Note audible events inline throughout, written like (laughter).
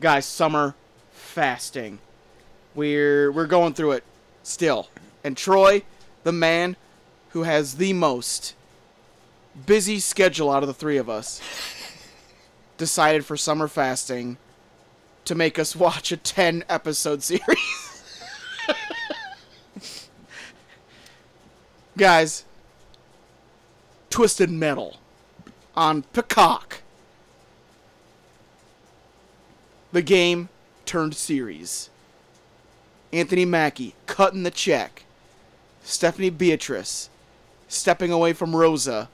guys, summer fasting. We're we're going through it still. And Troy, the man who has the most busy schedule out of the three of us, decided for summer fasting to make us watch a 10 episode series. (laughs) Guys, Twisted Metal on Peacock. The game turned series. Anthony Mackie cutting the check. Stephanie Beatrice stepping away from Rosa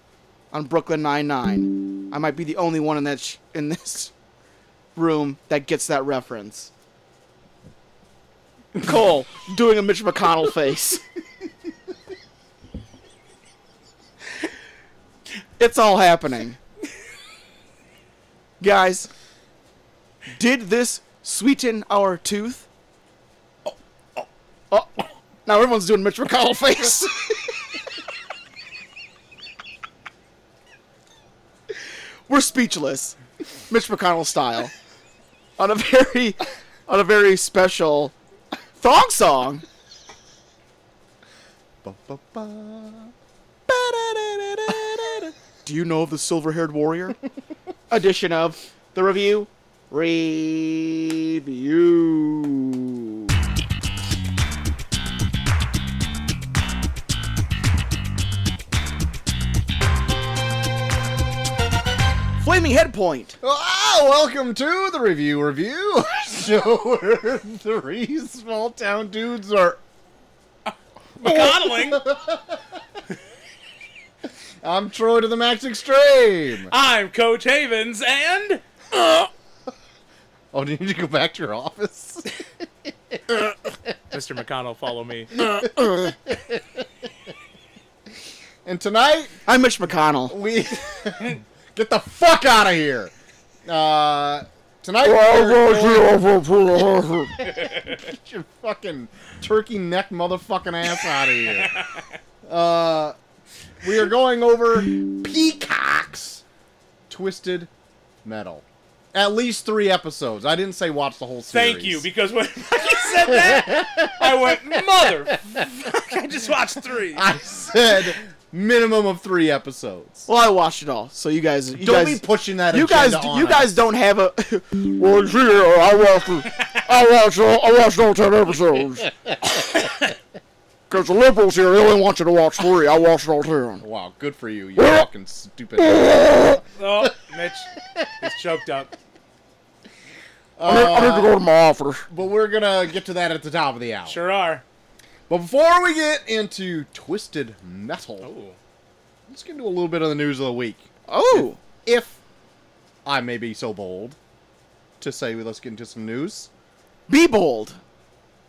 on Brooklyn Nine Nine. I might be the only one in that sh- in this room that gets that reference. Cole doing a Mitch McConnell face. it's all happening. Guys, did this sweeten our tooth? Oh, oh, oh. Now everyone's doing Mitch McConnell face. (laughs) We're speechless, Mitch McConnell style, on a very, on a very special thong song. Ba, ba, ba. Do you know of the Silver Haired Warrior? (laughs) Edition of the review. Review. Flaming Head Point. Ah, welcome to the review review (laughs) show where three small town dudes are. McConnelling. I'm Troy to the max extreme. I'm Coach Havens, and Oh, do you need to go back to your office? Mr. McConnell, follow me. And tonight I'm Mitch McConnell. we get the fuck out of here. Uh, tonight we're going- get your fucking turkey neck motherfucking ass out of (laughs) here. Uh, we are going over Peacock's Twisted Metal. At least three episodes. I didn't say watch the whole series. (laughs) Thank you, because when (laughs) you said that, I went, mother. (laughs) fuck, I just watched three. I said minimum of three episodes. Well, I watched it all, so you guys, you Don't guys, be pushing that. you guys, agenda on you us. guys don't have a. (laughs) well, see, I watched, I watched, all, I watched all ten (laughs) episodes. Because the liberals here, they only want you to watch three. I watched all ten. Wow, good for you. You fucking stupid. Oh, Mitch, he's choked up. I, need, I need to go to my office. Uh, But we're gonna get to that at the top of the hour. Sure are. But before we get into Twisted Metal, Oh, let's get into a little bit of the news of the week. Oh, if I may be so bold to say, let's get into some news. be bold,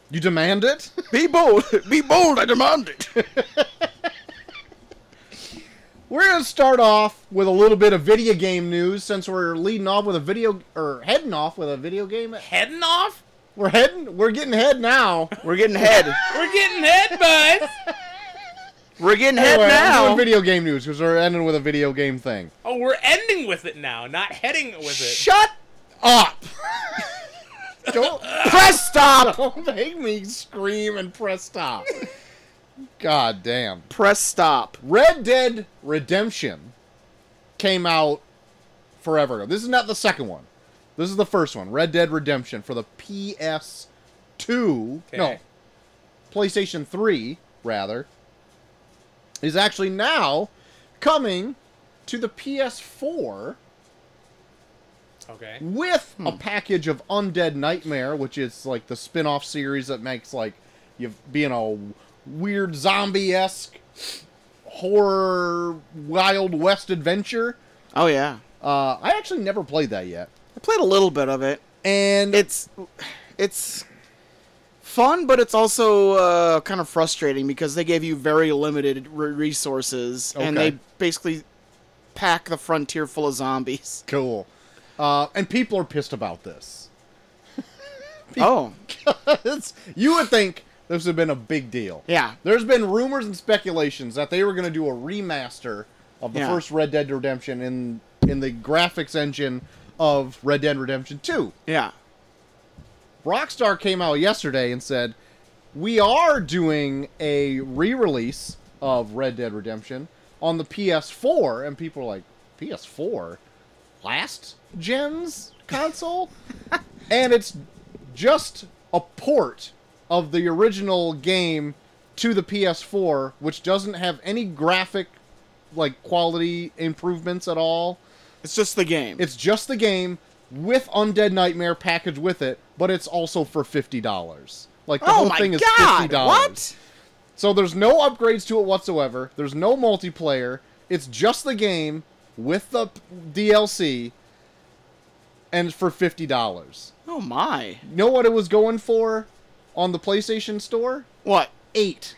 You demand it? (laughs) be bold, (laughs) be bold. I demand it. we're gonna start off with a little bit of video game news since we're leading off with a video or heading off with a video game. heading off? We're heading, we're getting head now. We're getting head. We're getting head buds. We're getting head Anyway, I'm now. doing video game news because we're ending with a video game thing. Oh, we're ending with it now, not heading with it. Shut (laughs) up. Don't, Press stop. (laughs) don't make me scream and (laughs) press stop. God damn. Press stop. Red Dead Redemption came out forever ago. This is not the second one. This is the first one. Red Dead Redemption for the PS2. No, Okay. PlayStation 3, rather. Is actually now coming to the PS4 Okay. with Hmm. a package of Undead Nightmare, which is like the spin off series that makes like you being a weird zombie esque horror Wild West adventure. Oh yeah, Uh, I actually never played that yet. I played a little bit of it. And it's it's fun, but it's also uh, kind of frustrating because they gave you very limited re- resources, and Okay. they basically pack the frontier full of (laughs) zombies. cool. Uh, and people are pissed about this. (laughs) Oh, It's- you would think this would have been a big deal. yeah, There's been rumors and speculations that they were going to do a remaster of the Yeah. first Red Dead Redemption in in the graphics engine of Red Dead Redemption 2. yeah. Rockstar came out yesterday and said, "We are doing a re-release of Red Dead Redemption on the PS4," and people are like, "PS4, last gen's console," and it's just a port of the original game to the PS4, which doesn't have any graphic like quality improvements at all. It's just the game. It's just the game with Undead Nightmare packaged with it, but it's also for fifty dollars. Like the oh whole my thing is god! fifty dollars. What? So there's no upgrades to it whatsoever. There's no multiplayer. It's just the game with the p- DLC, and for fifty dollars. Oh my! You know what it was going for on the PlayStation Store? What? eight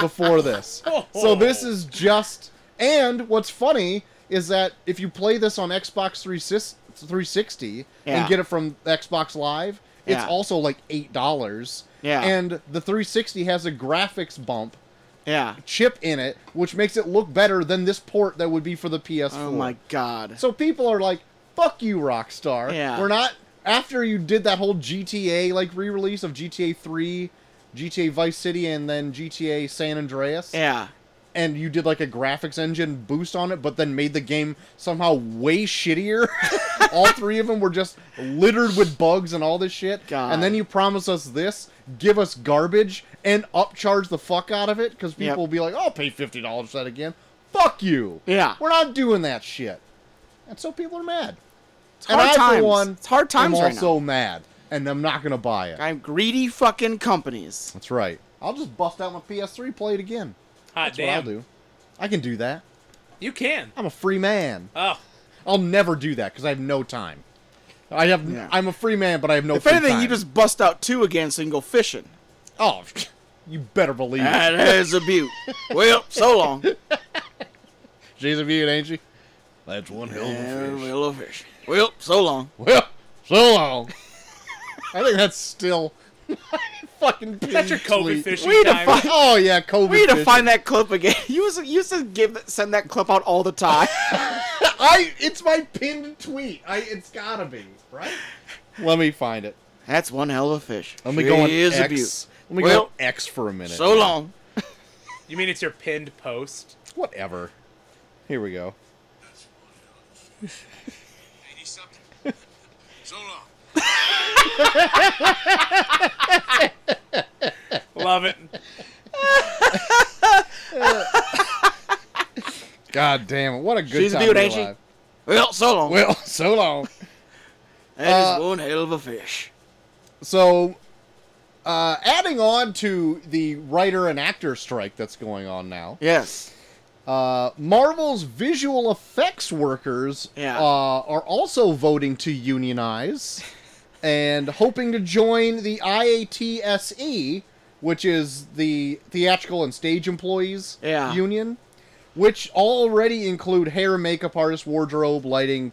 before this. So this is just. And what's funny is that if you play this on Xbox 360 360 Yeah. and get it from Xbox Live, it's Yeah. also like eight dollars. Yeah. And the 360 has a graphics bump Yeah. chip in it, which makes it look better than this port that would be for the PS4. Oh my god! So people are like, "Fuck you, Rockstar." Yeah. We're not. After you did that whole GTA like re-release of GTA 3, GTA Vice City, and then GTA San Andreas, yeah. and you did like a graphics engine boost on it, but then made the game somehow way shittier. (laughs) all three of them were just littered with bugs and all this shit. God. And then you promise us this, give us garbage, and upcharge the fuck out of it because people Yep. will be like, "I'll pay fifty dollars for that again." Fuck you. Yeah. We're not doing that shit. And so people are mad. It's And hard I, times. for one, it's hard am times right also mad, and I'm not gonna buy it. now. I'm greedy fucking companies. That's right. I'll just bust out my PS3, play it again. Hot That's what I'll damn. do. I can do that. You can. I'm a free man. Oh, I'll never do that because I have no time. I have. Yeah. I'm a free man, but I have no. If free anything, time. you just bust out two again so you can go fishing. Oh, (laughs) you better believe it. Ah, there's a (laughs) butte. Well, so long. Jason V and Angie. That's one hell And we love fish. Well, so long. Well, so long. (laughs) I think that's still (laughs) fucking. that's your COVID peak sleep. fishing We time. define- Oh yeah, COVID. We need to fishing. find that clip again. (laughs) You used to, you used to give send that clip out all the time. I it's my pinned tweet. I it's gotta be right. Let me find it. (laughs) That's one hell of a fish. Let me She go on is a X. butte. Let me Well, go on X for a minute. So long. You mean it's your pinned post? Whatever. Here we go. So long. Love it. God damn it! What a good She's a time. beaut, to be ain't she? alive. (laughs) Well, so long. Well, so long. that uh, is one hell of a fish. So, uh, adding on to the writer and actor strike that's going on now, Yes. uh, Marvel's visual effects workers Yeah. uh, are also voting to unionize and hoping to join the IATSE, E, which is the theatrical and stage employees Yeah. union, which already include hair, makeup artists, wardrobe, lighting,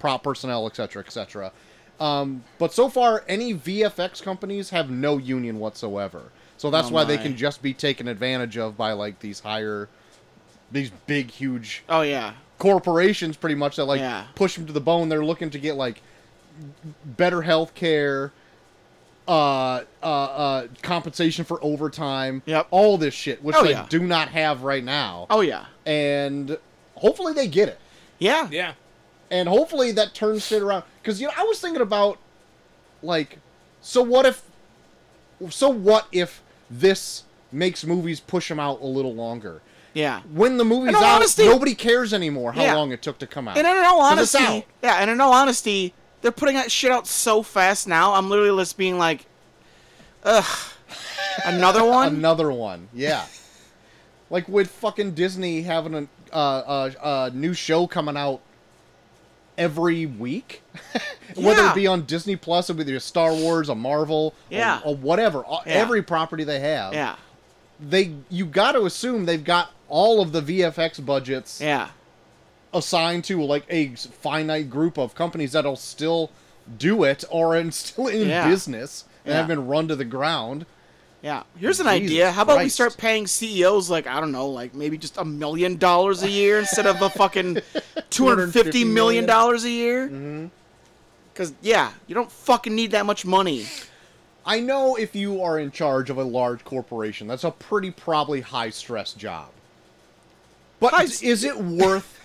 prop personnel, etc., etc. Um, but so far, any VFX companies have no union whatsoever, so that's Oh why they my. can just be taken advantage of by like these higher, these big, huge Oh yeah. corporations, pretty much that like Yeah. push them to the bone. They're looking to get like better health care, uh, uh, uh, compensation for overtime, Yep. all this shit, which Oh, they yeah. do not have right now, Oh yeah. and hopefully they get it Yeah. Yeah. and hopefully that turns shit around. Because you know, I was thinking about, like, so what if, so what if this makes movies push them out a little longer? Yeah. When the movie's all out, honesty- nobody cares anymore how Yeah. long it took to come out. And in all 'Cause it's out. honesty, yeah. And in all honesty, they're putting that shit out so fast now. I'm literally just being like, (laughs) ugh, another one. another one, (laughs) yeah. like with fucking Disney having a uh, uh, uh, new show coming out every week, (laughs) whether Yeah. it be on Disney Plus, it'll be either Star Wars, a Marvel, Yeah. or, or whatever, a- Yeah. every property they have. yeah. they you got to assume they've got all of the VFX budgets Yeah. assigned to like a s- finite group of companies that'll still do it or are still in Yeah. business and Yeah. have been run to the ground. Yeah. Here's an Jesus idea. How about we Christ. start paying CEOs like I don't know, like maybe just a million dollars (laughs) Mm-hmm. a year instead of a fucking two hundred fifty million dollars a year. Because, yeah, you don't fucking need that much money. I know if you are in charge of a large corporation, that's a pretty probably high stress job. But High is, is it worth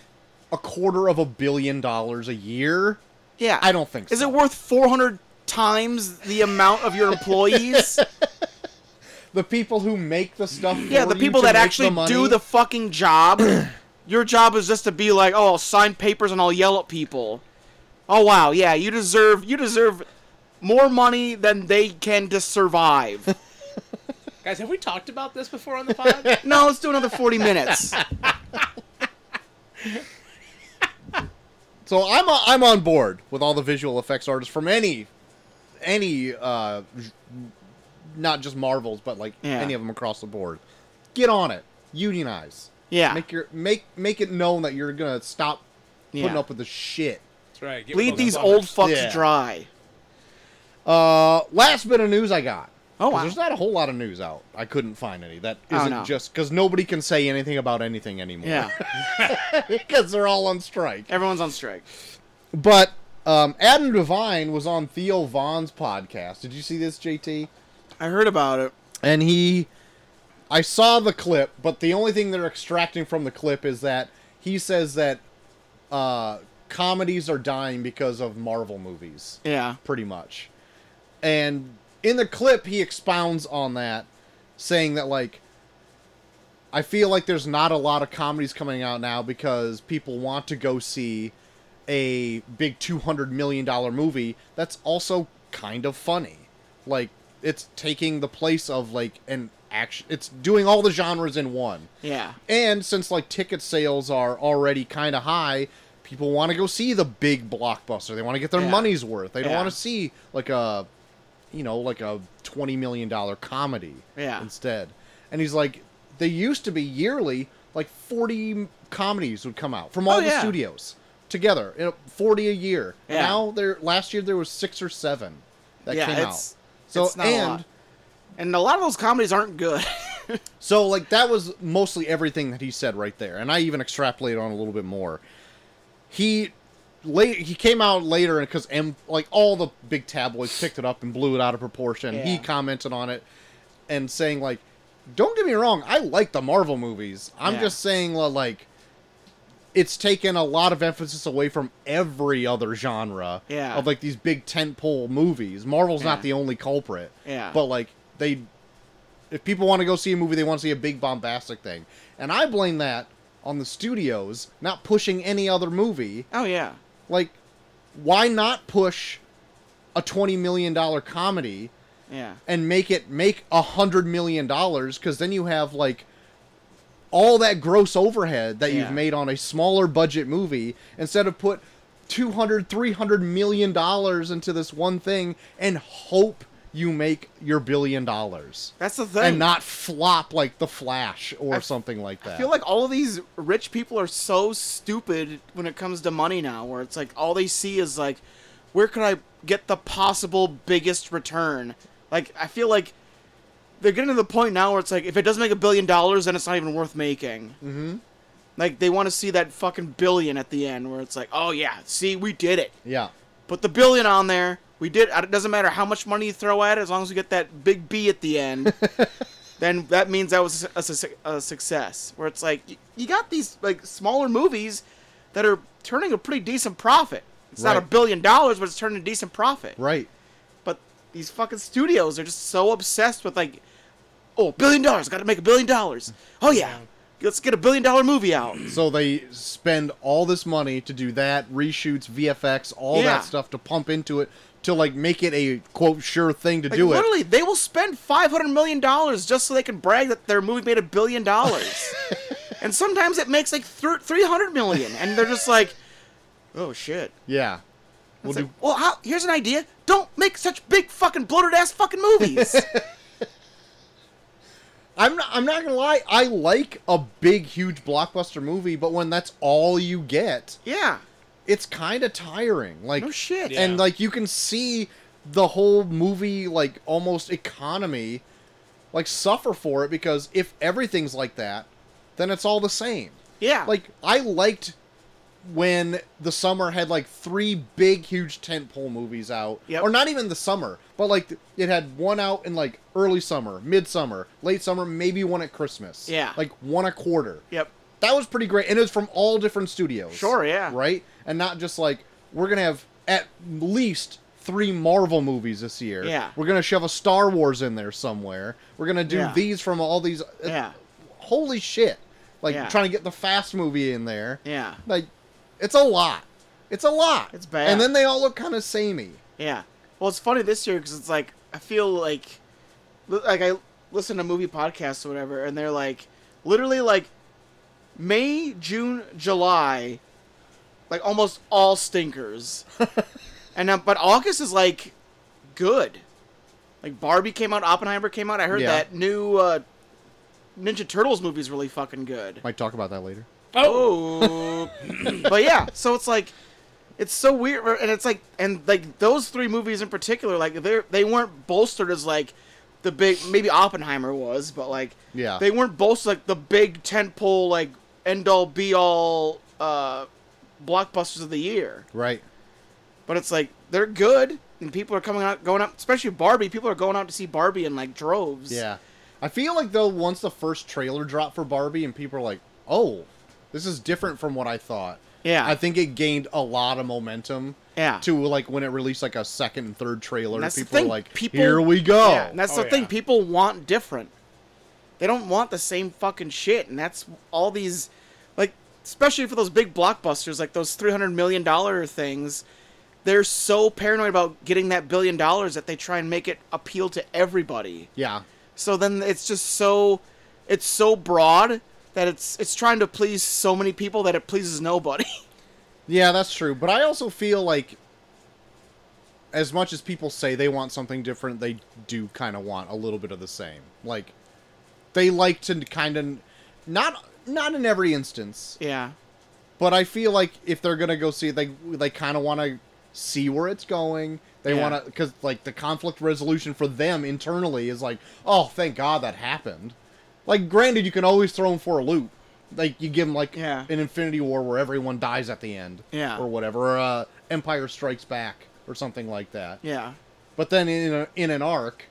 a quarter of a billion dollars a year? Yeah. I don't think Is so. it worth 400 times the amount (laughs) of your employees? The people who make the stuff. yeah, the for you people to that make actually the money, do the fucking (clears throat) job. your job is just to be like, "Oh, I'll sign papers and I'll yell at people." Oh wow, yeah, you deserve you deserve more money than they can to (laughs) survive. Guys, have we talked about this before on the pod? no, let's do another 40 (laughs) minutes. So I'm i I'm on board with all the visual effects artists from any any uh j- not just Marvels but like Yeah. any of them across the board. Get on it. Unionize. Yeah. Make your make make it known that you're going to stop putting Yeah. up with the shit. That's right. get Bleed with those these old bummers. fucks Yeah. dry. Uh last bit of news I got. Oh, 'Cause wow. There's not a whole lot of news out. I couldn't find any. That Oh, isn't no. just cuz nobody can say anything about anything anymore. Yeah. (laughs) cuz they're all on strike. (laughs) Everyone's on strike. But um, Adam Devine was on Theo Vaughn's podcast. Did you see this, JT? I heard about it. And he, I saw the clip, but the only thing they're extracting from the clip is that he says that uh, comedies are dying because of Marvel movies, Yeah. pretty much. And in the clip, he expounds on that, saying that like. I feel like there's not a lot of comedies coming out now because people want to go see a big $200 million movie that's also kind of funny. Like, it's taking the place of, like, an action. It's doing all the genres in one. Yeah. And since, like, ticket sales are already kind of high, people want to go see the big blockbuster. They want to get their Yeah. money's worth. They don't Yeah. want to see, like, a. You know, like a twenty million dollar comedy Yeah. instead. And he's like, they used to be yearly, like 40 comedies would come out from all Oh, the yeah. studios together, you know, 40 a year. And Yeah. Now there, last year there was six or seven that yeah, came it's, out. So it's not a and lot. And a lot of those comedies aren't good. (laughs) so like that was mostly everything that he said right there, and I even extrapolated on a little bit more. He late he came out later because M like all the big tabloids picked it up and blew it out of proportion. He Yeah. commented on it and saying like, "Don't get me wrong, I like the Marvel movies. I'm Yeah. just saying li- like." It's taken a lot of emphasis away from every other genre Yeah. of like these big tentpole movies. Marvel's Yeah. not the only culprit, Yeah. but like they if people want to go see a movie, they want to see a big bombastic thing. And I blame that on the studios not pushing any other movie. oh yeah. Like, why not push a $20 million comedy Yeah. and make it make a $100 million? Because then you have, like, all that gross overhead that Yeah. you've made on a smaller budget movie instead of put 200 300 million dollars into this one thing and hope you make your billion dollars That's the thing. and not flop like the Flash or I f- something like that. I feel like all of these rich people are so stupid when it comes to money now, where it's like all they see is like, where could I get the possible biggest return? Like, I feel like they're getting to the point now where it's like, if it doesn't make a billion dollars, then it's not even worth making. Mm-hmm. Like, they want to see that fucking billion at the end, where it's like, oh yeah, see, we did it. yeah, Put the billion on there. We did. It doesn't matter how much money you throw at it, as long as we get that big B at the (laughs) end. then that means that was a, su- a success. Where it's like you, you got these like smaller movies that are turning a pretty decent profit. It's not a Right. billion dollars, but it's turning a decent profit. right. But these fucking studios are just so obsessed with like, oh, billion dollars. Got to make a billion dollars. Oh yeah, let's get a billion dollar movie out. So they spend all this money to do that reshoots, VFX, all Yeah. that stuff to pump into it to like make it a quote sure thing to Like, do it. literally, they will spend five hundred million dollars just so they can brag that their movie made a billion (laughs) dollars, and sometimes it makes like th- three hundred million, and they're just like, "Oh shit." Yeah, we'll It's do. like, well, how, here's an idea. Don't make such big fucking bloated ass fucking (laughs) movies. I'm not, I'm not gonna lie. I like a big, huge blockbuster movie, but when that's all you get, yeah, it's kind of tiring. Like no shit. Yeah. and like you can see the whole movie like almost economy like suffer for it because if everything's like that then it's all the same Yeah. like i liked when the summer had like three big, huge tentpole movies out, Yep. or not even the summer, but like it had one out in like early summer, midsummer, late summer, maybe one at Christmas. Yeah. like one a quarter. Yep. That was pretty great, and it was from all different studios. Sure, yeah. right, and not just like we're gonna have at least three Marvel movies this year. Yeah. we're gonna shove a Star Wars in there somewhere. We're gonna do Yeah. these from all these. uh, Yeah. holy shit! Like Yeah. trying to get the Fast movie in there. Yeah. Like, it's a lot. It's a lot. It's bad. And then they all look kind of samey. Yeah. Well, it's funny this year because it's like I feel like, li- like I listen to movie podcasts or whatever, and they're like, literally like, May, June, July, like almost all stinkers, and now but August is like, good. Like Barbie came out, Oppenheimer came out. I heard Yeah. that new uh, Ninja Turtles movie's really fucking good. Might talk about that later. Oh, Oh, but yeah. So it's like, it's so weird, or- and it's like, and like those three movies in particular, like they they weren't bolstered as like the big. Maybe Oppenheimer was, but like Yeah. they weren't bolstered like the big tentpole like end all be all uh, blockbusters of the year. Right. But it's like they're good, and people are coming out, going out, especially Barbie. People are going out to see Barbie in like droves. Yeah. I feel like, though, once the first trailer dropped for Barbie and people are like, oh, this is different from what I thought. Yeah. I think it gained a lot of momentum. Yeah. To like when it released like a second and third trailer, And that's the people are thing, like, people- "Here we go." Yeah, and that's Oh, the thing. yeah. People want different. They don't want the same fucking shit, and that's all these, like, especially for those big blockbusters, like those three hundred million dollar things. They're so paranoid about getting that billion dollars that they try and make it appeal to everybody. yeah. So then it's just so, it's so broad that it's it's trying to please so many people that it pleases nobody. (laughs) Yeah, that's true. But I also feel like as much as people say they want something different, they do kind of want a little bit of the same. Like they like to kind of not not in every instance, yeah, but I feel like if they're going to go see it, they they kind of want to see where it's going. They Yeah. want to cuz like the conflict resolution for them internally is like, "Oh, thank God that happened." Like granted you can always throw them for a loop. Like you give them like Yeah. an Infinity War where everyone dies at the end Yeah. or whatever, or uh, Empire Strikes Back or something like that. yeah, But then in a, in an arc,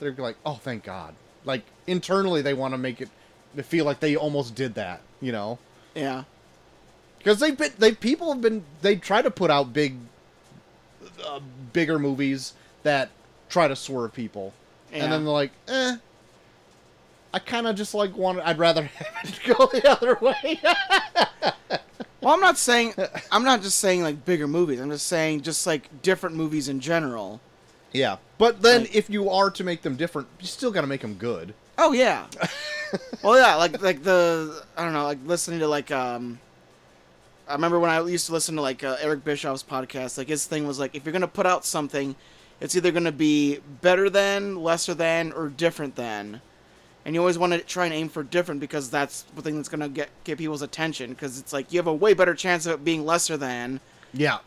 they're like, "Oh, thank God!" Like internally, they want to make it they feel like they almost did that, you know? yeah, Because they been they people have been they try to put out big, uh, bigger movies that try to swerve people, Yeah. and then they're like, "Eh." I kind of just like want. I'd rather (laughs) have it go the other way. (laughs) Well, I'm not saying I'm not just saying like bigger movies. I'm just saying just like different movies in general. yeah, but then if you are to make them different, you still got to make them good. Oh yeah. (laughs) well, yeah, like like the I don't know, like listening to like um I remember when I used to listen to like uh, Eric Bischoff's podcast, like his thing was like if you're going to put out something, it's either going to be better than, lesser than or different than. And you always want to try and aim for different because that's the thing that's going to get get people's attention because it's like you have a way better chance of it being lesser than Yeah,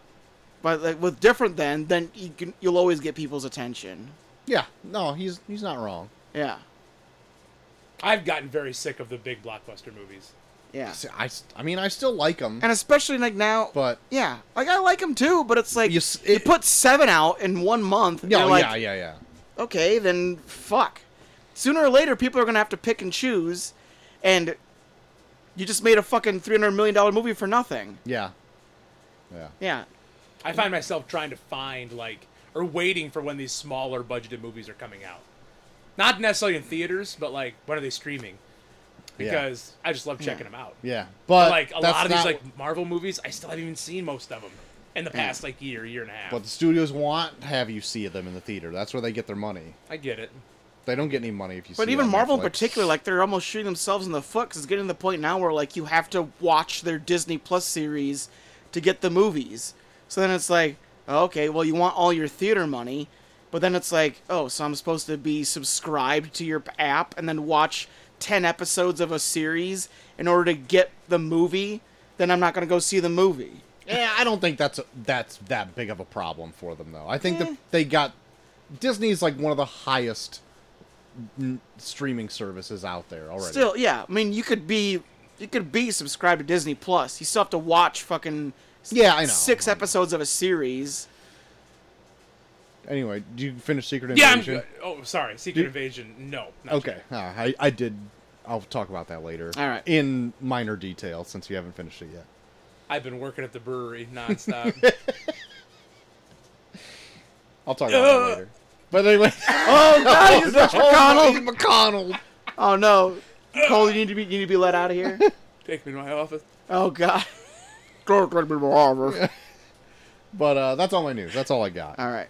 but like with different than then you can, you'll always get people's attention Yeah, no, he's he's not wrong. yeah I've gotten very sick of the big blockbuster movies. yeah S- I, s- I mean, I still like him, and especially like now but yeah like i like them too but it's like You you, s- it- put seven out in one month and no, you're like yeah, yeah, yeah. okay then fuck sooner or later people are gonna have to pick and choose and you just made a fucking 300 million dollar movie for nothing Yeah. Yeah. yeah I find myself trying to find like or waiting for when these smaller budgeted movies are coming out. Not necessarily in theaters, but like when are they streaming? Because I just love checking Yeah. them out. Yeah. But like a that's lot of these not- like Marvel movies, I still haven't even seen most of them in the past like year, year and a half. but the studios want to have you see them in the theater. That's where they get their money. I get it. They don't get any money if you see but even it on Marvel Netflix. in particular, like they're almost shooting themselves in the foot 'cause it's getting to the point now where like you have to watch their Disney Plus series to get the movies. So then it's like, okay, well you want all your theater money, but then it's like, oh, so I'm supposed to be subscribed to your app and then watch ten episodes of a series in order to get the movie? Then I'm not gonna go see the movie. Yeah, I don't think that's a, that's that big of a problem for them though. I think Eh. that they got Disney's like one of the highest n- streaming services out there already. Still, yeah, I mean you could be You could be subscribed to Disney Plus. You still have to watch fucking s- Yeah, I know. six episodes of a series. Anyway, did you finish Secret Yeah, I'm Invasion? good. Oh, sorry. Secret Did- Invasion. No. not Okay, uh, I, I did. I'll talk about that later. All right. In minor detail, since you haven't finished it yet. I've been working at the brewery nonstop. (laughs) I'll talk about Uh. that Ugh. later. But (laughs) anyway. Oh God, he's Mitch Oh, McConnell. he's McConnell. Oh no, Cole, you need to be you need to be let out of here. Take me to my office. Oh God. But uh, that's all my news. That's all I got. (laughs) All right.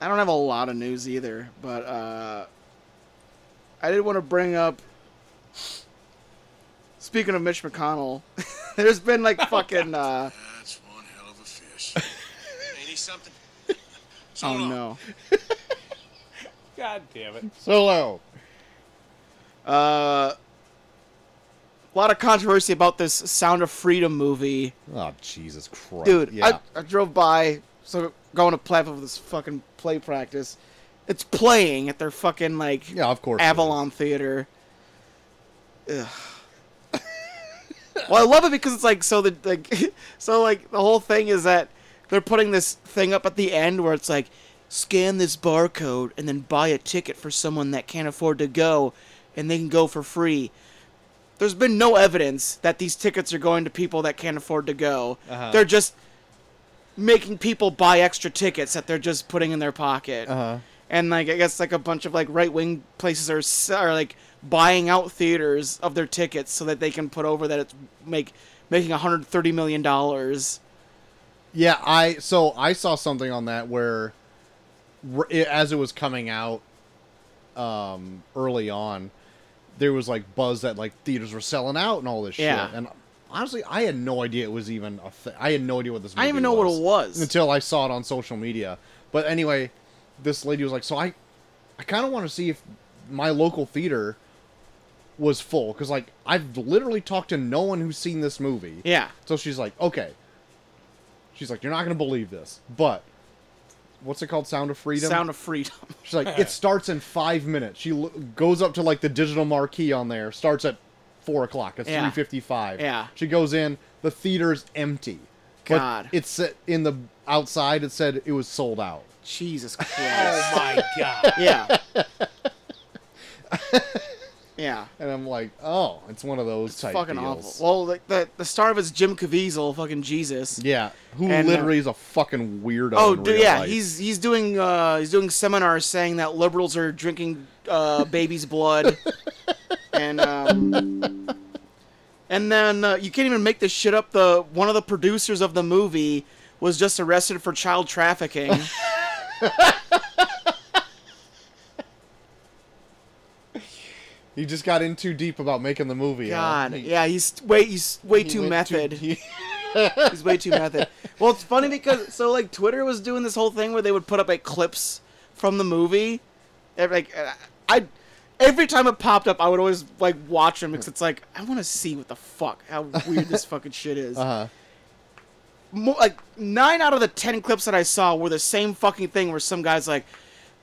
I don't have a lot of news either, but uh, I did want to bring up. Speaking of Mitch McConnell, (laughs) there's been like fucking. Uh, That's one hell of a (laughs) fish. Ain't he something? So oh long. no. God damn (laughs) it. Solo. Uh, a lot of controversy about this Sound of Freedom movie. Oh Jesus Christ, Dude, Yeah. I, I drove by, so going to platform for this fucking play practice. It's playing at their fucking like yeah, of course. it Avalon Theater. Ugh. well, I love it because it's like so the like (laughs) so like the whole thing is that they're putting this thing up at the end where it's like scan this barcode and then buy a ticket for someone that can't afford to go and they can go for free. There's been no evidence that these tickets are going to people that can't afford to go. Uh-huh. They're just making people buy extra tickets that they're just putting in their pocket is. Uh-huh. and like I guess like a bunch of like right wing places are s- are like buying out theaters of their tickets so that they can put over that it's make making 130 million dollars. Yeah, I so I saw something on that where r- i- as it was coming out um early on, there was like buzz that like theaters were selling out and all this Yeah. shit. And honestly, I had no idea it was even a thing. I had no idea what this I didn't even know movie what was. it was. until I saw it on social media. But anyway, this lady was like, "So I, I kind of want to see if my local theater was full because like I've literally talked to no one who's seen this movie. yeah, So she's like, okay. She's like, you're not gonna believe this, but what's it called? Sound of Freedom. Sound (laughs) of Freedom. she's like, it starts in five minutes. She l- goes up to like the digital marquee on there. Starts at four o'clock. It's Yeah. three fifty-five. Yeah. She goes in. The theater's empty. God. But it said in the outside. It said it was sold out. (laughs) Jesus Oh Christ. my god. yeah. (laughs) Yeah. And I'm like, oh, it's one of those type Fucking deals. awful. Well, like the the star of it's Jim Caviezel, fucking Jesus. yeah, who And, uh, literally is a fucking weirdo. Oh, in dude, real yeah, life. he's he's doing uh, he's doing seminars saying that liberals are drinking uh, babies' blood, and um, and then uh, you can't even make this shit up. The one of the producers of the movie was just arrested for child trafficking. he just got in too deep about making the movie. huh? God, He- yeah, he's way he's way he too went method. (laughs) he- He's way too method. Well, it's funny because so like Twitter was doing this whole thing where they would put up like clips from the movie. And, like and I, I- every time it popped up, I would always like watch them because it's like I want to see what the fuck how weird this fucking shit is. uh-huh. Mo- like nine out of the ten clips that I saw were the same fucking thing where some guy's like,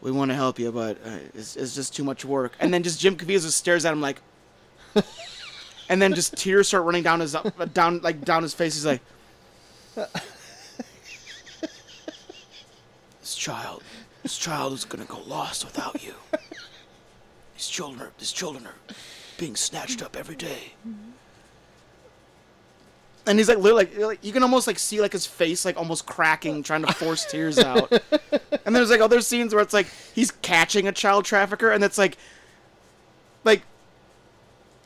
"We want to help you, but uh, it's, it's just too much work," and then just Jim Caviezel stares at him like, and then just tears start running down his uh, down like down his face. He's like, "This child, this child is gonna go lost without you. These children are these children are being snatched up every day." and he's like literally like, like, you can almost like see like his face like almost cracking trying to force tears out and there's like other scenes where it's like he's catching a child trafficker and it's like like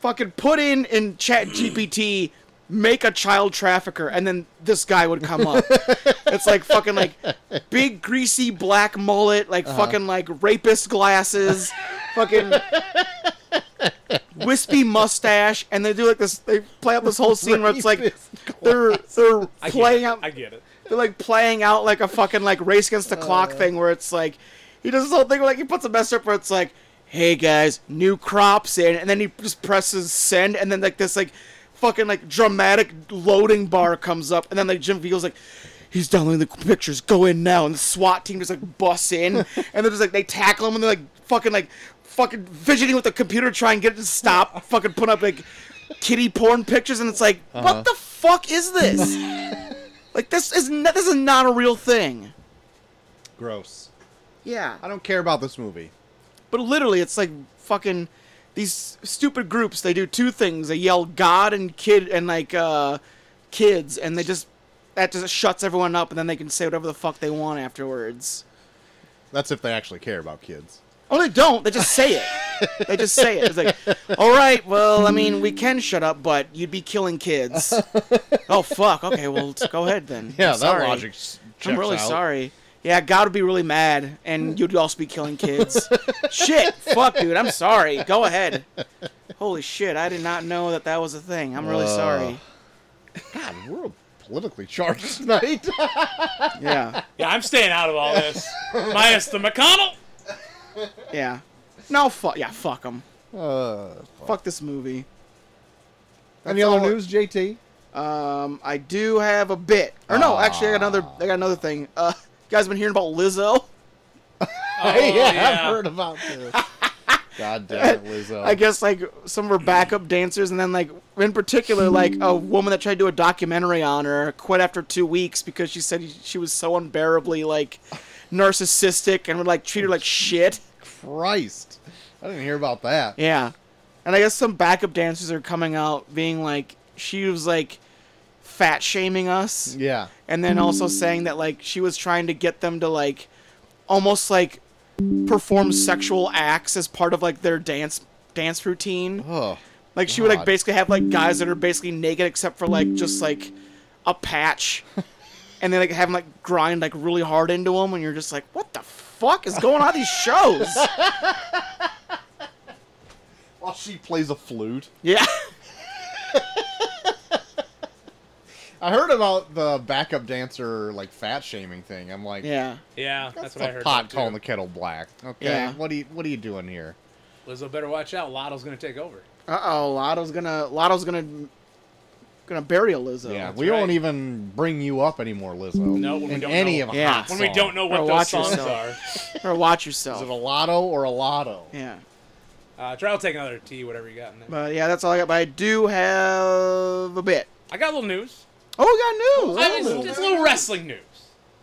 fucking put in in chat gpt make a child trafficker and then this guy would come (laughs) up it's like fucking like big greasy black mullet like Uh-huh. fucking like rapist glasses fucking wispy mustache and they do like this they play out this whole scene where it's like Rapist they're they're I get playing it. out I get it. they're like playing out like a fucking like race against the clock thing where it's like he does this whole thing where like he puts a mess up where it's like, hey guys, new crops in, and then he just presses send, and then like this like fucking like dramatic loading bar comes up, and then like Jim Veal's like. He's downloading the pictures. Go in now, and the SWAT team just like busts in, and they're just like they tackle him, and they're like fucking like fucking fidgeting with the computer, trying to get it to stop. fucking put up like kitty porn pictures, and it's like, Uh-huh. what the fuck is this? like this is n- this is not a real thing. Gross. Yeah, I don't care about this movie. but literally, it's like fucking these stupid groups. They do two things: they yell "God" and "kid" and like uh, "kids," and they just that just shuts everyone up, and then they can say whatever the fuck they want afterwards. That's if they actually care about kids. Oh, they don't. They just say it. they just say it. It's like, all right, well, I mean, we can shut up, but you'd be killing kids. oh, fuck. Okay, well, t- go ahead then. Yeah, I'm that sorry. logic. s- I'm checks really out. sorry. Yeah, God would be really mad, and you'd also be killing kids. shit, fuck, dude. I'm sorry. Go ahead. Holy shit, I did not know that that was a thing. I'm really Uh. sorry. God, we're politically (laughs) charged tonight. Yeah, Yeah, I'm staying out of all this. Minus the McConnell. yeah. No, fuck. Yeah, fuck them. uh, Fuck this movie. any other news, JT? Um, I do have a bit, or no, actually, I got another. I got another thing. Uh, you guys been hearing about Lizzo? (laughs) Oh, I've heard about (laughs) this. God damn it, Lizzo. I guess like some of her backup dancers, and then like in particular, like a woman that tried to do a documentary on her quit after two weeks because she said she was so unbearably like narcissistic and would like treat her like shit. Christ. I didn't hear about that. Yeah. And I guess some backup dancers are coming out being like she was like fat shaming us. Yeah. and then also saying that like she was trying to get them to like almost like perform sexual acts as part of like their dance dance routine. Oh. Like she would like God. basically have like guys that are basically naked except for like just like a (laughs) patch, and they like have them like grind like really hard into them, and you're just like, what the fuck is going on at these (laughs) shows? While she plays a flute. yeah, I heard about the backup dancer like fat shaming thing. I'm like, yeah, Yeah, that's, that's, what I the heard. pot about, too. calling the kettle black. Okay, Yeah. what are you what are you doing here? Lizzo better watch out. Lotto's gonna take over. uh oh, Lotto's gonna Lotto's gonna gonna bury a Lizzo. yeah, that's we won't right. even bring you up anymore, Lizzo. No, when we in don't any know. of Yeah. hot When we song. don't know Or what watch those songs yourself. or watch yourself. is it a lotto or a lotto? yeah. are. Uh, try to take another tea, whatever you got in there. But yeah, that's all I got. But I do have a bit. I got a little news. Oh, we got news. I was- it's a little wrestling news.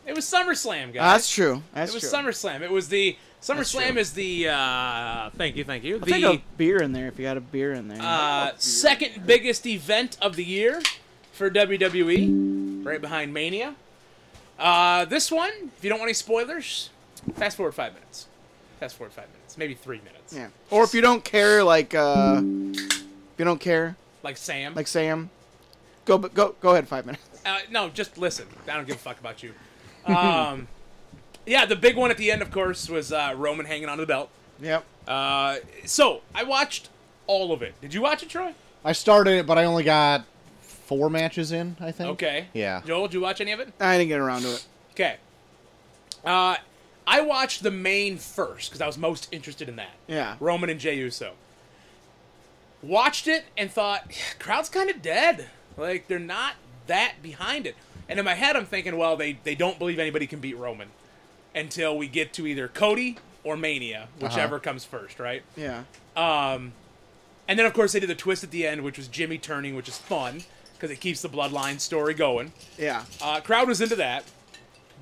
It was SummerSlam, Ah, guys. that's true. That's it was true. SummerSlam. It was the SummerSlam true. is the uh, thank you, thank you. I'll The take a beer in there if you got a beer in there. uh, second biggest event of the year for WWE, right behind Mania. Uh, this one, if you don't want any spoilers, fast forward five minutes. Fast forward five minutes, maybe three minutes. yeah. Or if you don't care, like uh, if you don't care, Like Sam. like Sam, go go go ahead. Five minutes. (laughs) Uh, no, just listen. I don't give a fuck about you. Um, yeah, the big one at the end, of course, was uh, Roman hanging onto the belt. Yep. Uh, so I watched all of it. Did you watch it, Troy? I started it, but I only got four matches in. I Mm. think. Okay. Yeah. Joel, did you watch any of it? I didn't get around to it. Okay. Uh, I watched the main first because I was most interested in that. Yeah. Roman and Jey Uso. Watched it and thought, "Yeah, crowd's kind of dead. Like they're not that behind it. And in my head, I'm thinking, well, they they don't believe anybody can beat Roman until we get to either Cody or Mania, whichever comes first, right? Yeah. And then, of course, they did the twist at the end, which was Jimmy turning, which is fun because it keeps the bloodline story going. Yeah. Uh, crowd was into that.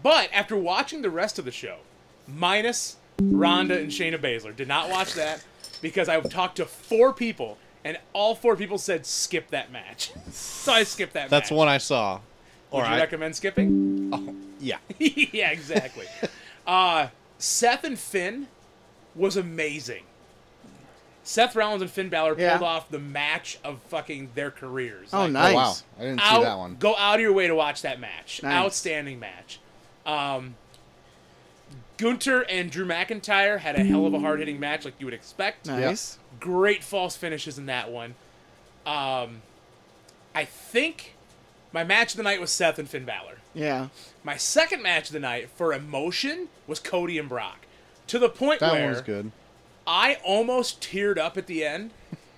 But after watching the rest of the show, minus Rhonda and Shayna Baszler, did not watch that because I talked to four people and all four people said skip that match. (laughs) so I skipped that match. That's one I saw. All Would you right. recommend skipping? (laughs) yeah. yeah, exactly. uh, Seth and Finn was amazing. Seth Rollins and Finn Balor Yeah. pulled off the match of fucking their careers. Oh, Like, nice. Oh, wow. I didn't see out, that one. Go out of your way to watch that match. Nice. Outstanding match. Um, Gunter and Drew McIntyre had a hell of a hard hitting match, like you would expect. Nice. Great false finishes in that one. Um, I think my match of the night was Seth and Finn Balor. Yeah. My second match of the night for emotion was Cody and Brock. To the point That where one was good. I almost teared up at the end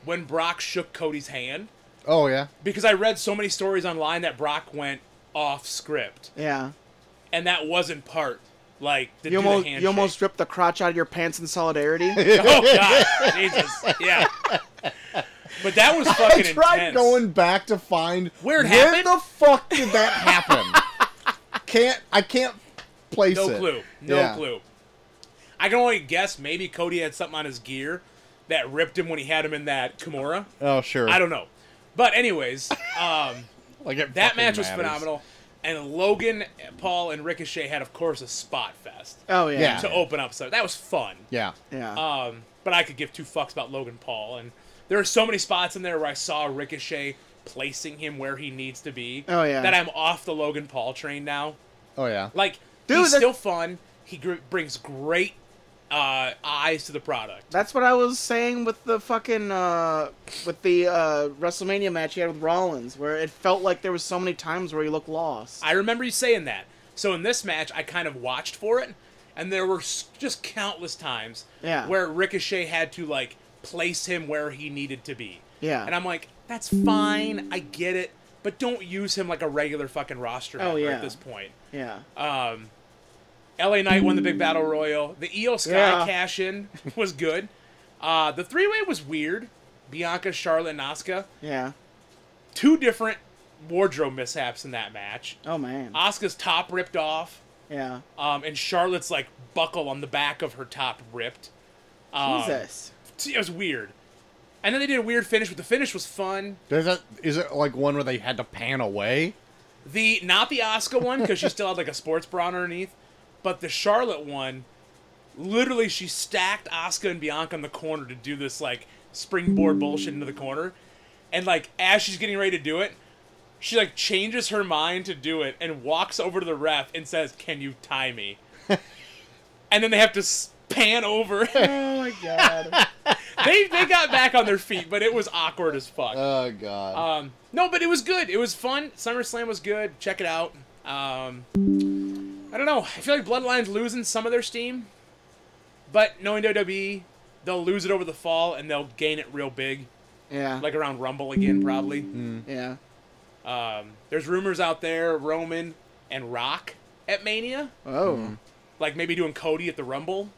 when Brock shook Cody's hand Oh yeah. because I read so many stories online that Brock went off script, Yeah. and that wasn't part like the You do the almost handshake. you (laughs) almost ripped the crotch out of your pants in solidarity. oh god, Jesus, yeah. But that (laughs) was I fucking tried intense. going back to find Where it where happened? the fuck did that happen? (laughs) can't I can't place no it. clue. No Yeah. clue. I can only guess maybe Cody had something on his gear that ripped him when he had him in that Kimura. Oh sure. I don't know. (laughs) But anyways, um, like it that fucking match was matters. phenomenal. And Logan, Paul, and Ricochet had, of course, a spot fest Oh yeah. Yeah. to open up. So that was fun. Yeah. Yeah. Um, but I could give two fucks about Logan Paul. And there are so many spots in there where I saw Ricochet placing him where he needs to be. Oh, yeah. That I'm off the Logan Paul train now. Oh yeah. Like, Dude, he's that- still fun. He gr- brings great uh, eyes to the product. That's what I was saying with the fucking uh, with the uh, WrestleMania match he had with Rollins, where it felt like there was so many times where he looked lost. I remember you saying that. So in this match, I kind of watched for it, and there were s- just countless times Yeah. where Ricochet had to like place him where he needed to be. Yeah. And I'm like, that's fine, I get it, but don't use him like a regular fucking roster Oh, member yeah. at this point. yeah. Um, LA Knight won the big battle royal. The EO Sky Yeah. cash in (laughs) was good. Uh, the three way was weird. Bianca, Charlotte, and Asuka. yeah. Two different wardrobe mishaps in that match. Oh man. Asuka's top ripped off, yeah. um, and Charlotte's like buckle on the back of her top ripped. Um, (laughs) Jesus. It was weird. And then they did a weird finish, but the finish was fun. There's that is it like one where they had to pan away? The not the Oscar one because she still had like a sports bra on underneath, but the Charlotte one, literally she stacked Oscar and Bianca in the corner to do this like springboard bullshit into the corner, and like as she's getting ready to do it, she like changes her mind to do it and walks over to the ref and says, "Can you tie me?" and then they have to s- pan over. (laughs) Oh my god. they they got back on their feet, but it was awkward as fuck. Oh god. Um, no, but it was good. It was fun. SummerSlam was good. Check it out. Um, I don't know. I feel like Bloodline's losing some of their steam, but knowing WWE, they'll lose it over the fall and they'll gain it real big, yeah. like around Rumble again, probably. yeah. Um, there's rumors out there Roman and Rock at Mania, Oh. like maybe doing Cody at the Rumble,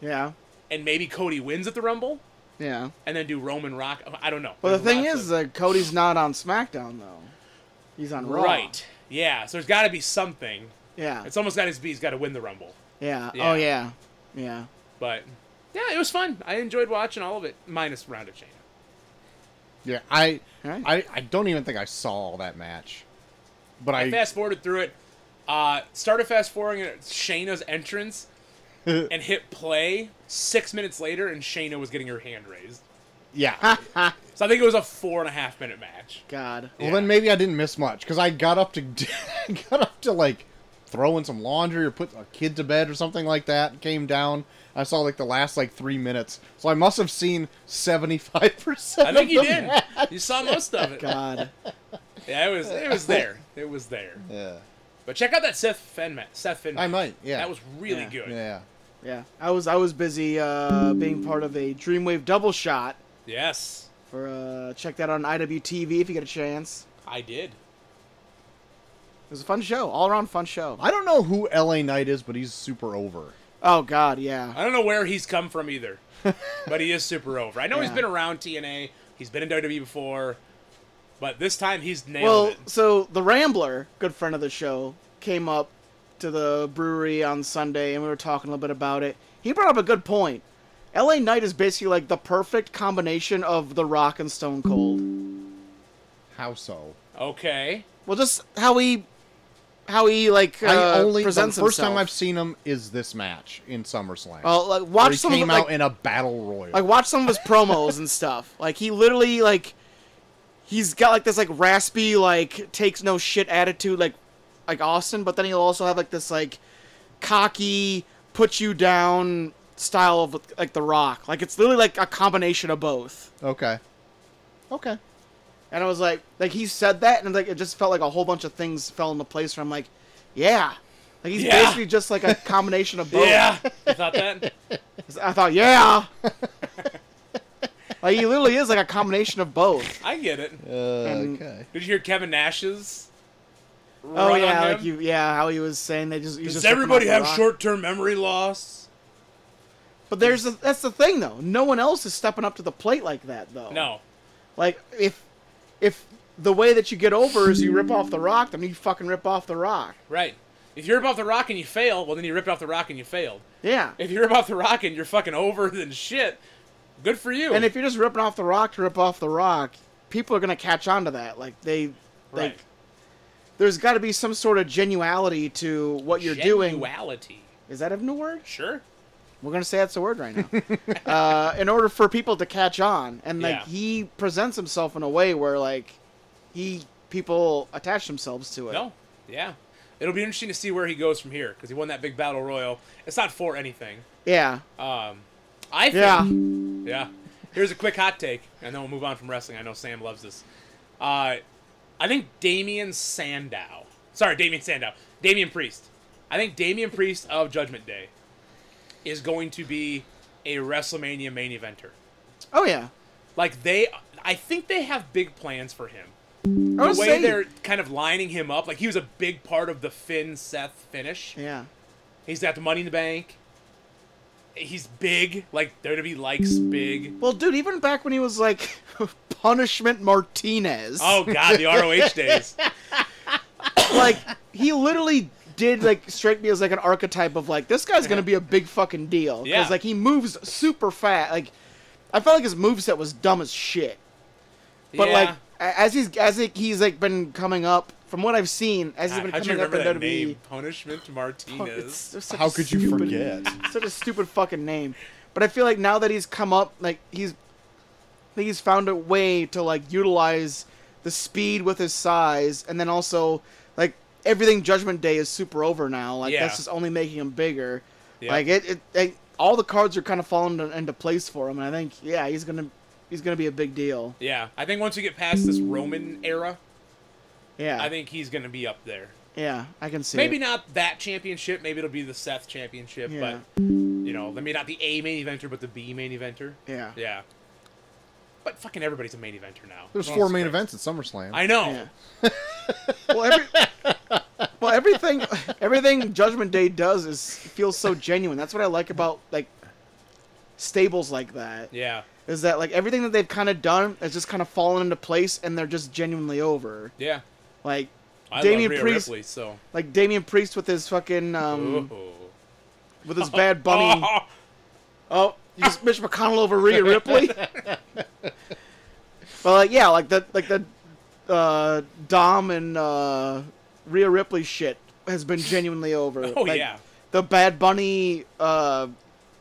Yeah. and maybe Cody wins at the Rumble, Yeah. and then do Roman Rock. I don't know. Well, the There's thing lots is uh, of- that Cody's not on SmackDown though. He's on Raw. right? Yeah. So there's got to be something. Yeah. It's almost got his B's got to win the Rumble. yeah. yeah. Oh yeah. Yeah. But yeah, it was fun. I enjoyed watching all of it, minus Round of China. Oh. yeah, I, Alright. I I don't even think I saw all that match. But I I fast forwarded through it. Uh, started fast forwarding at Shayna's (laughs) entrance and hit play six minutes later, and Shayna was getting her hand raised. (laughs) yeah. So I think it was a four and a half minute match. God. Well, then maybe I didn't miss much because I got up to (laughs) I got up to like throw in some laundry or put a kid to bed or something like that. Came down, I saw like the last like three minutes, so I must have seen seventy five percent. I think of (laughs) you the did. match. You saw most of it. God. Yeah, it was it was there. It was there. Yeah, But check out that Seth Finn match. Seth Finn. I match. might. Yeah, That was really Yeah. good. yeah. Yeah. I was I was busy uh, being part of a Dreamwave double shot. Yes, For uh, check that out on IWTV if you get a chance. I did. It was a fun show, all around fun show. I don't know who L.A. Knight is, but he's super over. Oh God, yeah, I don't know where he's come (laughs) from either, but he is super over. I know he's Yeah. been around TNA. He's been in WWE before, but this time he's nailed Well, it. so the Rambler, good friend of the show, came up to the brewery on Sunday, and we were talking a little bit about it. He brought up a good point. L.A. Knight is basically like the perfect combination of The Rock and Stone Cold. How so? Okay. Well, just how he, how he like uh, I only the presents first time I've himself. seen him is this match in SummerSlam. Oh, like where watch he some of came the- like, out in a battle royal. like watch some of his promos and stuff. Like he literally like he's got like this like raspy like takes no shit attitude like like Austin, but then he'll also have like this like cocky put you down style of like The Rock. Like it's literally like a combination of both. okay, okay. And I was like like he said that and like it just felt like a whole bunch of things fell into place where I'm like, yeah. Like he's Yeah. basically just like a combination of both. (laughs) Yeah. You thought that? I thought, yeah. (laughs) like he literally is like a combination of both. I get it. Uh, And- okay. Did you hear Kevin Nash's? Oh run yeah, on like him? you, yeah, how he was saying they just. he's Does just ripping everybody off The have Rock. short-term memory loss? But there's the, that's the thing though. No one else is stepping up to the plate like that though. No. Like if if the way that you get over is you rip off the rock, then you fucking rip off the rock. Right. If you rip off the rock and you fail, well, then you ripped off the rock and you failed. Yeah. If you rip off the rock and you're fucking over, then shit. Good for you. And if you're just ripping off the rock to rip off the rock, people are gonna catch on to that. Like they, like right. there's got to be some sort of genuality to what you're doing. Genuality. Is that a new word? Sure. We're gonna say that's a word right now. (laughs) uh, in order for people to catch on, and like Yeah. he presents himself in a way where like he people attach themselves to it. No. Yeah. It'll be interesting to see where he goes from here because he won that big battle royal. It's not for anything. Yeah. Um, I think. Yeah. Yeah. Here's a quick hot take, and then we'll move on from wrestling. I know Sam loves this. Uh, I think Damian Sandow. Sorry, Damian Sandow. Damian Priest. I think Damian Priest of Judgment Day is going to be a WrestleMania main eventer. Oh yeah. Like they, I think they have big plans for him. I The was way saying- they're kind of lining him up, like he was a big part of the Finn Seth finish. Yeah. He's got the Money in the Bank. He's big. Like WWE likes big. Well, dude, even back when he was like (laughs) Punishment Martinez, Oh God, the ROH days. (laughs) like he literally did like strike me as like an archetype of like this guy's gonna be a big fucking deal (laughs) Yeah. like he moves super fast. Like I felt like his moveset was dumb as shit. But Yeah. like a- as he's as like, he's like been coming up from what I've seen as he's God, been how'd you coming up in remember E? that WWE. name? Punishment Oh, it's Martinez. such How a could you stupid- (laughs) forget? Such a stupid fucking name. But I feel like now that he's come up, like he's, I think he's found a way to like utilize the speed with his size, and then also like everything Judgment Day is super over now. Like Yeah. that's just only making him bigger. Yeah. Like it, it, it, all the cards are kind of falling into, into place for him, and I think yeah, he's gonna, he's gonna be a big deal. Yeah, I think once we get past this Roman era, Yeah, I think he's gonna be up there. yeah, I can see. Maybe it. not that championship. Maybe it'll be the Seth championship. Yeah. But you know, maybe not the A main eventer, but the B main eventer. Yeah. Yeah. But fucking everybody's a main eventer now. There's Jesus four main Christ. events at SummerSlam. I know. Yeah. well, every, well, everything, everything Judgment Day does is feels so genuine. That's what I like about like stables like that. Is Yeah. that like everything that they've kind of done has just kind of fallen into place, and they're just genuinely over. Yeah. Like I Damian love Rhea Priest, Ripley, so. like Damian Priest with his fucking um, Oh. with his bad bunny. (laughs) Oh, Oh, you just Mitch McConnell over Rhea Ripley. well, like, yeah, like the like the uh, Dom and uh, Rhea Ripley shit has been genuinely over. Oh, Like, yeah. the Bad Bunny, uh,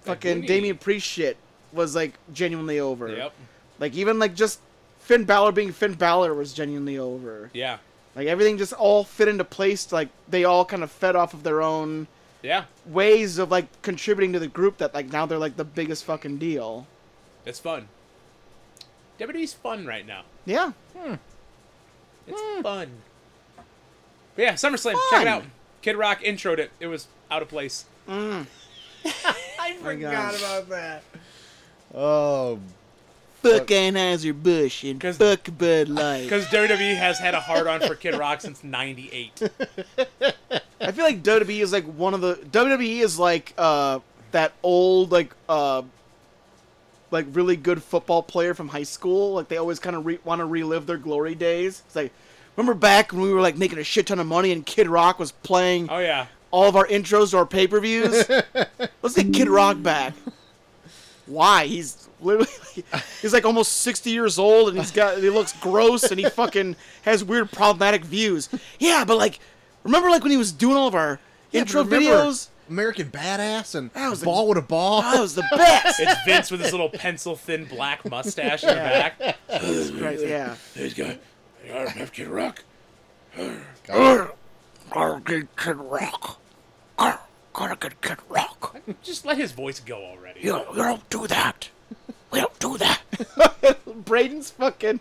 fucking Bunny. Damian Priest shit was like genuinely over. (laughs) Yep. Like even like just Finn Balor being Finn Balor was genuinely over. Yeah. Like everything just all fit into place. Like they all kind of fed off of their own Yeah. ways of like contributing to the group that like now they're like the biggest fucking deal. It's fun. WWE's fun right now. Yeah. It's fun. But yeah, SummerSlam. Check it Hmm. Fun. out. Kid Rock introed it. It was out of place. I forgot about Oh, fucking Hazard Bush and 'Cause- fuck Bud Light. Because WWE has had a hard on for Kid Rock (laughs) since '98. I feel like WWE is like one of the WWE is like uh that old like uh like really good football player from high school. Like they always kind of re- want to relive their glory days. It's like remember back when we were like making a shit ton of money and Kid Rock was playing Oh yeah. all of our intros to our pay per views. (laughs) Let's get Kid Rock back. Why? He's literally (laughs) he's like almost sixty years old and he's got he looks gross and he fucking has weird problematic views. Yeah, but like remember like when he was doing all of our intro videos? American Badass and That was a- Ball with a Ball. Oh, that was the best. It's Vince with his little pencil-thin black mustache in the back. (laughs) Christ, (laughs) yeah. He's got. I have Kid Rock. I'll get Kid Rock. I'll- Gotta get Kid Rock. Just let his voice go already. You, you don't do that. We don't do that. Braden's fucking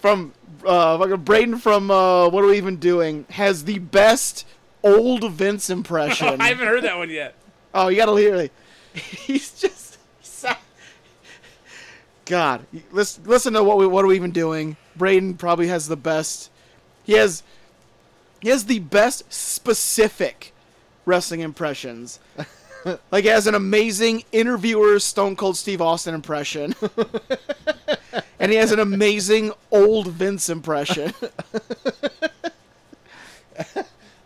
from uh fucking Braden from uh what are we even doing has the best old Vince impression. (laughs) (laughs) I haven't heard that one yet. Oh, you gotta hear it. (laughs) He's just. so- God, listen, listen to what we what are we even doing? Braden probably has the best. He has, he has the best specific wrestling (laughs) impressions. like he (laughs) has an amazing interviewer Stone Cold Steve Austin impression, and he has an amazing old Vince impression.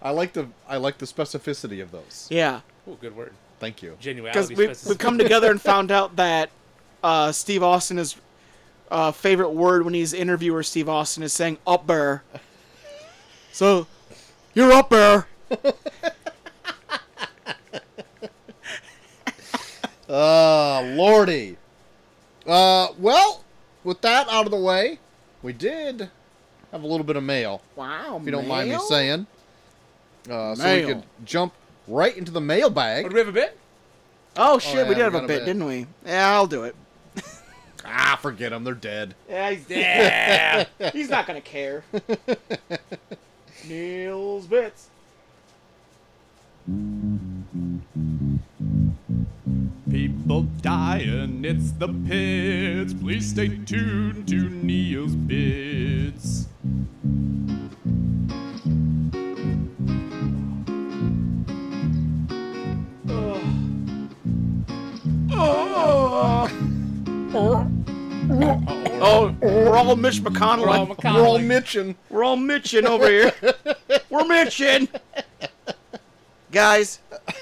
I like the I like the specificity of those. (laughs) yeah, Oh, good word. Thank you. because Genuality. we've, specificity. we've come together and found out that uh, Steve Austin is uh, favorite word when he's interviewer Steve Austin is saying upper. So, you're upper. Ah, lordy. Uh, well, with that out of the way, we did have a little bit of mail. Wow, If you don't mind me saying, uh, so we Mail. could jump right into the Oh, do mailbag. we have a bit? Oh shit, yeah, we we did have got a a bit, bit. didn't we? Yeah, I'll do it. Ah, forget them; they're dead. Yeah, he's Yeah. (laughs) He's not gonna (laughs) care. Neil's bits. People dying, it's the pits. Please stay tuned to Neil's Bits. Oh, we're all Mitch McConnell. We're all, McConnell. We're all Mitchin. Mitchin over (laughs) here. We're Mitchin. Guys,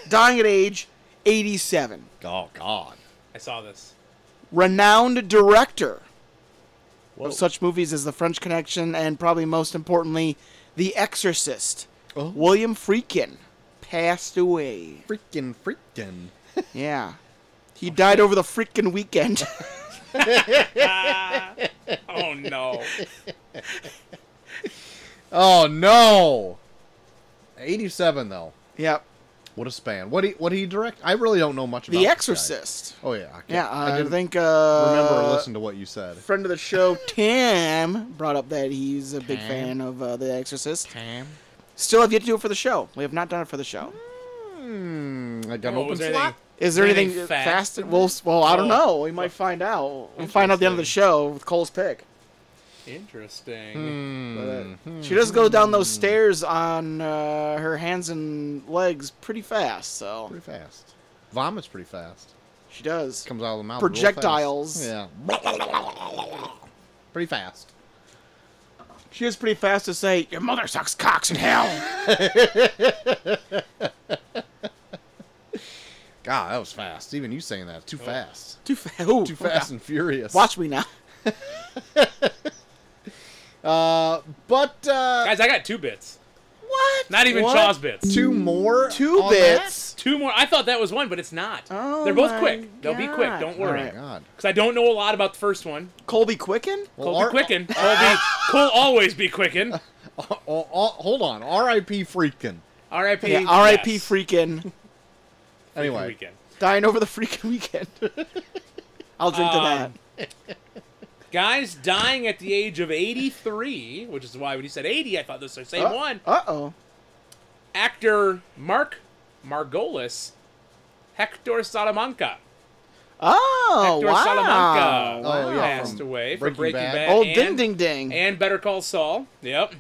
dying at age 87. Oh God. I saw this. Renowned director Whoa. of such movies as The French Connection and probably most importantly, The Exorcist. Oh. William Friedkin passed away. Freaking, freaking. Yeah. He Oh, died over the freaking (laughs) weekend. (laughs) Oh (laughs) no. Oh no. Eighty-seven though. yep. What a span. What he what he direct? I really don't know much about The this guy. Exorcist. Oh yeah. I can't- Yeah, I, I didn't think. Uh, remember or listen to what you said. Friend of the show, Tim, brought up that he's a big fan of uh, The Exorcist. Tam. Still have yet to do it for the show. We have not done it for the show. Hmm. I got an Oh, open was there slot. Is there Anything anything, uh, fast? fast? Well, s- well, I don't Oh. know. We might find out. We'll find out at the end of the show with Cole's pick. Interesting. But, uh, She does go down those stairs on uh, her hands and legs pretty fast, so Pretty fast. Vomits pretty fast. she does. Comes out of the mouth. real fast. Projectiles. Yeah. Pretty fast. She is pretty fast to say, "Your mother sucks cocks in hell." God, that was fast. Even you saying that Oh. too fast. Too, fa- ooh, Too fast and furious. Watch me now. Uh, but uh, Guys, I got two bits. What? Not even What? Chaw's bits. two more. Two on that? bits. Two more. I thought that was one, but it's not. Oh, They're both my quick. They'll be quick. God. Don't Oh worry. my God. Because I don't know a lot about the first one. Colby Quicken? Well, Cole R- be quicken. Cole, (laughs) be, Cole always be quicken. oh, oh, oh, hold on. R.I.P. Freakin. R.I.P. Yeah, R.I.P. yes. Freakin'. Anyway, Weekend. Dying over the freaking weekend. (laughs) I'll drink to that. Um, Guys dying at the age of 83, which is why when you said 80, I thought this was the same one. Uh oh. Actor Mark Margolis, Hector Salamanca. Oh, Hector wow. Salamanca Oh, yeah, passed from away Breaking from Breaking Bad. Bad. Old and, Oh, ding ding ding. and Better Call Saul. Yep.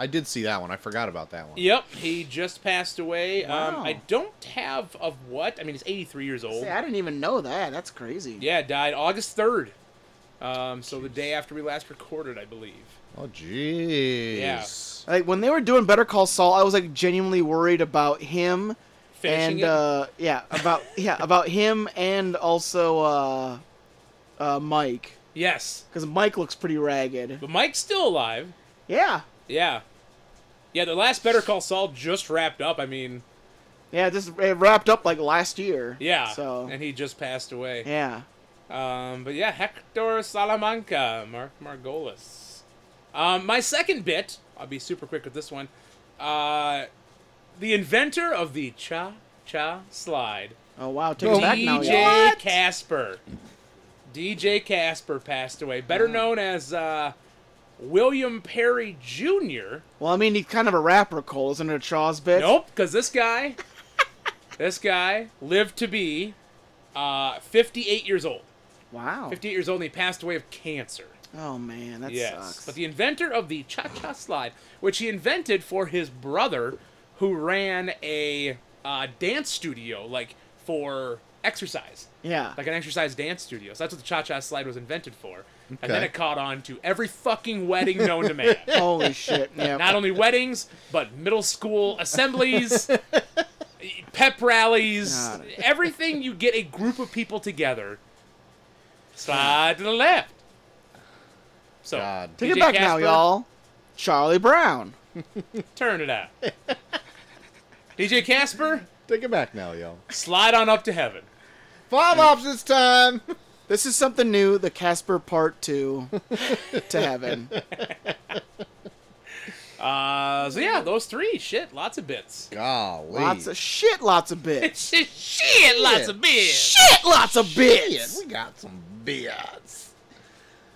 I did see that one. I forgot about that one. Yep. He just passed away. Um, I Wow. don't have of what. I mean, he's 83 years old. See, I didn't even know that. That's crazy. Yeah, died August 3rd. Um, so the day after we last recorded, I believe. Oh, jeez. Like when they were doing Better Call Saul, I was like genuinely worried about him Finishing and it. uh yeah, about yeah, about him and also uh uh Mike yes. cuz Mike looks pretty ragged. But Mike's still alive. Yeah. Yeah. Yeah, the last Better Call Saul just wrapped up. I mean, Yeah, this it wrapped up like last year. yeah. So And he just passed away. yeah. Um, but yeah, Hector Salamanca, Mark Margolis. Um, my second bit, I'll be super quick with this one. Uh, the inventor of the Cha Cha Slide, Oh wow, take us back now. y'all. DJ Casper. DJ Casper passed away, better Mm-hmm. known as uh, William Perry Jr. Well, I mean, he's kind of a rapper, Cole, isn't it, a Chaw's bit? Nope, because (laughs) this guy, this guy lived to be uh, 58 years old. Wow. 58 years old, and he passed away of cancer. Oh man, that yes. sucks. But the inventor of the cha cha slide, which he invented for his brother, who ran a uh, dance studio like for exercise, Yeah. like an exercise dance studio. So that's what the cha cha slide was invented for. And then Okay. it caught on to every fucking wedding known (laughs) to man. Holy shit. Yeah. Not only weddings, but middle school (laughs) assemblies, pep rallies, Got it. everything you get a group of people together. Slide to the left. So God. Take it DJ back now, Casper, y'all. Charlie Brown. Turn (laughs) it out. DJ Casper, Take it back now, yo. slide on up to heaven. Five ops this time. (laughs) This is something new, the Casper Part 2 to heaven. Uh, so yeah, those three. Shit, lots of bits. Golly. Lots of shit, lots of bits. Shit, lots of bits. Shit, lots of bits. We got some beers.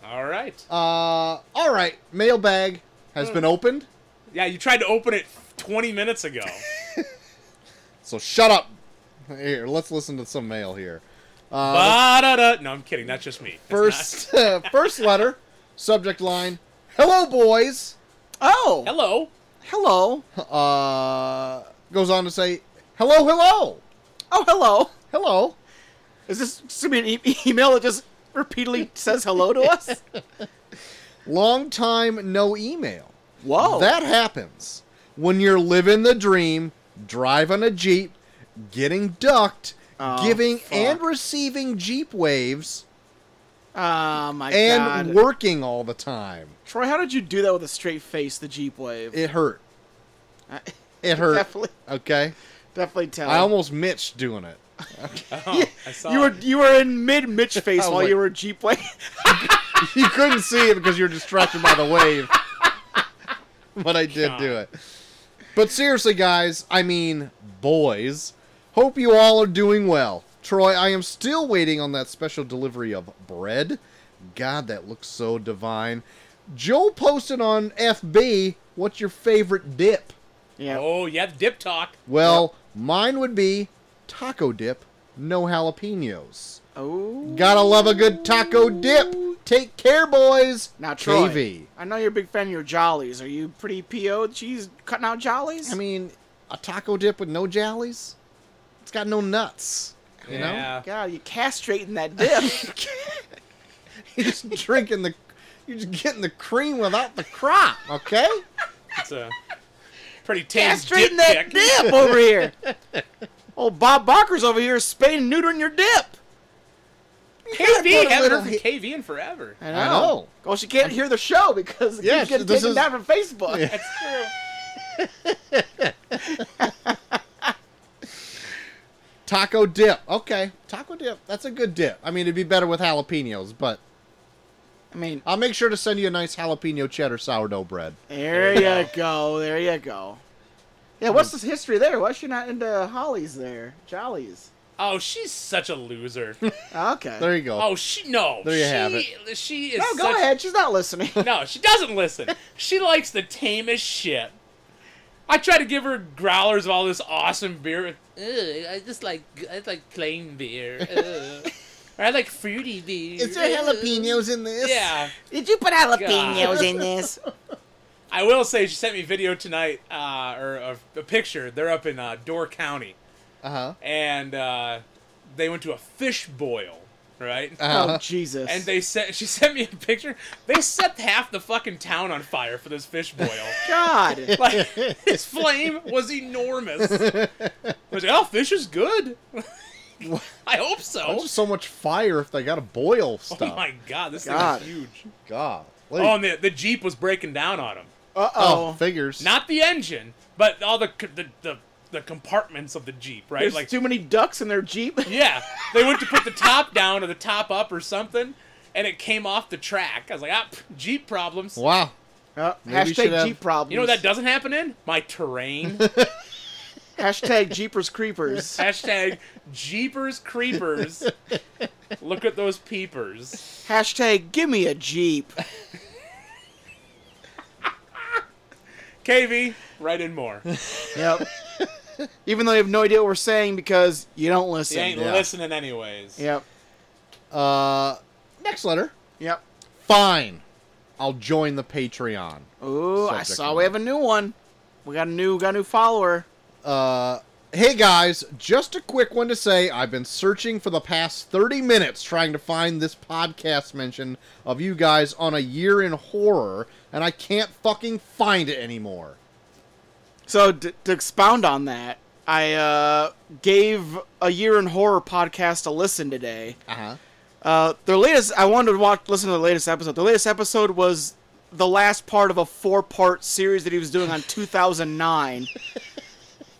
All right. Uh, all right. Mailbag has Hmm. been opened. Yeah, you tried to open it 20 minutes ago. So shut up. Here, let's listen to some mail here. Ba-da-da. No, I'm kidding. That's just me. That's First, (laughs) uh, first letter, subject line: "Hello, boys." Oh, not- Hello. hello. Uh, goes on to say, "Hello, hello, Oh, hello. hello." Is this just gonna be an e- email that just repeatedly says hello to us? Long time no email. Whoa. That happens when you're living the dream, driving a Jeep, getting ducked, Oh, giving fuck. and receiving Jeep waves, oh my god. and working all the time. Troy, how did you do that with a straight face? The Jeep Wave. It hurt. I- It hurt. (laughs) Definitely, Oh. Okay. definitely tell. I almost mitched doing it. Oh, I saw you were you were in mid Mitch face I was while like- you were Jeep Wave. You couldn't see it because you were distracted by (laughs) the wave. But I did do it. But seriously, guys, I mean, boys, hope you all are doing well. Troy, I am still waiting on that special delivery of bread. God, that looks so divine. Joe posted on FB, what's your favorite dip? yeah. Oh, yeah, the dip talk. Well, mine would be taco dip, no jalapenos. Oh. Gotta love a good taco dip. Take care, boys. Now Troy, KV. I know you're a big fan of your jollies. Are you pretty po? She's cutting out jollies. I mean, a taco dip with no jallies? It's got no nuts. You know? yeah. God, you castrating that dip. (laughs) You're just drinking the you're just getting the cream without the crop, okay? It's a pretty tame castrating dip that pic. dip over (laughs) here. Oh, Bob Barker's over here spaying and neutering your dip. Put KV, a haven't little heard from hit- KV in forever. I know. Oh, she can't hear the show because it Yeah, keeps getting this taken is- down from Facebook. That's true. Taco dip. Okay. Taco dip. That's a good dip. I mean, it'd be better with jalapenos, but I mean, I'll make sure to send you a nice jalapeno cheddar sourdough bread. there you go. There you go. Yeah, what's Mm. this history there? Why she not into Hollies there? Jollies. Oh, she's such a (laughs) loser. Okay. There you go. Oh, she no. There she, you have She is. no, go such- ahead. She's not listening. (laughs) No, she doesn't listen. She likes the tamest shit. I try to give her growlers of all this awesome beer. Ugh, I just like I just like (laughs) plain beer. Ugh. or I like fruity beer. Ugh. in this? Yeah. Did you put jalapenos (laughs) in this? I will say she sent me video tonight, uh, or a, a picture. They're up in uh, Door County, Uh huh. and uh, they went to a fish boil, right? (laughs) Oh, Jesus. And they sent. She (laughs) sent me a picture. They set half the fucking town on fire for this fish boil. (laughs) God. Like his flame was enormous. I was like, oh, fish is good. (laughs) I hope There's so. just so much fire if they got to boil stuff. Oh my god, this God. thing is huge. god. Oh, and the, the jeep was breaking down on him. Uh oh, oh. figures. Not the engine, but all the c- the the, the compartments of the jeep, (laughs) right? There's like too many ducks in their Jeep. (laughs) yeah, they went to put the top down or the top up or something, and it came off the track. I was like, ah, pff, jeep problems. wow. Uh, Maybe we should hashtag have- Jeep problems. You know what that doesn't happen in? (laughs) My terrain. (laughs) Hashtag Jeepers Creepers. Hashtag Jeepers Creepers. Look at those peepers. Hashtag Give me a Jeep. KV, write in more. (laughs) Yep. (laughs) Even though you have no idea what we're saying because you don't You listen. ain't Yeah. listening anyways. Yep. Uh, next letter. Yep. Fine. I'll join the Patreon. Ooh, I Subject saw we have a new one. We got a new got a new follower. Uh, Hey guys, just a quick one to say I've been searching for the past 30 minutes trying to find this podcast mention of you guys on a year in horror, and I can't fucking find it anymore. So d- to expound on that, I uh, gave a year in horror podcast a listen today. Uh huh. Uh, their latest, I wanted to watch, listen to the latest episode. The latest episode was the last part of a four-part series that he was doing on 2009.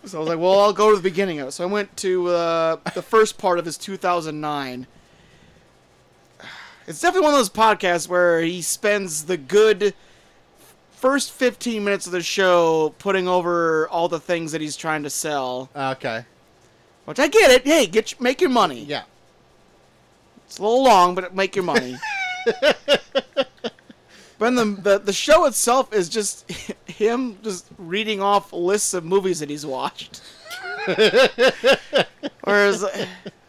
so I was like, well, I'll go to the beginning of it. So I went to uh, the first part of his 2009. It's definitely one of those podcasts where he spends the good first 15 minutes of the show putting over all the things that he's trying to sell. Okay. Which I get it. Hey, get your, make your money. Yeah. It's a little long, but make your money. but then the, the the show itself is just (laughs) him just reading off lists of movies that he's watched. Whereas, uh,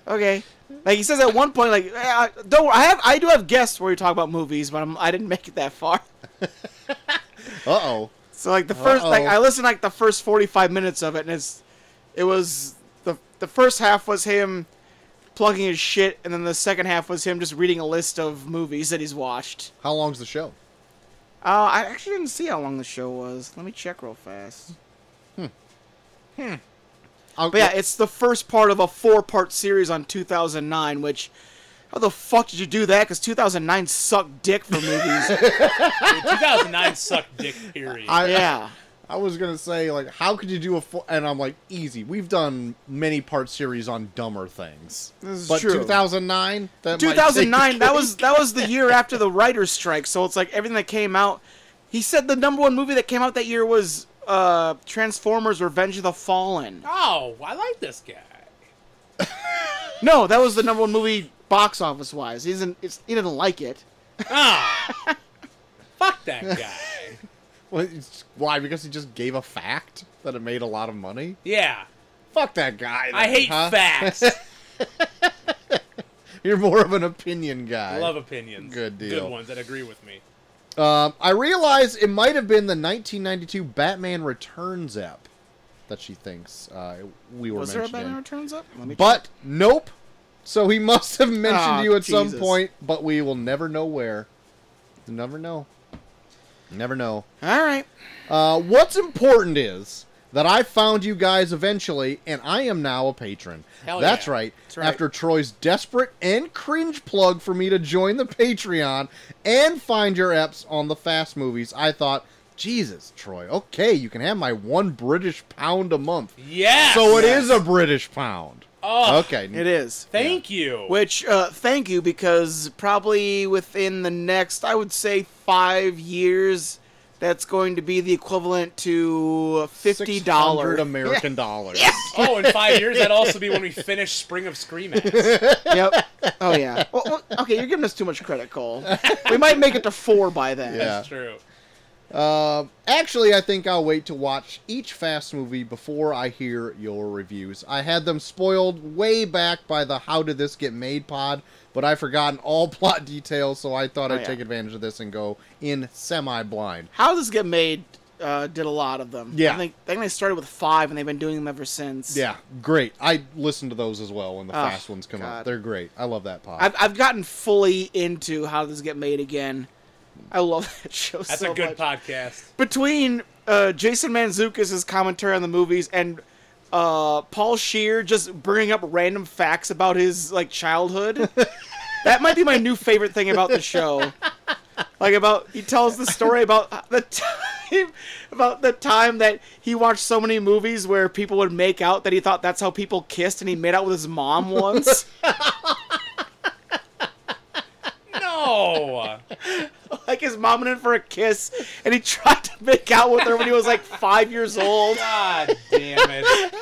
okay, like he says at one point, like "Eh, I, don't I have I do have guests where we talk about movies, but I'm, I didn't make it that far. Uh oh. So like the 1st like Uh-oh. I listened like the first forty five minutes of it, and it's it was the the first half was him plugging his shit, and then the second half was him just reading a list of movies that he's watched. How long's the show? Uh, I actually didn't see how long the show was. Let me check real fast. I'll- But yeah, it's the first part of a four part series on 2009, which. How the fuck did you do that? Because 2009 sucked dick for movies. (laughs) 2009 sucked dick, period. I, yeah. (laughs) I was gonna say like, how could you do a full? And I'm like, easy. We've done many part series on dumber things. This is but true. 2009, that might take- 2009 that was that was (laughs) the year after the writers strike so it's like everything that came out he said the number one movie that came out that year was uh transformers revenge of the fallen oh, I like this guy. no that was the number one movie box office wise he didn't it's, he didn't like it Oh, fuck (laughs) that guy. Well, it's- Why? Because he just gave a fact that it made a lot of money. Yeah, Fuck that guy. I then, hate huh? facts. You're more of an opinion guy. I love opinions. Good Good deal. ones that agree with me. Um, I realize it might have been the 1992 Batman Returns app that she thinks uh, we were was there a mentioning. batman returns up Let me But nope. So he must have mentioned Ah, you at some Jesus. point, but we will never know where. You never know. Never know. check. all right Uh, what's important is that I found you guys eventually, and I am now a patron. Hell That's, yeah. right. right. After Troy's desperate and cringe plug for me to join the Patreon and find your eps on the fast movies, I thought, Jesus, Troy, okay, you can have my one British pound a month. Yes. So it is Yes. a British pound. Oh, okay. it is Thank you. which uh thank you because probably within the next i would say five years that's going to be the equivalent to fifty dollars (laughs) $600 American dollars. oh, in five years, that'd also be when we finish Spring (laughs) of Scream Ass. yep. (laughs) Oh yeah. Well, well, okay, you're giving us too much credit, Cole. We might make it to four by then. Yeah. That's true. Um, actually, I think I'll wait to watch each Fast movie before I hear your reviews. I had them spoiled way back by the How Did This Get Made pod, but I've forgotten all (laughs) plot details, so I thought Oh, I'd yeah. take advantage of this and go in semi blind. How this get made? Uh, did a lot of them. Yeah. I think, I think they started with five, and they've been doing them ever since. Yeah, great. I listen to those as well when the Ah, Fast ones come out. God. They're great. I love that pod. I've I've gotten fully into how this get made again. I love (laughs) that show That's so a good much. podcast. Between uh, Jason Manzukis' commentary on the movies and uh, Paul Shear just bringing up random facts about his like childhood. that might be my new favorite thing about the show. Like about he tells the story about the time about the time that he watched so many movies where people would make out that he thought that's how people kissed and he made out with his mom once. (laughs) No. like his mom went in for a kiss and he tried to make out with her when he was like 5 years old. God damn it.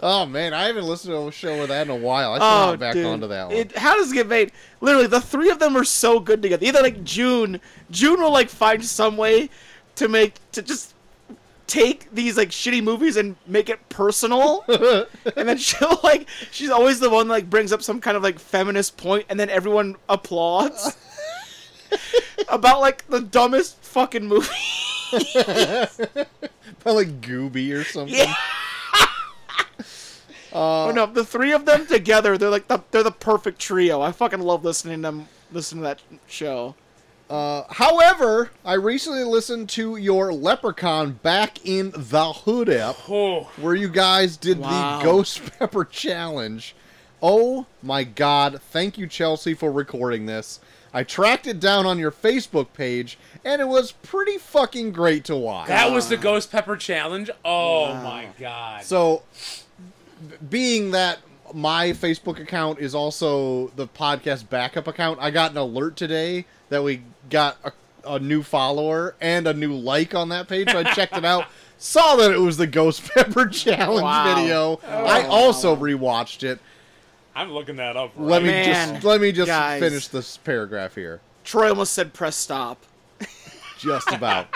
oh, man, I haven't listened to a show with that in a while. I should Oh, hop back dude. onto that one. It, how does it get made? Literally, the three of them are so good together. Either like June, June will like find some way to make to just take these like shitty movies and make it (laughs) personal, and then she'll like she's always the one that, like brings up some kind of like feminist point, and then everyone (laughs) applauds about like the dumbest fucking movie. (laughs) Probably like Gooby or something. Yeah. Uh. (laughs) oh no, the three of them together, they're like the, they're the perfect trio. I fucking love listening to them listen to that show. Uh, however, I recently listened to your Leprechaun back in the Hood app, Oh, where you guys did Wow. the Ghost (laughs) Pepper Challenge. Oh my God! Thank you, Chelsea, for recording this. I tracked it down on your Facebook page, and it was pretty fucking great to watch. that was the ghost pepper challenge. Oh my god. So, b- being that my Facebook account is also the podcast backup account, I got an alert today that we got a, a new follower and a new like on that page. So I checked (laughs) it out, saw that it was the Ghost Pepper (laughs) Challenge Wow. video. I also rewatched it. I'm looking that up. Right? Let me Man, just let me just guys. finish this paragraph here. Troy almost said press stop. Just (laughs) about.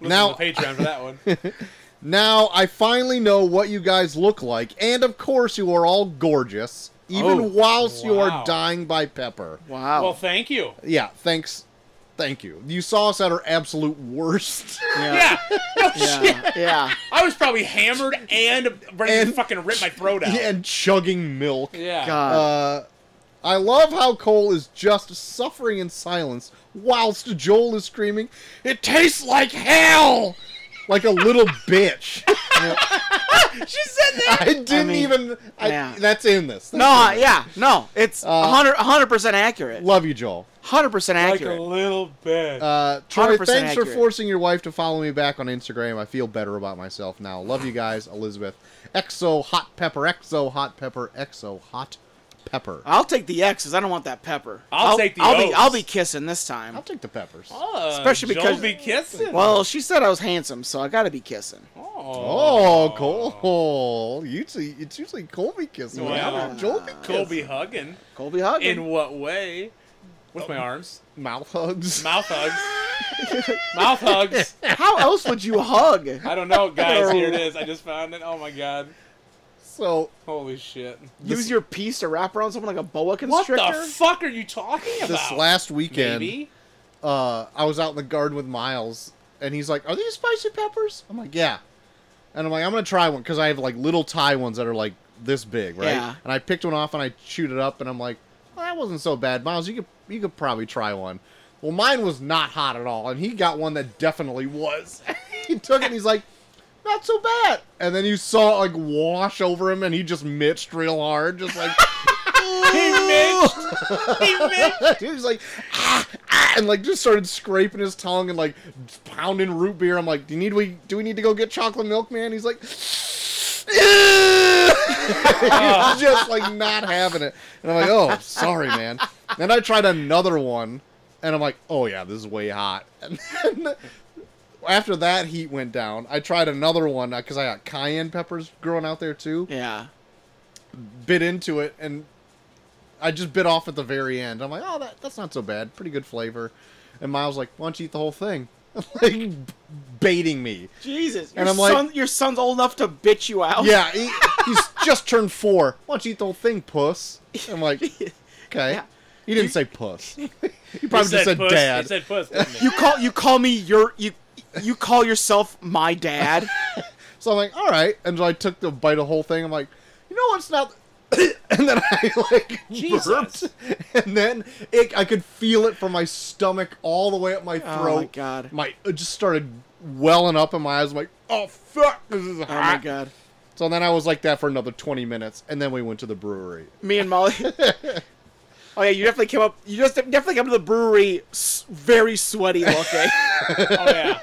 Listen now to the Patreon for (laughs) that one. Now I finally know what you guys look like, and of course you are all gorgeous, even Oh, whilst you wow. are dying by pepper. Wow. Well, thank you. Yeah, thanks, thank you. You saw us at our absolute worst. (laughs) Yeah, yeah. yeah. I was probably hammered and ready to And- fucking rip my (laughs) throat out. and chugging milk. yeah. God. Uh, I love how Cole is just suffering in silence whilst Joel is screaming, "It tastes like hell!" like (laughs) a little bitch. She said that. I didn't I mean, even. I, yeah. That's in this. That's no, uh, in this. yeah. No, it's Uh, a 100 100% accurate. Love you, Joel. 100% Like a accurate. little bit. Uh, Troy, 100% thanks for accurate. forcing your wife to follow me back on Instagram. I feel better about myself now. Love you guys, Elizabeth. Exo hot pepper, exo hot pepper, exo hot pepper. I'll take the X cuz I don't want that pepper. I'll take the I'll be O's. I'll be kissing this time. I'll take the peppers. oh, especially Joel because- be kissing. Well, she said I was handsome, so I got to be kissing. Oh, Cole! Usually, it's usually Colby kissing. me. Wow. How did Joel be Cole kissing? be hugging. Colby Huggin. In what way? With my arms, mouth hugs. mouth hugs, (laughs) mouth hugs. How else would you hug? (laughs) I don't know, guys. Here it is. I just found it. Oh my god. So Holy shit. Use your piece to wrap around someone like a boa What constrictor? the fuck are you talking about? this last weekend, Maybe? uh, I was out in the garden with Miles, and he's like, "Are these spicy peppers?" I'm like, "Yeah," and I'm like, "I'm gonna try one because I have like little Thai ones that are like this big, right?" Yeah. And I picked one off and I chewed it up, and I'm like, well, "That wasn't so bad, Miles. You could you could probably try one." Well, mine was not hot at all, and he got one that definitely was. (laughs) he took it, and he's like, "Not so bad." And then you saw it, like wash over him, and he just mitched real hard, just like. He missed. (laughs) He missed. he was like, ah, ah, and like just started scraping his tongue and like pounding root beer. I'm like, do you need we do we need to go get chocolate milk, man? He's like, (laughs) he's just like not having it. And I'm like, oh, sorry, man. Then I tried another one, and I'm like, oh yeah, this is way hot. (laughs) And then after that heat went down, I tried another one because I got cayenne peppers growing out there too Yeah. bit into it and I just bit off at the very end. I'm like, oh, that, that's not so bad. Pretty good flavor. And Miles like, why don't you eat the whole thing? (laughs) like baiting me. Jesus. And your I'm like- son, your son's old enough to bitch you Oh. out. Yeah, he, he's just turned four. Why don't you eat the whole thing, puss? I'm (laughs) like, okay. Yeah. He didn't say puss. (laughs) He probably just said puss. dad. He said (laughs) puss, didn't he? You call you call me your you you call yourself my dad. So I'm like, all right. And so I took the bite of the whole thing. I'm like, you know what's not. (coughs) and then I like Jesus. burped, (laughs) and then it, I could feel it from my stomach all the way up my Oh, my throat. God. My it just started welling up in my eyes. I'm like, oh fuck, this is hot. Oh my god. So then I was like that for another 20 minutes, and then we went to the brewery. Me and (laughs) Molly. Oh yeah, you definitely came up. You just definitely came to the brewery, s- very (laughs) sweaty looking, Oh yeah.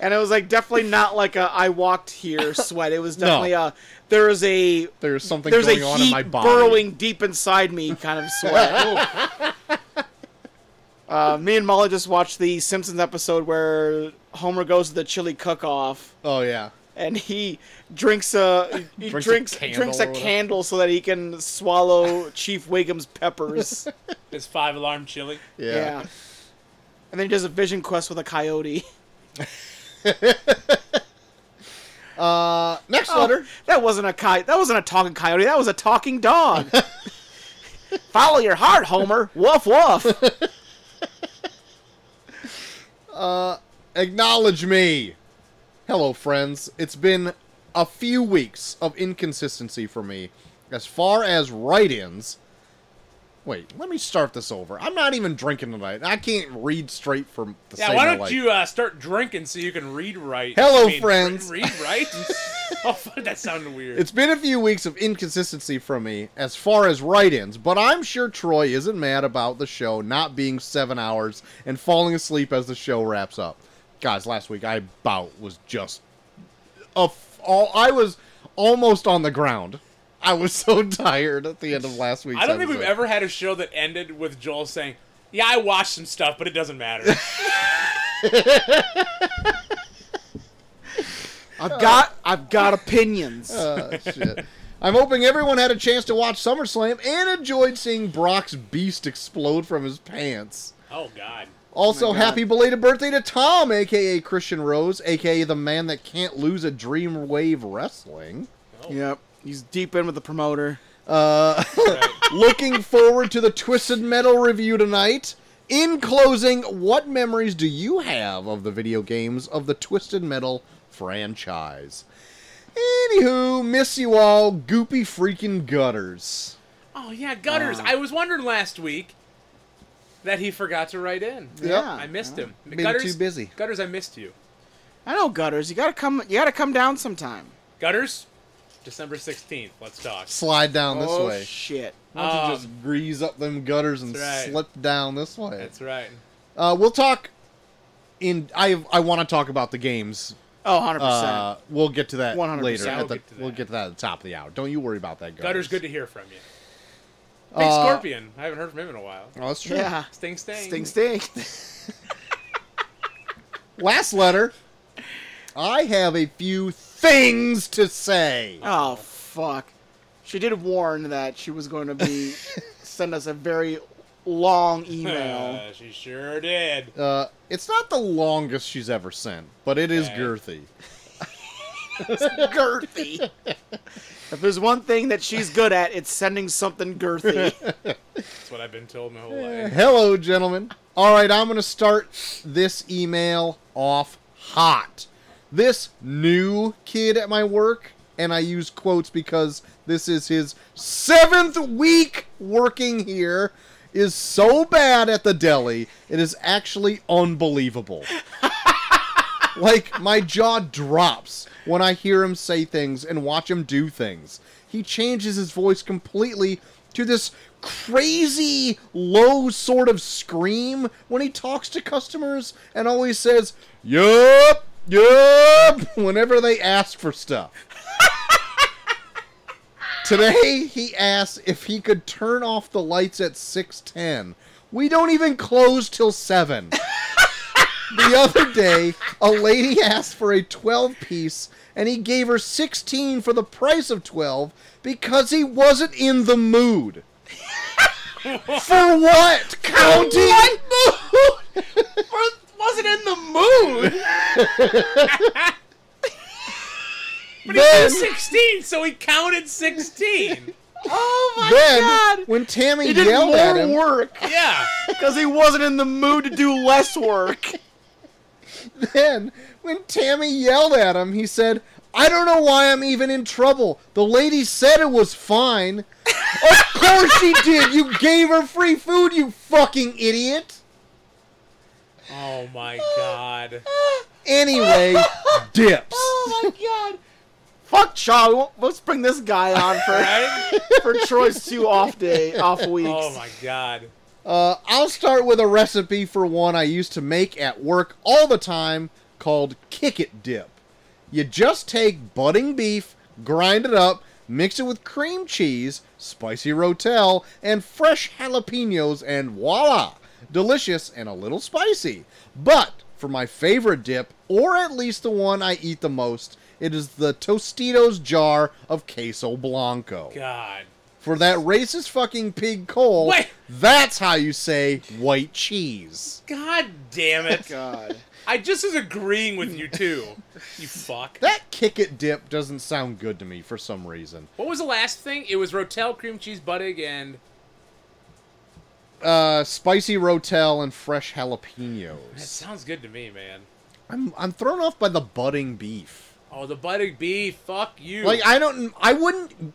and it was like definitely not like a I walked (laughs) here sweat. It was No. definitely a there is a There's something there's going a on heat in my body. (laughs) burrowing deep inside me kind of sweat. uh, me and Molly just watched the Simpsons episode where Homer goes to the chili cook-off Oh yeah. and he drinks a he Drinks drinks a drinks a, candle candle, or whatever. so that he can swallow Chief Wiggum's (laughs) peppers. His five alarm chili. Yeah. yeah. And then he does a vision quest with a coyote. Uh, Oh. (laughs) next letter. That wasn't a coy- that wasn't a talking coyote. That was a talking (laughs) dog. Follow your heart, Homer. Woof woof. Acknowledge me. Hello, friends. It's been a few weeks of inconsistency for me as far as write ins. Wait, let me start this over. I'm not even drinking tonight. I can't read straight from the Yeah, same why don't light. you uh, start drinking so you can read right? Hello, I mean, friends. Read right? (laughs) oh, fuck, that sounded weird. It's been a few weeks of inconsistency from me as far as write ins, but I'm sure Troy isn't mad about the show not being seven hours and falling asleep as the show wraps up. Guys, last week I about was just. A f- all, I was almost on the ground. I was (laughs) so tired at the end of last week's I don't think we've episode. ever had a show that ended with Joel saying, "Yeah, I watched some stuff, but it doesn't matter." I've got I've got opinions. Uh, shit. I'm hoping everyone had a chance to watch SummerSlam and enjoyed seeing Brock's beast explode from his pants. oh God. Also, Oh my God. happy belated birthday to Tom, aka Christian Rose, aka the man that can't lose a Dream Wave Wrestling. yep. He's deep in with the promoter. Uh, (laughs) looking forward to the Twisted Metal review tonight. In closing, what memories do you have of the video games of the Twisted Metal franchise? Anywho, miss you all, goopy freaking gutters. Oh yeah, gutters. I was wondering last week that he forgot to write in. Yeah. I missed him. Been too busy. Gutters, I missed you. I know gutters. You gotta come. You gotta come down sometime. Gutters, December sixteenth. Let's talk. Slide down this oh way. shit! Why don't you Um, just grease up them gutters and That's right. slip down this way? That's right. Uh, we'll talk in. I I want to talk about the games. Oh, 100 Uh, we'll get to that 100%. later. Yeah, at we'll the- get to that. We'll get to that at the top of the hour. Don't you worry about that. Gutters, good to hear from you. Big Uh, Scorpion. I haven't heard from him in a while. Oh, that's true. percent. Yeah. Sting, sting, Sting, sting. Last letter. I have a few things to say. (laughs) Oh fuck! She did warn that she was going to (laughs) be send us a very long (laughs) email. Uh, she sure did. Uh, it's not the longest she's ever sent, but it is Okay. girthy. girthy. If there's one thing that she's good at, it's sending something girthy. That's what I've been told my whole Uh, (laughs) life. Hello, gentlemen. All right, I'm going to start this email off hot. This new kid at my work, and I use quotes because this is his seventh week working here, is so bad at the deli, it is actually unbelievable. Like, my jaw drops when I hear him say things and watch him do things. He changes his voice completely to this crazy, low sort of scream when he talks to customers and always says, Yup, yup, whenever they ask for stuff. Today he asked if he could turn off the lights at 6:10. We don't even close till 7. the other day, a lady asked for a 12 piece and he gave her 16 for the price of 12 because he wasn't in the mood. for what? Counting? mood? (laughs) wasn't in the mood. But he was 16, so he counted 16. Oh my then, god! when Tammy he did yelled at more him, work yeah. because he wasn't in the mood to do less work. then when Tammy yelled at him, he said, I don't know why I'm even in trouble. The lady said it (laughs) was fine. of course she did. You gave her free food, you fucking idiot. Oh (laughs) my god. Anyway, dips. Oh my god! Fuck Chaw. we won't- Let's bring this guy on for Right? for Troy's two off day, off weeks. (laughs) Oh my god. Uh, I'll start with a recipe for one I used to make at work all the time called kick it dip. You just take budding beef, grind it up, mix it with cream cheese, spicy rotel, and fresh jalapenos, and voila! Delicious and a little spicy. But for my favorite dip, or at least the one I eat the most, it is the Tostitos jar of queso blanco God. for that racist fucking pig Cole. Wait. That's how you say white cheese. God damn it. god! I just was agreeing with you too. You fuck. That kick it dip doesn't sound good to me for some reason. What was the last thing? It was Rotel cream cheese buttig and Uh, spicy rotel and fresh that jalapenos. sounds good to me, man. I'm I'm thrown off by the budding beef. Oh, the butted beef. Fuck you. Like I don't I wouldn't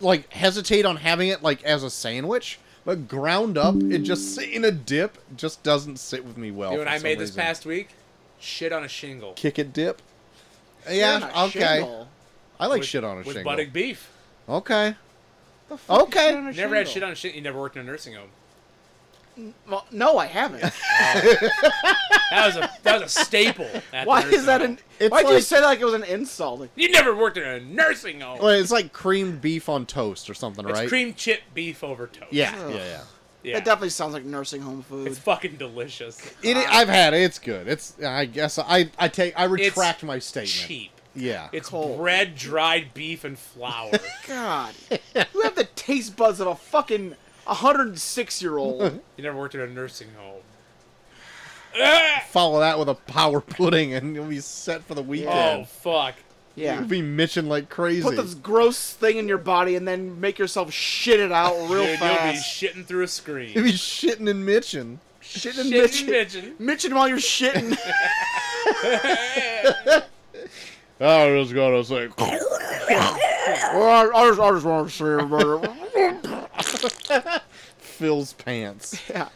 like hesitate on having it like as a sandwich, but ground up it just in a dip just doesn't sit with me well. you and Oh, for I some made this reason. past week. Shit on a shingle. kick it dip. Shit on Yeah, a okay. shingle. I like With- shit on a With shingle. butted beef. Okay. The fuck is Okay. shit on a You never had shingle? shit on a shingle. You never worked in a nursing home. Well, no, I haven't. (laughs) That was a that was a staple. At Why the is nursing that home. an? It's Why'd you like- say that like it was an insult? Like, You never worked in a nursing home. Well, it's like creamed beef on toast or something, It's right? cream chip beef over toast. yeah, Ugh. yeah, yeah. yeah. That definitely sounds like nursing home food. it's fucking delicious. It, I've had it. It's good. It's. I guess I. I take. I retract my statement. Cheap. Yeah. It's Cold. bread, dried beef, and flour. (laughs) God, you have the taste buds of a fucking 106 year old. you never worked in a nursing (laughs) home. Follow that with a power (laughs) pudding, and you'll be set for the Oh weekend. fuck! Yeah. You'll be mitching like crazy. Put this gross thing in your body and then make yourself shit it out real Dude, fast. you'll be shitting through a You'll screen. be shitting and mitching. Shitting and (laughs) bitching. Shitting, bitching. Mitching while you're shitting. (laughs) I was gonna say. I, just, I just want to see Phil's pants. (laughs) Yeah.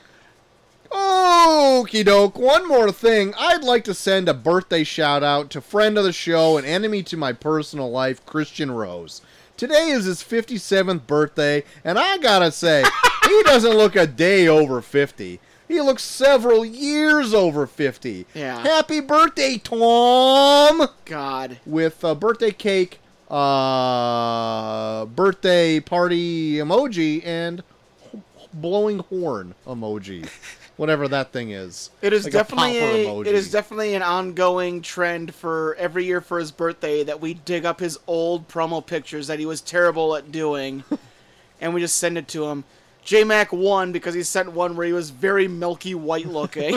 Okie doke. One more thing. I'd like to send a birthday shout out to friend of the show and enemy to my personal life, Christian Rose. Today is his 57th birthday, and I gotta (laughs) say, he doesn't look a day over 50. He looks several years over 50. Yeah. Happy birthday, Tom! (laughs) God. With a birthday cake, uh, birthday party emoji, and blowing horn (laughs) emoji, whatever that thing is. It is Like a definitely poplar a- emoji. it is definitely an ongoing trend for every year for his birthday that we dig up his old promo pictures that he was terrible at doing, and we just send it to him. JMac won because he sent one where he was very milky white looking.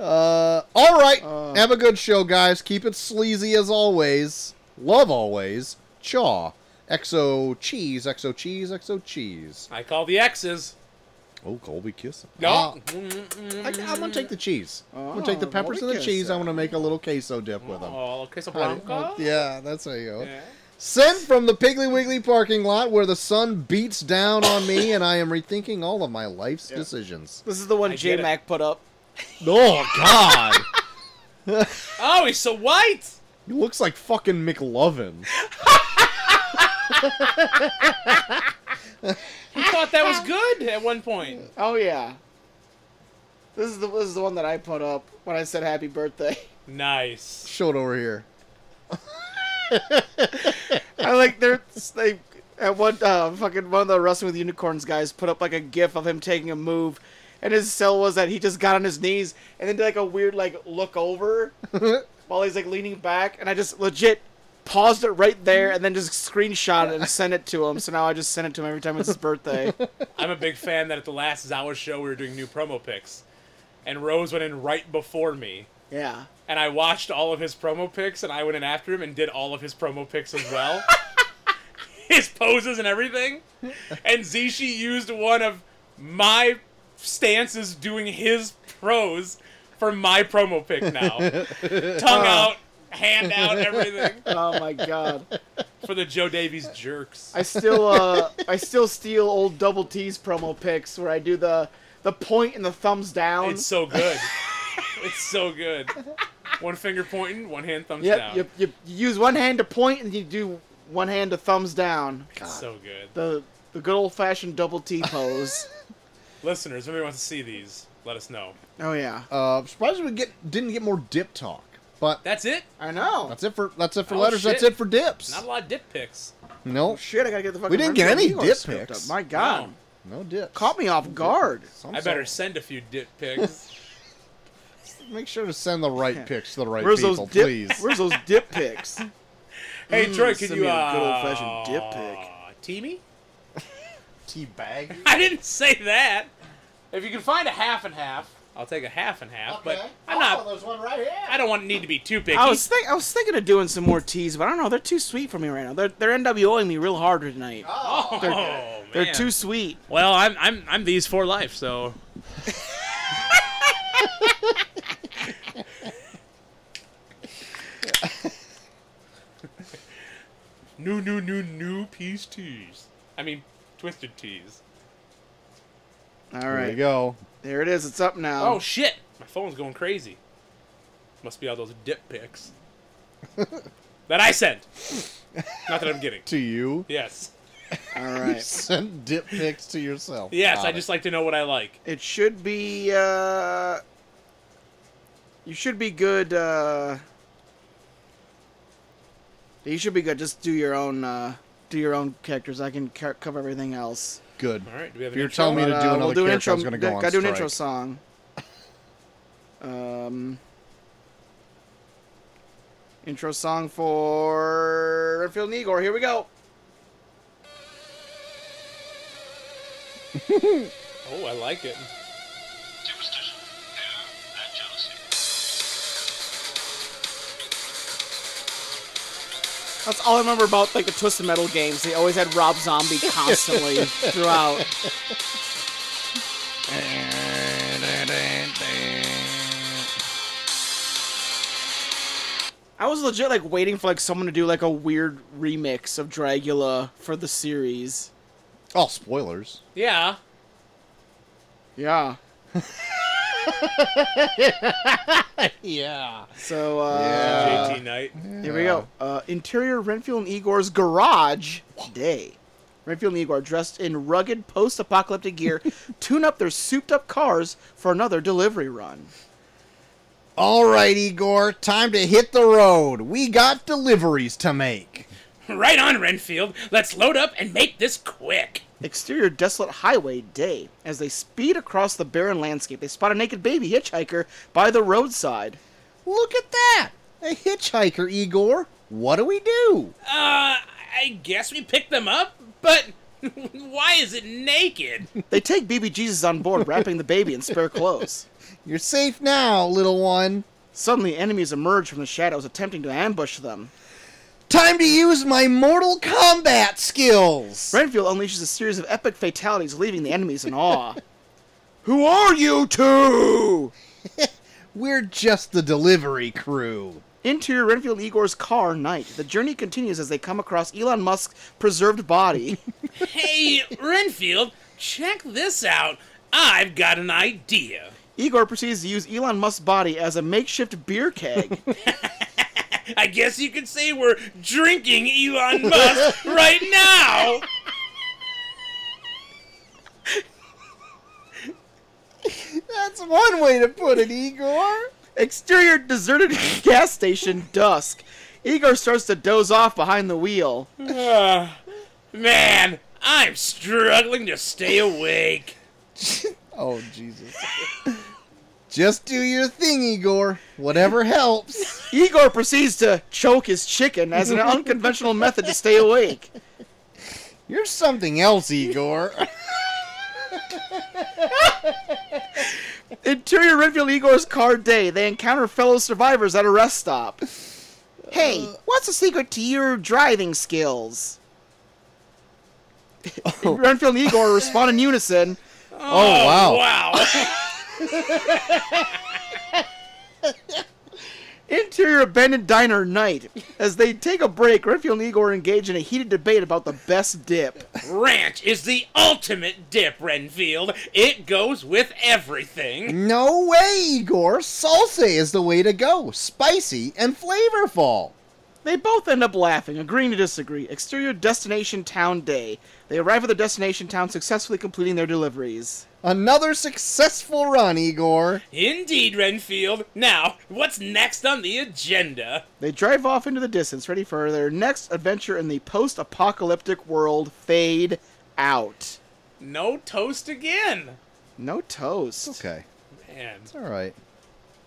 Uh, all right, have a good show, guys. Keep it sleazy as always. Love always. Chaw. Exo cheese. Exo cheese. Exo cheese. I call the X's. Oh, Colby kiss him. No. Uh, Ah. I, am gonna take the cheese. I'm gonna take the Oh, peppers and the Colby cheese. kisser. I'm gonna make a little queso dip with them. Oh, Casablanca. Yeah, that's how you go. Yeah. Sent from the Piggly Wiggly parking lot where the sun beats down on me and I am rethinking all of my life's decisions. this is the one I get it. JMac put up. Oh, God. Oh, he's so white. (laughs) He looks like fucking McLovin. He thought (laughs) that was good at one point. Oh yeah. This is the this is the one that I put up when I said happy birthday. Nice. Show it over here. I like they're they at one uh, fucking one of the wrestling with unicorns guys put up like a gif of him taking a move, and his cell was that he just got on his knees and then did like a weird like look over while he's like leaning back, and I just legit paused it right there and then just screenshot it and sent it to him. So now I just send it to him every time it's his birthday. I'm a big fan that at the last Zawa show we were doing new promo picks, and Rose went in right before me, Yeah. and I watched all of his promo picks, and I went in after him and did all of his promo picks as (laughs) well, his poses and everything, and Zishi used one of my stances doing his pros for my promo (laughs) pick now, Uh. tongue out, hand out, everything Oh my god. for the Joe Davies jerks. I still uh I still steal old Double T's promo pics where I do the the point and the thumbs down. It's (laughs) so good. it's so good. One finger pointing, one hand thumbs Yep, down. you, you, you use one hand to point and you do one hand to thumbs down. It's so good. The the good old fashioned double T (laughs) pose. Listeners, if anybody wants to see these, let us know. oh yeah, Uh, I'm surprised we get didn't get more dip talk, but That's it. I know. that's it for that's it for Oh, letters. shit. That's it for dips. Not a lot Oh, of dip picks. No, Oh, Shit, I gotta get the fucking. didn't get Mercury any Eagle dip script up. pics. My God, No. no dips. caught me off guard. Some I better sort- send a few (laughs) dip picks. make sure to send the right pics to the right Where's people, those dip? please. Where's those dip (laughs) pics? hey, Troy, can send you me a uh, good old-fashioned dip pick. Team me? Tea bag. (laughs) I didn't say that. If you can find a half and half, Oh. I'll take a half and half. But I'm not. There's one right here. I don't want need to be too picky. I was think I was thinking of doing some more teas, but I don't know. They're too sweet for me right now. They're they're NWOing me real hard tonight. (laughs) oh, man. they're too sweet. (laughs) Well, I'm I'm I'm these for life. So New, new, new, new piece tees. I mean, twisted tees. All There right. you go. There it is. It's up now. Oh shit! My phone's going crazy. Must be all those dip (laughs) pics that I sent. Not that I'm getting. To you. Yes, All (laughs) right. Send dip pics to yourself. yes. Got I it. just like to know what I like. It should be. Uh, you should be good. Uh, you should be good. Just do your own. Uh, do your own characters. I can co- cover everything else. good. All right. Do we have If an you're intro? telling me to do But, uh, another we'll do an character, intro. I was gonna go on gotta do an intro strike. song. Um, intro song for Renfield and Igor. Here we go. Oh, I like it. Superstition, fear, and jealousy. That's all I remember about like the Twisted Metal games. They always had Rob Zombie constantly (laughs) throughout. I was legit like waiting for like someone to do like a weird remix of Dragula for the series. Oh, spoilers. Yeah. Yeah. (laughs) Yeah. So uh Yeah. JT Knight. Here we go. Uh, interior Renfield and Igor's garage day. Renfield and Igor, dressed in rugged post apocalyptic gear, tune up their souped up cars for another delivery run. All right, Igor. Time to hit the road. We got deliveries to make. Right on, Renfield. Let's load up and make this quick. Exterior desolate highway day. As they speed across the barren landscape, they spot a naked baby hitchhiker by the roadside. Look at that. A hitchhiker, Igor. What do we do? Uh, I guess we picked them up, but (laughs) why is it naked? They take BB Jesus on board, wrapping the baby in spare clothes. You're safe now, little one. Suddenly, enemies emerge from the shadows, attempting to ambush them. Time to use my Mortal Kombat skills. Renfield unleashes a series of epic fatalities, leaving the enemies in awe. Who are you two? We're just the delivery crew. Interior Renfield and Igor's car night. The journey continues as they come across Elon Musk's preserved (laughs) body. hey, Renfield, check this out. I've got an idea. Igor proceeds to use Elon Musk's body as a makeshift beer (laughs) keg. I guess you could say we're drinking Elon Musk right now. That's one way to put it, Igor. Exterior deserted (laughs) gas station dusk. Igor starts to doze off behind the (laughs) wheel. Man, I'm struggling to stay awake. Oh, Jesus. Just do your thing, Igor. Whatever helps. Igor proceeds to choke his chicken as an unconventional method to stay awake. You're something else, (laughs) Igor. Oh, Interior Renfield Igor's car day. They encounter fellow survivors at a rest stop. Hey, what's the secret to your driving skills? Renfield and Igor respond in unison. Oh, wow. Wow. Interior abandoned diner night. As they take a break, Renfield and Igor engage in a heated debate about the best dip. Ranch is the ultimate dip, Renfield. It goes with everything. No way, Igor. Salsa is the way to go. Spicy and flavorful. They both end up laughing, agreeing to disagree. Exterior destination town day. They arrive at their destination town, successfully completing their deliveries. Another successful run, Igor. Indeed, Renfield. Now, what's next on the agenda? They drive off into the distance, ready for their next adventure in the post apocalyptic world fade out. No toast again. No toast. Okay. Man. All right.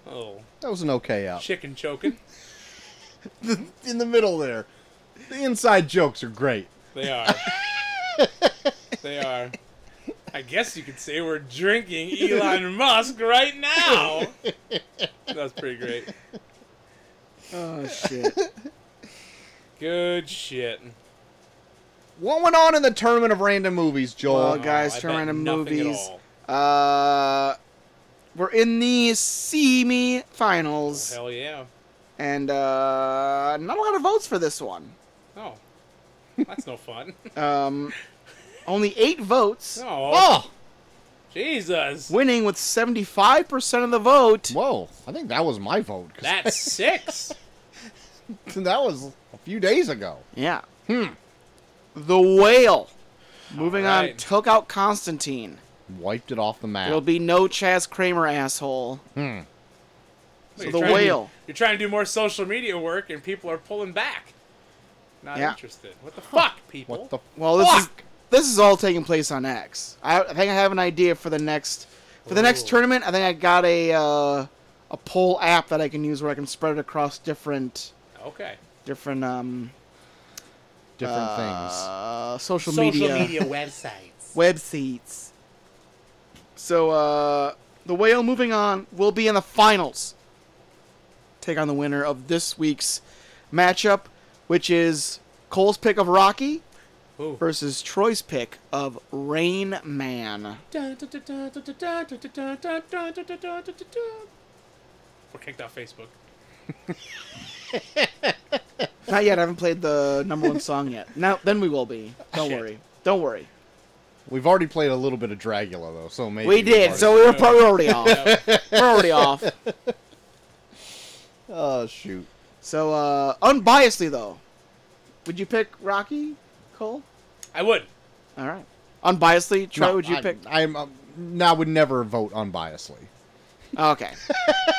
Oh, That was an okay out. chicken choking. (laughs) In the middle there. The inside jokes are great. They are. they are. I guess you could say we're drinking Elon Musk right now. That was pretty great. Oh, shit. Good shit. What went on in the tournament of random movies, well, Joel? guys, Oh, I turn bet around to nothing at movies. all. (laughs) Uh, we're in the semi finals, Oh, Hell yeah. and uh, not a lot of votes for this one. Um, Oh. That's no fun. (laughs) Only eight votes, Oh, Oh, Jesus. winning with 75% of the vote. Whoa, I think that was my vote. 'cause That's six. (laughs) that was a few days ago. Yeah. Hmm. The Whale. Moving on, Alright. took out Constantine. Wiped it off the map. There'll be no Chaz Kramer asshole. So the whale. you're trying to do more social media work, and people are pulling back. Not Yeah. interested. What the fuck, people? what the? Well, this is Fuck! this is all taking place on X. I, I think I have an idea for the next for the next Ooh. tournament. I think I got a uh, a poll app that I can use where I can spread it across different okay. different um, Different things. uh, social, media, (laughs) websites. websites. So uh, the whale moving on will be in the finals. Take on the winner of this week's matchup, which is Cole's pick of Rocky Ooh. versus Troy's pick of Rain Man. We're kicked off Facebook. Not yet. I haven't played the number one song (laughs) yet. Now, then we will be. Don't Shit. worry. Don't worry. We've already played a little bit of Dragula though, so maybe We did. are- So we were probably already (laughs) off. we're already off. Oh shoot. So, uh, unbiasedly though, would you pick Rocky, Cole? I would. All right. Unbiasedly, Troy, No, would you I, pick? I'm. Um, no, I would never vote unbiasedly. Oh, (laughs) Okay.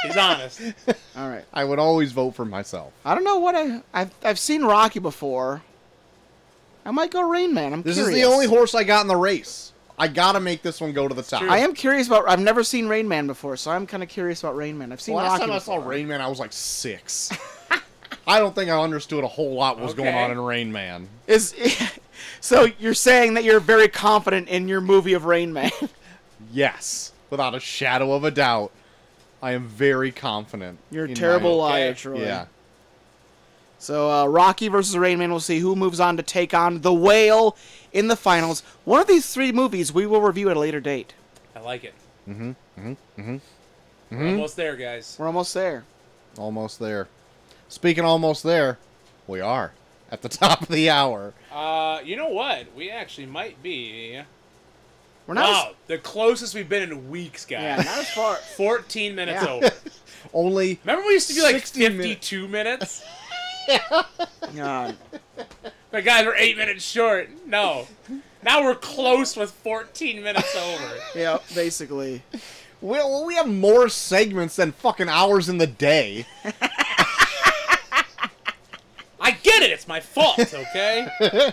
He's honest. All right. I would always vote for myself. I don't know what I I've, I've seen Rocky before. I might go Rain Man. I'm This curious. is the only horse I got in the race. I gotta make this one go to the top. true. I am curious about. I've never seen Rain Man before, so I'm kind of curious about Rain Man. I've seen Last Rocky time I saw before. Rain Man, I was like six. (laughs) I don't think I understood a whole lot what was going Okay. on in Rain Man. Is (laughs) so you're saying that you're very confident in your movie of Rain Man? (laughs) Yes, without a shadow of a doubt, I am very confident. You're a in terrible my- liar, Okay. Troy. Yeah, So uh, Rocky versus Rain Man. We'll see who moves on to take on the Whale in the finals. One of these three movies we will review at a later date. I like it. Mm-hmm. Mm-hmm. Mm-hmm. We're almost there, guys. We're almost there. almost there. Speaking of almost there, we are at the (laughs) top of the hour. Uh, you know what? We actually might be. We're not. Wow, the closest we've been in weeks, guys. As, yeah, not as (laughs) far. 14 minutes Yeah. over. Only Remember we used to be like 60 minutes. 52 minutes? God. But guys, we're eight minutes short. No. Now we're close with 14 minutes over. yeah, basically. we, we have more segments than fucking hours in the day. I get it. It's my fault, okay?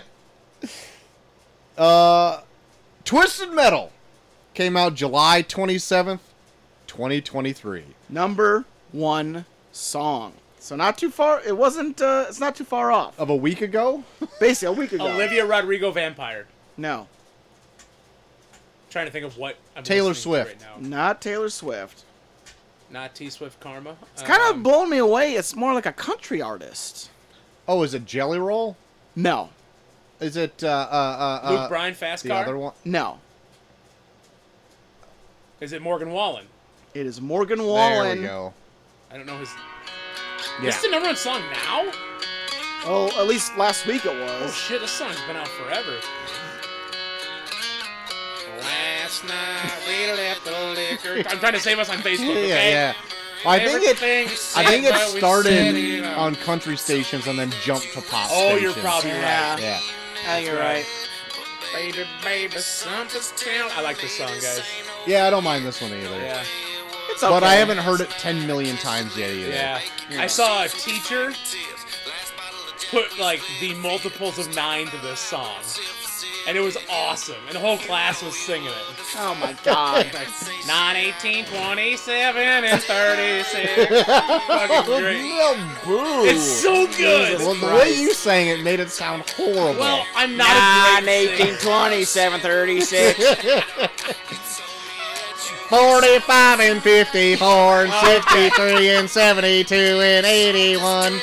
Twisted Metal came out July twenty seventh, twenty twenty three. Number one song. So not too far. It wasn't. Uh, it's not too far off. Of a week ago, (laughs) Basically, a week ago. Olivia Rodrigo Vampire. No, trying to think of what I'm Taylor listening to Swift. right now. not Taylor Swift. Not T Swift Karma. It's kind Um. of blown me away. It's more like a country artist. Oh, is it Jelly Roll? No, Is it uh, uh, uh, uh, Luke Bryan Fast the Car. other one? no. Is it Morgan Wallen? It is Morgan There Wallen. we go. I don't know his. Yeah. This is the number one song now. Oh, at least last week it Oh was. shit! This song's been out forever. Last night we left the liquor. I'm trying to save (laughs) us on Facebook. Yeah, (laughs) Okay? yeah. I think it. Everything you I think (laughs) said, it but we said started it on country stations and then jumped to pop. Oh, you're stations. probably right. Yeah. Oh, Yeah, you're right. Baby, baby, something's tell. I like this song, guys. Yeah, I don't mind this one either. Yeah, It's But I okay. haven't heard it 10 million times yet either. yeah. I saw a teacher put like the multiples of nine to this song, and it was awesome. And the whole class was singing it. Oh my (laughs) god. Nine, eighteen, twenty-seven, (laughs) and 36. Fucking great. Yeah, boo. It's so well, good. the way you sang it made it sound horrible. Well, I'm not a great singer. 27, 36. 45 and 54 and 63 and 72 and 81.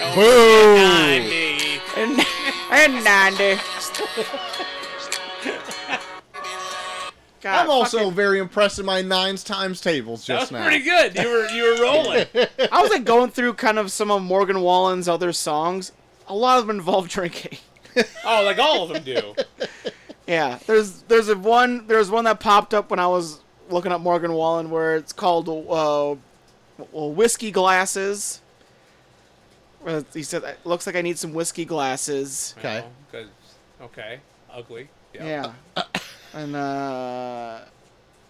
Oh, Boo! Ninety. and, and 90. God, I'm also very impressed in my nines times tables Ah, That just was now. pretty good. You were you (laughs) were rolling. fucking- I was like going through kind of some of Morgan Wallen's other songs. A lot of them involve (laughs) drinking. Oh, like all of them do. Yeah, there's there's a one there's one that popped up when I was looking up Morgan Wallen where it's called uh, well, whiskey glasses. Uh, He said, "It looks like I need some whiskey glasses." Okay. No, 'cause- okay. Ugly. Yeah. Yeah, and uh,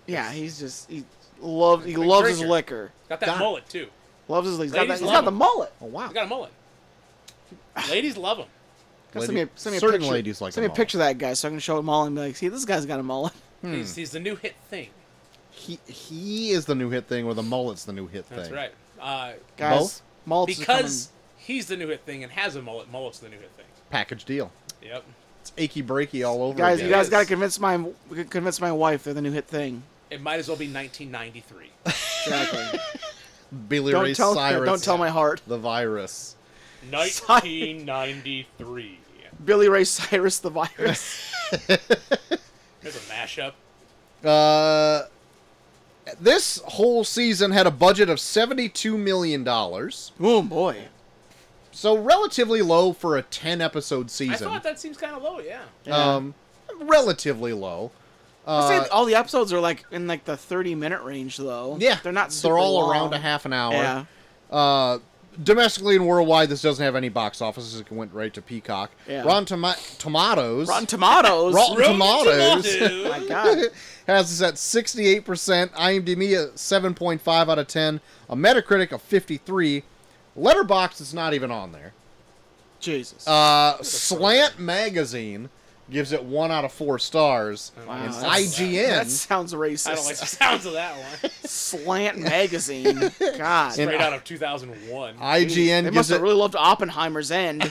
yeah, he's just he loves he Big loves his drinker. liquor. Got that God. mullet too. Loves his he's got, that, Ladies he's love got the him. mullet. Oh wow. I got a mullet. Ladies love him. Send me a, send me a Certain picture. ladies like send a me a picture of that guy so I can show him all and be like, "See, this guy's got a mullet." Hmm. He's, he's the new hit thing. He he is the new hit thing, or the mullet's the new hit thing. That's right. Uh, Guys, Both? mullets are coming- because he's the new hit thing and has a mullet, mullet's the new hit thing. Package deal. Yep. It's achy breaky all over. guys, again. you guys Yes. got to convince my convince my wife they're the new hit thing. It might as well be 1993. (laughs) Exactly. Billy Ray don't tell Cyrus. don't tell my heart. The virus. 1993. Billy Ray Cyrus the virus. (laughs) There's a mashup. Uh, this whole season had a budget of seventy-two million dollars, oh boy. so relatively low for a ten-episode I season. thought that seems kind of low, yeah. Um, relatively low. I'd Uh, say all the episodes are like in like the 30 minute range though. yeah, They're not super They're all long. around a half an hour. Yeah. Uh, domestically and worldwide, this doesn't have any box offices. It went right to Peacock. Yeah. Rotten Toma- Tomatoes. Rotten Tomatoes. Rotten Rotten Tomatoes. (laughs) Oh my (laughs) Tomatoes. god. has this at 68%, IMDb at 7.5 out of 10, a Metacritic of 53. Letterbox is not even on there. Jesus. Uh, Slant Magazine gives it 1 out of 4 stars. Oh, Wow, and that's- Uh, That IGN, sounds racist. I don't like the sounds of that one. Slant magazine. God. And- Straight out of 2001. they IGN must gives have it... (laughs) Oh, really loved Oppenheimer's (laughs) end.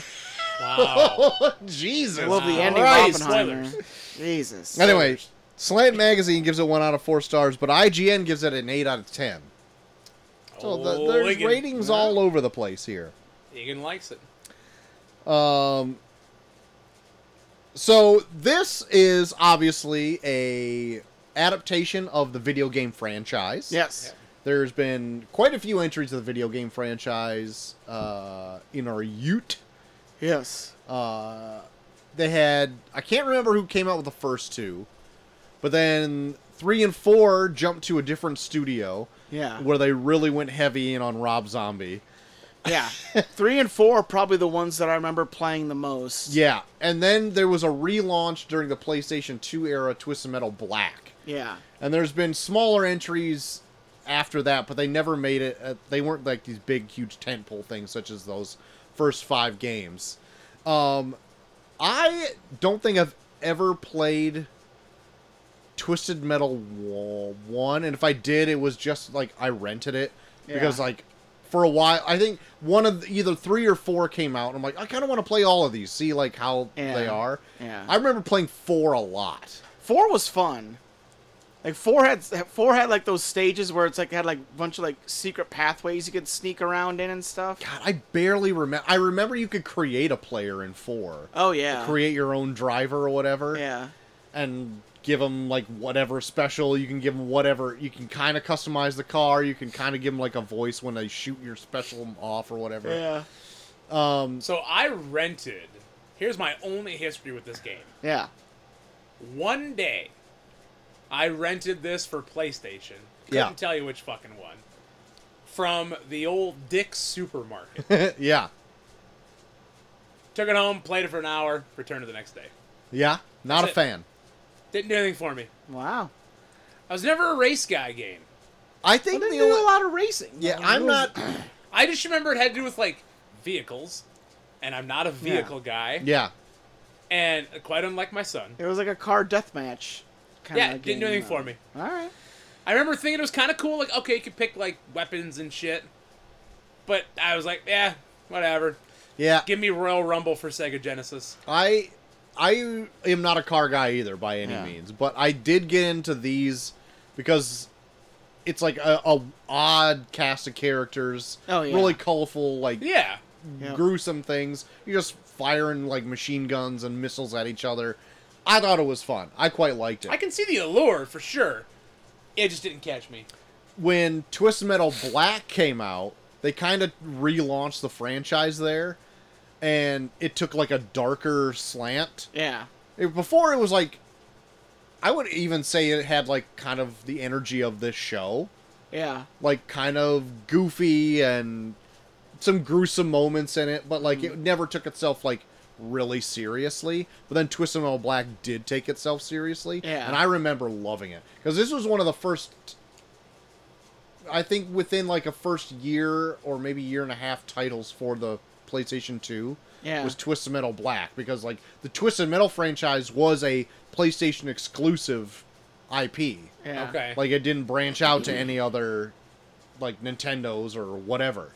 Wow. Jesus. They love the ending Christ, of Oppenheimer. spoilers. Jesus. Anyway, Slant Magazine gives it 1 out of 4 stars, but IGN gives it an 8 out of 10. So the, Oh, there's Egan. ratings all over the place here. Egan likes it. Um, so this is obviously a adaptation of the video game franchise. Yes. There's been quite a few entries of the video game franchise uh, in our Ute. Yes. Uh, they had I can't remember who came out with the first two, but then three and four jumped to a different studio Yeah. where they really went heavy in on Rob Zombie. (laughs) Yeah. Three and four are probably the ones that I remember playing the most. Yeah, and then there was a relaunch during the PlayStation 2 era, Twisted Metal Black. Yeah. And there's been smaller entries after that, but they never made it. Uh, they weren't like these big, huge tentpole things such as those first five games. Um, I don't think I've ever played Twisted Metal Wa- One, and if I did, it was just like I rented it because Yeah. like for a while, I think one of the, either three or four came out, and I'm like, I kind of want to play all of these, see like how they Yeah. are. Yeah. I remember playing four a lot. Four was fun. Like four had four had like those stages where it's like had like a bunch of like secret pathways you could sneak around in and stuff. God, I barely remember. I remember you could create a player in four, Oh yeah. create your own driver or whatever, Yeah. and give them like whatever special. You can give them whatever. You can kind of customize the car. You can kind of give them like a voice when they shoot your special off or whatever. Yeah. So I rented. Here's my only history with this game. Yeah. One day, I rented this for PlayStation. Couldn't Yeah. tell you which fucking one. From the old Dick's (laughs) supermarket. Eh, yeah, Took it home, played it for an hour, returned it the next day. yeah. Not That's a it. fan. Didn't do anything for me. Wow. I was never a race guy game. I think Well, they the do only- a lot of racing. yeah, Like, I'm those- not. I just remember it had to do with like vehicles, and I'm not a vehicle guy. Yeah, And quite unlike my son, It was like a car death match. Kinda yeah, it didn't do game, anything though. for me. All right. I remember thinking it was kind of cool, like okay, you could pick like weapons and shit. But I was like, yeah, whatever. yeah. Give me Royal Rumble for Sega Genesis. I I am not a car guy either by any Yeah. means, but I did get into these because it's like a, a odd cast of characters. Oh, yeah. Really colorful, like Yeah, Yeah. gruesome things. You're just firing like machine guns and missiles at each other. I thought it was fun. I quite liked it. I can see the allure for sure. It just didn't catch me. when Twisted Metal Black came out, they kind of relaunched the franchise there, and it took like a darker slant. Yeah. It- before it was like, I would even say it had like kind of the energy of this show, Yeah. like kind of goofy and some gruesome moments in it, but like Mm. it never took itself like really seriously. But then Twisted Metal Black did take itself seriously, Yeah. and I remember loving it because this was one of the first. I think within like a first year or maybe year and a half titles for the PlayStation 2 Yeah. was Twisted Metal Black because like the Twisted Metal franchise was a PlayStation exclusive IP. Yeah. Okay. Like it didn't branch out to any other like Nintendo's or whatever.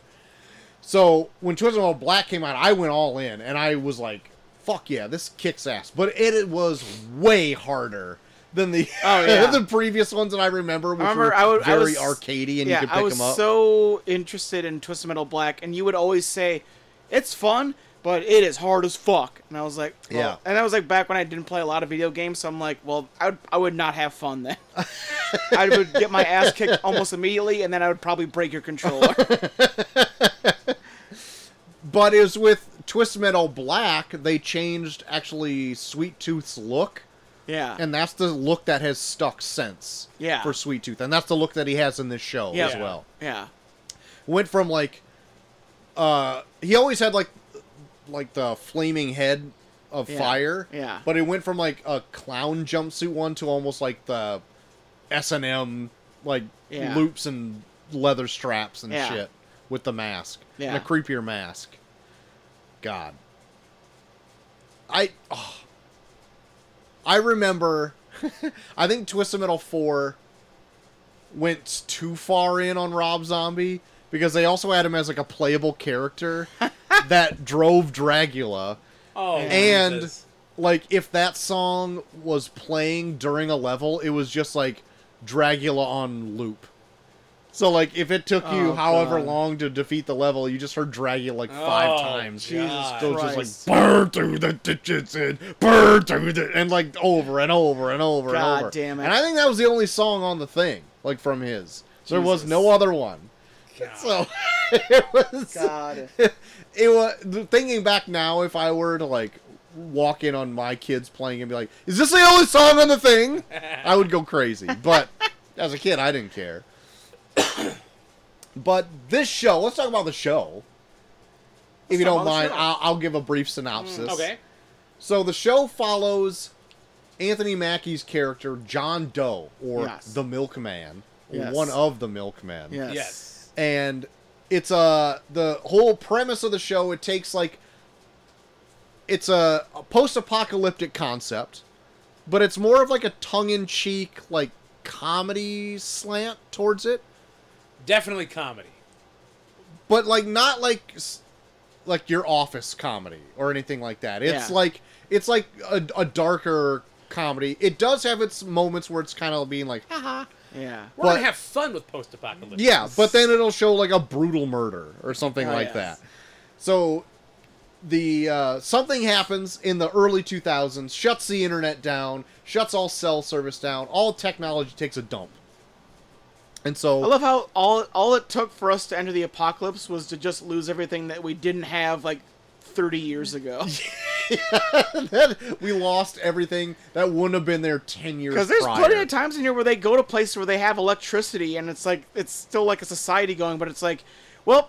So when Twisted Metal Black came out, I went all in and I was like, fuck yeah, this kicks ass. But it, it was way harder than the (laughs) Oh, yeah. the previous ones that I remember, which I remember were I would- I very was- arcadey and yeah, you could I pick was them up. so interested in Twisted Metal Black, and you would always say, "It's fun, but it is hard as fuck." And I was like, well- Yeah. And that was like back when I didn't play a lot of video games, so I'm like, "Well, I would, I would not have fun (laughs) then. I would get my ass kicked almost immediately, and then I would probably break your (laughs) controller." But it was with Twist Metal Black, they changed actually Sweet Tooth's look. yeah. And that's the look that has stuck since. Yeah. For Sweet Tooth. And that's the look that he has in this show Yeah. as well. yeah. Went from like uh he always had like like the flaming head of Yeah. fire. Yeah. But it went from like a clown jumpsuit one to almost like the S and M like Yeah. loops and leather straps and Yeah. shit with the mask. Yeah. And a creepier mask. God. I oh. I remember (laughs) I think Twisted Metal 4 went too far in on Rob Zombie because they also had him as like a playable character that drove Dracula oh, and Jesus. like if that song was playing during a level it was just like dragula on loop so like if it took you Oh, however God. long to defeat the level you just heard dragula like five Oh, times Jesus so it's Christ. just like burn through the ditches and burn through the and like over and over and over God and over damn it. and i think that was the only song on the thing like from his there was Jesus. no other one so it was God. it was thinking back now if i were to like walk in on my kids playing and be like is this the only song on the thing i would go crazy but (laughs) as a kid i didn't care but this show let's talk about the show if you talk don't about the mind show. Mm, I'll, I'll give a brief synopsis okay. so the show follows anthony mackie's character john doe or Yes. the milkman or Yes. one of the milkmen Yes. Yes. and it's uh the whole premise of the show it takes like it's a, a post-apocalyptic concept but it's more of like a tongue-in-cheek like comedy slant towards it Definitely comedy. but like not like s- like your office comedy or anything like that it's Yeah. like it's like a, a darker comedy it does have its moments where it's kind of being like "Ah, haha Yeah. We're But- gonna have fun with post-apocalypse. Yeah, but then it'll show like a brutal murder or something Oh, like yes. that. So the uh, something happens in the early 2000s, shuts the internet down, shuts all cell service down, all technology takes a dump. And so I love how all all it took for us to enter the apocalypse was to just lose everything that we didn't have like 30 years ago. we lost everything that wouldn't have been there 10 years Because there's prior. plenty of times in here where they go to places where they have electricity, and it's like it's still like a society going, but it's like, well,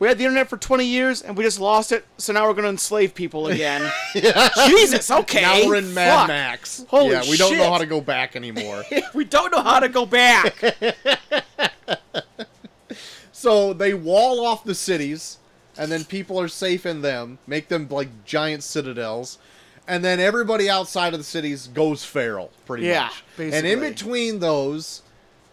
we had the internet for 20 years and we just lost it, so now we're gonna enslave (laughs) people again. Jesus, okay. Now we're in Mad fuck. Max. Holy yeah, we don't know shit. how to go (laughs) back anymore. We don't know how to go (laughs) back. So they wall off the cities, and then people are safe in them, make them like giant citadels, and then everybody outside of the cities goes feral, pretty Yeah, much. And in basically. between those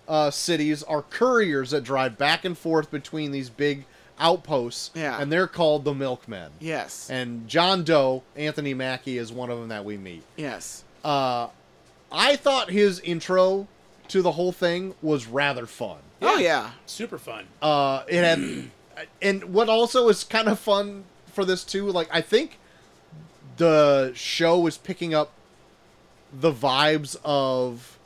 uh, cities are couriers that drive back and forth between these big outposts, Yeah. and they're called the milkmen. yes. And John Doe, Anthony Mackie, is one of them that we meet. yes. I thought his intro to the whole thing was rather fun. Oh yeah. Super fun. Uh, it had, (clears throat) and what also is kind of fun for this too, like I think the show is picking up the vibes of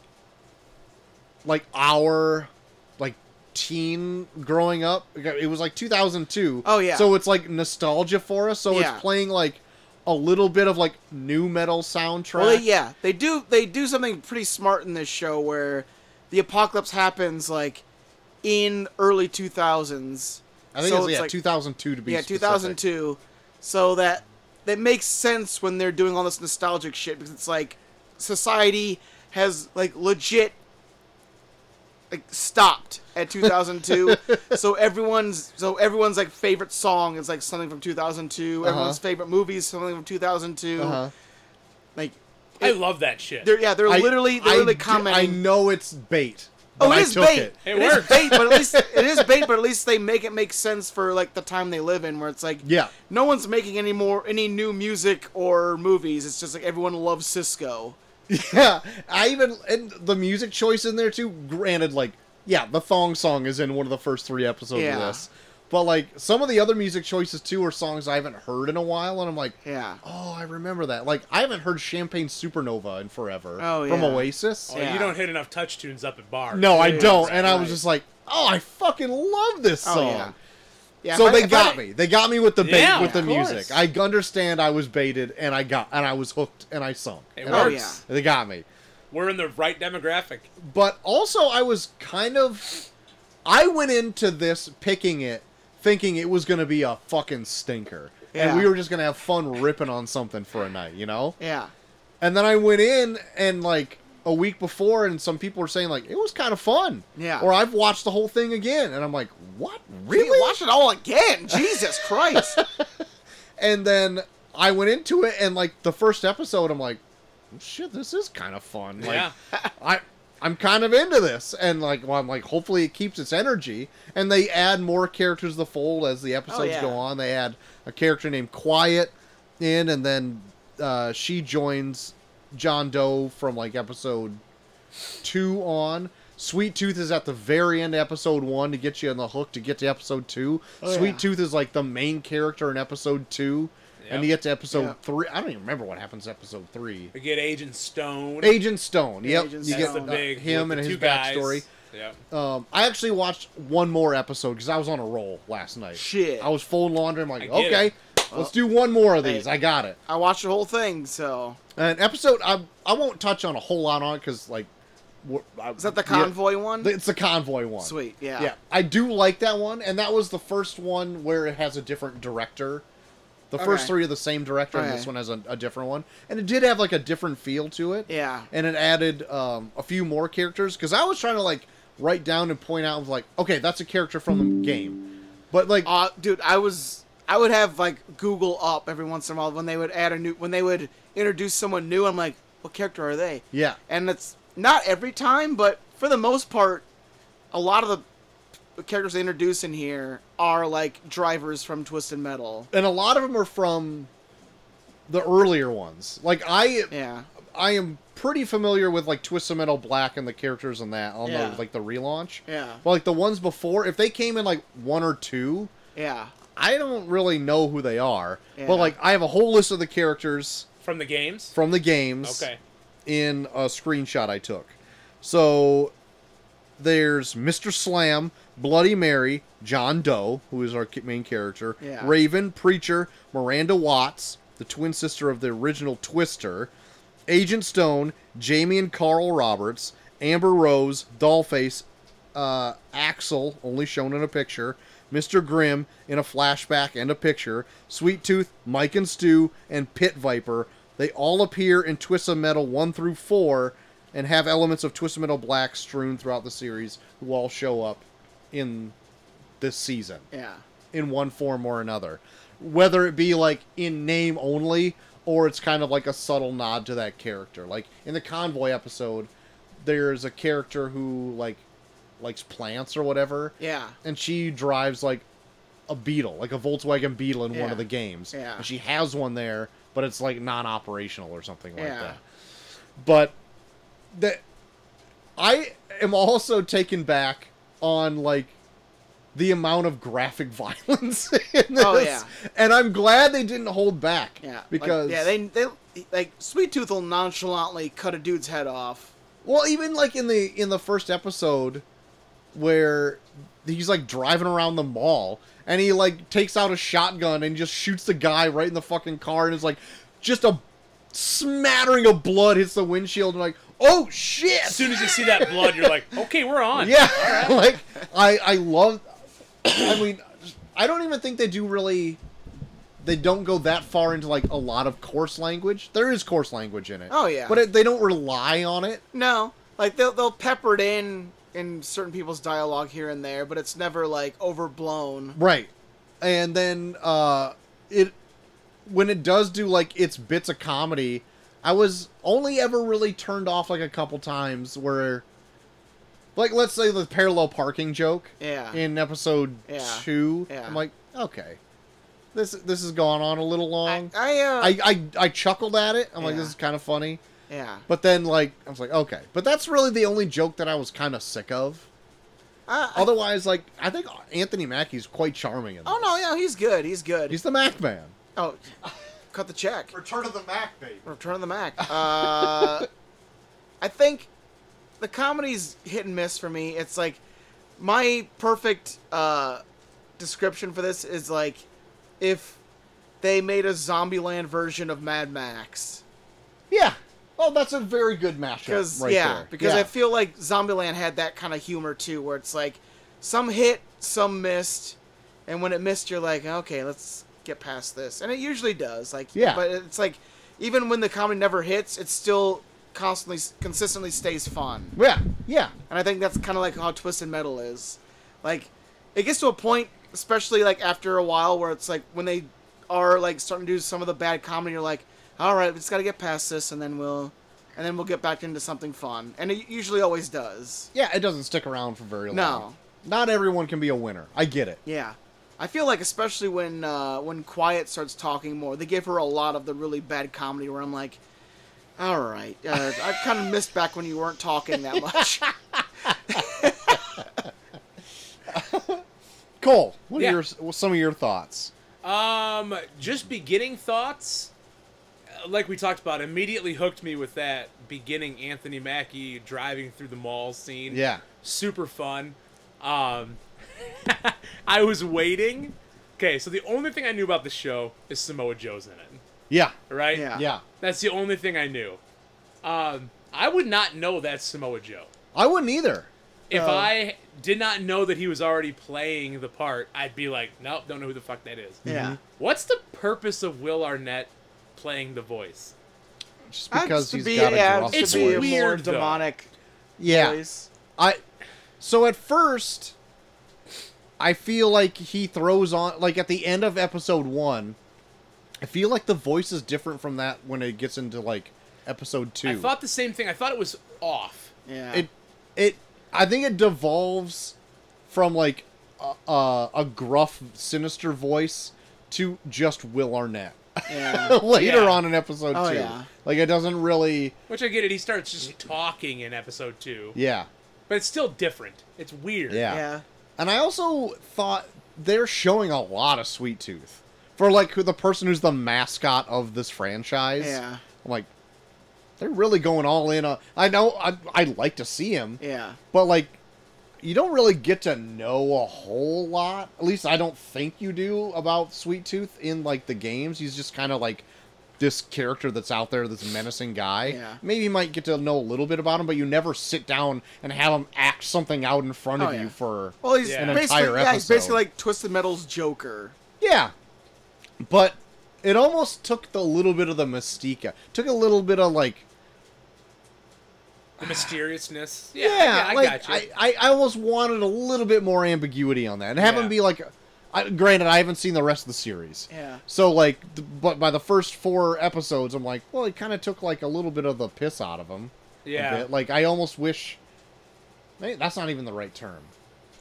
like our like teen growing up. It was like 2002. Oh, yeah. So it's like nostalgia for us. So Yeah. it's playing like a little bit of like new metal soundtrack. Well, yeah, they do. They do something pretty smart in this show where the apocalypse happens like in early two thousands. I think so it's, yeah, like, 2002 to be yeah, two specific. thousand two. So that that makes sense when they're doing all this nostalgic shit because it's like society has like legit like stopped at (laughs) 2002 so everyone's so everyone's like favorite song is like something from 2002 everyone's favorite movie is something from 2002 Uh-huh. like I love that shit. they're yeah, they're I- literally they're literally I d- I commenting. know it's bait. oh, but it I is took bait. It. It it is works. bait, but at (laughs) least it is bait, but at least they make it make sense for like the time they live in, where it's like Yeah. no one's making any more any new music or movies. It's just like everyone loves Cisco. Yeah, (laughs) I even and the music choice in there too. Granted, like yeah, the thong song is in one of the first three episodes Yeah. of this, but like some of the other music choices too are songs I haven't heard in a while, and I'm like, Yeah, oh, I remember that. Like I haven't heard Champagne Supernova in forever Oh, from yeah. Oasis. Oh, Yeah. You don't hit enough touch tunes up at bars. No, I don't, and I right. was just like, oh, I fucking love this Oh, song. yeah. yeah. so if I- they if got I- me. They got me with the bait Yeah, with the of music. course. I understand. I was baited, and I got and I was hooked, and I sung. It And I- works. They got me. We're in the right demographic. but also I was kind of I went into this picking it thinking it was going to be a fucking stinker. Yeah. And we were just going to have fun ripping on something for a night, you know? Yeah, And then I went in and like a week before and some people were saying like it was kind of fun. Yeah. Or I've watched the whole thing again and I'm like, "What? Really?" You watch it all again. Jesus (laughs) Christ. and then I went into it and like the first episode I'm like, shit, this is kind of fun. Like Yeah. (laughs) I I'm kind of into this and like well, I'm like hopefully it keeps its energy and they add more characters to the fold as the episodes yeah. go on. They add a character named Quiet in and then uh, she joins John Doe from like episode 2 on. Sweet Tooth is at the very end of episode 1 to get you on the hook to get to episode 2. Sweet yeah. Tooth is like the main character in episode 2 and Yep. you get to episode Yeah. 3. I don't even remember what happens to episode 3. We get Agent Stone. Agent Stone. Yep. Agent you That's get the Stone. uh, big him with and the his two guys. backstory. Yep. Um, I actually watched one more episode because I was on a roll last night. Shit. I was fold laundry. I'm like, I get okay, it. let's do one more of these. Hey. I got it. I watched the whole thing. So An episode. I I won't touch on a whole lot on it because like, we're- I- is that the yeah, convoy one? it's the convoy one. Sweet. Yeah. Yeah. I do like that one, and that was the first one where it has a different director. The first Okay. three are the same director, and this Okay. one has a, a different one, and it did have like a different feel to it. Yeah. and it added um, a few more characters because I was trying to like write down and point out like, okay, that's a character from the game, but like, Uh, dude, I was I would have like Google up every once in a while when they would add a new when they would introduce someone new. I'm like, what character are they? yeah, And it's not every time, but for the most part, a lot of the characters they introduce in here are like drivers from Twisted Metal. and a lot of them are from the earlier ones. Like I, Yeah. I am pretty familiar with like Twisted Metal Black and the characters in that on Yeah. the like the relaunch. Yeah. But like the ones before, if they came in like one or two, Yeah. I don't really know who they are. Yeah. But like I have a whole list of the characters From the games? from the games okay. in a screenshot I took. So there's Mr. Slam, Bloody Mary, John Doe, who is our ki- main character, Yeah. Raven, Preacher, Miranda Watts, the twin sister of the original Twister, Agent Stone, Jamie and Carl Roberts, Amber Rose, Dollface, uh, Axel, only shown in a picture, Mr. Grimm in a flashback and a picture, Sweet Tooth, Mike and Stew, and Pit Viper. They all appear in Twisted Metal 1 through 4 and have elements of Twisted Metal Black strewn throughout the series who all show up in this season Yeah. in one form or another. Whether it be like in name only or it's kind of like a subtle nod to that character. Like in the convoy episode, there's a character who like likes plants or whatever. Yeah. And she drives like a Beetle, like a Volkswagen Beetle in one Yeah. of the games. Yeah. And she has one there, but it's like non operational or something like Yeah. that. But that I am also taken back on like the amount of graphic (laughs) violence in this. Oh, yeah. And I'm glad they didn't hold back. Yeah. Like, Because yeah, they they like Sweet Tooth will nonchalantly cut a dude's head off. Well, even like in the in the first episode, where he's like driving around the mall and he like takes out a shotgun and just shoots the guy right in the fucking car and is like just a smattering of blood hits the windshield and like oh shit As soon as you see that blood, you're like, okay, we're (laughs) on. yeah (laughs) like i i love i mean i don't even think they do really they don't go that far into like a lot of coarse language there is coarse language in it Oh, yeah. but it, they don't rely on it No, like they'll they'll pepper it in in certain people's dialogue here and there, but it's never like overblown. Right. And then uh it when it does do like its bits of comedy, I was only ever really turned off like a couple times where like let's say the parallel parking joke Yeah. in episode Yeah. 2. Yeah. I'm like, okay. This this has gone on a little I, long. I I, uh, I, I, chuckled at it. I'm like, Yeah. this is kind of funny. yeah. But then, like, I was like, okay. But that's really the only joke that I was kind of sick of. I, I, Otherwise, like, I think Anthony Mackie's quite charming in this. oh no, yeah, he's good. He's good. He's the Mac Man. oh, cut the check. Return of the Mac, baby. Return of the Mac. Uh, I think the comedy's hit and miss for me. It's like my perfect uh, description for this is like if they made a Zombieland version of Mad Max. Yeah. Oh, that's a very good Because mashup right yeah, there. because yeah. I feel like Zombieland had that kind of humor too, where it's like some hit, some missed, and when it missed, you're like, okay, let's get past this, and it usually does. Like Yeah. but it's like even when the comedy never hits, it still constantly, consistently stays fun, yeah, yeah, and I think that's kind of like how Twisted Metal is. Like it gets to a point, especially like after a while, where it's like when they are like starting to do some of the bad comedy, you're like, all right, we just got to get past this, and then we'll. And then we'll get back into something fun, and it usually always does. yeah. It doesn't stick around for very long. No. Not everyone can be a winner. I get it. Yeah, I feel like especially when uh, when Quiet starts talking more, they give her a lot of the really bad comedy where I'm like, all right, uh, I kind of missed back when you weren't talking that much. Cole, what Yeah. are your what's some of your thoughts? Um, just beginning thoughts, uh, like we talked about, immediately hooked me with that beginning Anthony Mackie driving through the mall scene. Yeah. super fun. Um, (laughs) I was waiting. Okay, so the only thing I knew about the show is Samoa Joe's in it, Yeah. right? Yeah. Yeah. That's the only thing I knew. Um, I would not know that's Samoa Joe. I wouldn't either. If Oh. I did not know that he was already playing the part, I'd be like, nope, don't know who the fuck that is. (laughs) yeah, What's the purpose of Will Arnett playing the voice? Just I'd because to he's be- got a yeah, gruff to It's be voice. a weird. more though. demonic Yeah. voice. I so at first I feel like he throws on like at the end of episode 1 I feel like the voice is different from that when it gets into like episode 2. I thought the same thing. I thought it was off. Yeah, it (laughs) it I think it devolves from like a, a, a gruff sinister voice to just Will Arnett (laughs) yeah, later Yeah. on in episode Oh, 2. yeah. Like it doesn't really Which I get it. He starts just talking in episode two, yeah. but it's still different. It's weird. Yeah. yeah. And I also thought they're showing a lot of Sweet Tooth for like who- the person who's the mascot of this franchise. Yeah. I'm like, they're really going all in. On, I know I, I'd like to see him, yeah. but like, you don't really get to know a whole lot. At least I don't think you do about Sweet Tooth in like the games. He's just kind of like this character that's out there, this menacing guy. Yeah. Maybe you might get to know a little bit about him, but you never sit down and have him act something out in front Oh, of yeah. you for Well, he's Yeah. An basically entire yeah, he's episode. basically like Twisted Metal's Joker. Yeah. But it almost took the little bit of the mystique. out- Took a little bit of like The mysteriousness. Yeah, yeah, yeah, I, like got you. I, I, I almost wanted a little bit more ambiguity on that. And have Yeah. him be like I, granted I haven't seen the rest of the series. Yeah. So like th- but by the first 4 episodes I'm like, well, it kind of took like a little bit of the piss out of him. a yeah. bit. Like I almost wish Hey, that's not even the right term.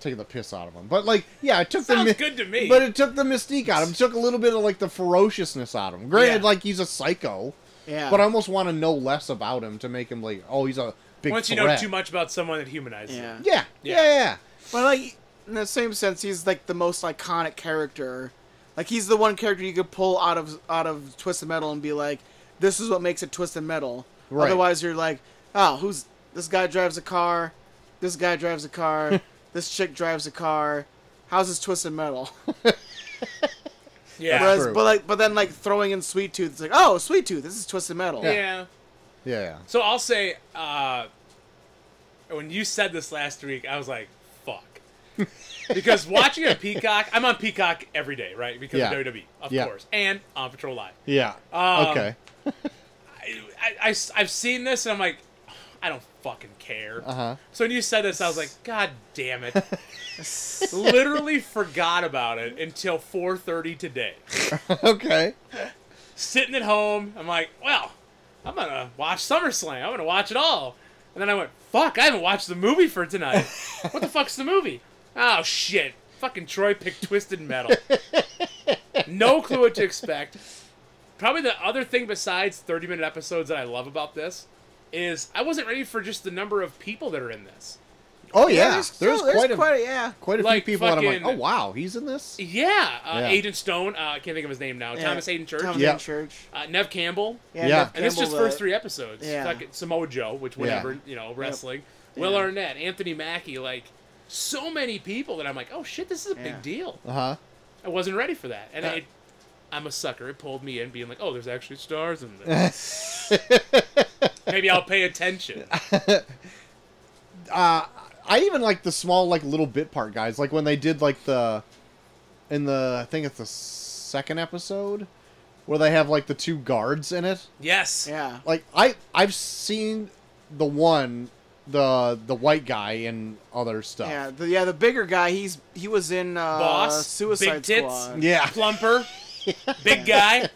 Taking the piss out of him. But like, yeah, it took the Sounds mi- good to me. But it took the mystique out of him. It took a little bit of like the ferociousness out of him. Granted, Yeah. like he's a psycho. Yeah. But I almost want to know less about him to make him like, oh, he's a big Once you know threat. too much about someone, it humanizes. Yeah. you. Yeah, Yeah. yeah, yeah. But like in the same sense, he's like the most iconic character. Like he's the one character you could pull out of out of Twisted Metal and be like, "This is what makes it Twisted Metal." Right. (laughs) Otherwise, you're like, "Oh, who's this guy? Drives a car. This guy drives a car. This chick drives a car. How's this twisted metal? Yeah. Whereas, true. but like, but then like throwing in Sweet Tooth, it's like, oh, Sweet Tooth, this is twisted metal. Yeah. Yeah, yeah. So I'll say, uh, when you said this last week, I was like, (laughs) fuck. because watching a Peacock, I'm on Peacock every day, right? Because Yeah. of WWE, of Yeah. course. And on Patrol Live. Yeah. Um, okay. I, have seen this and I'm like, I don't fucking care. Uh-huh. (laughs) So when you said this, I was like, God damn it! Literally forgot about it until 4:30 today. okay. Sitting at home, I'm like, well, I'm gonna watch SummerSlam. I'm gonna watch it all. And then I went, fuck, I haven't watched the movie for (laughs) tonight. what the fuck's the movie? Oh shit! Fucking Troy picked (laughs) Twisted Metal. no clue what to expect. Probably the other thing besides 30 minute episodes that I love about this is I wasn't ready for just the number of people that are in this. Oh yeah. there's still- quite, a, quite a yeah. few like, people that I'm like, fucking- oh wow, he's in this. Yeah, uh, Yeah. Agent Stone. Uh, I can't think of his name now. Yeah. Thomas Hayden Church. Thomas Yeah. Hayden Church. Uh, Nev Campbell. Yeah. Yeah. Nev And it's just Campbell, first uh, three episodes. yeah. Fuck it, Samoa Joe, which whatever, you know, wrestling. Will Yeah. Arnett, Anthony Mackie, like so many people that I'm like, oh shit, this is a Yeah. big deal. Uh huh. I wasn't ready for that, and Uh, it, I'm a sucker. It pulled me in, being like, oh, there's actually stars in this. (laughs) Maybe I'll pay attention. I even like the small like little bit part guys. Like when they did like the in the I think it's the second episode where they have like the two guards in it. Yes. Yeah. Like I I've seen the one the the white guy and other stuff. Yeah, the, yeah, the bigger guy. He's he was in uh, Boss, Suicide Big Tits. Squad. (laughs) Yeah. Plumper, big guy.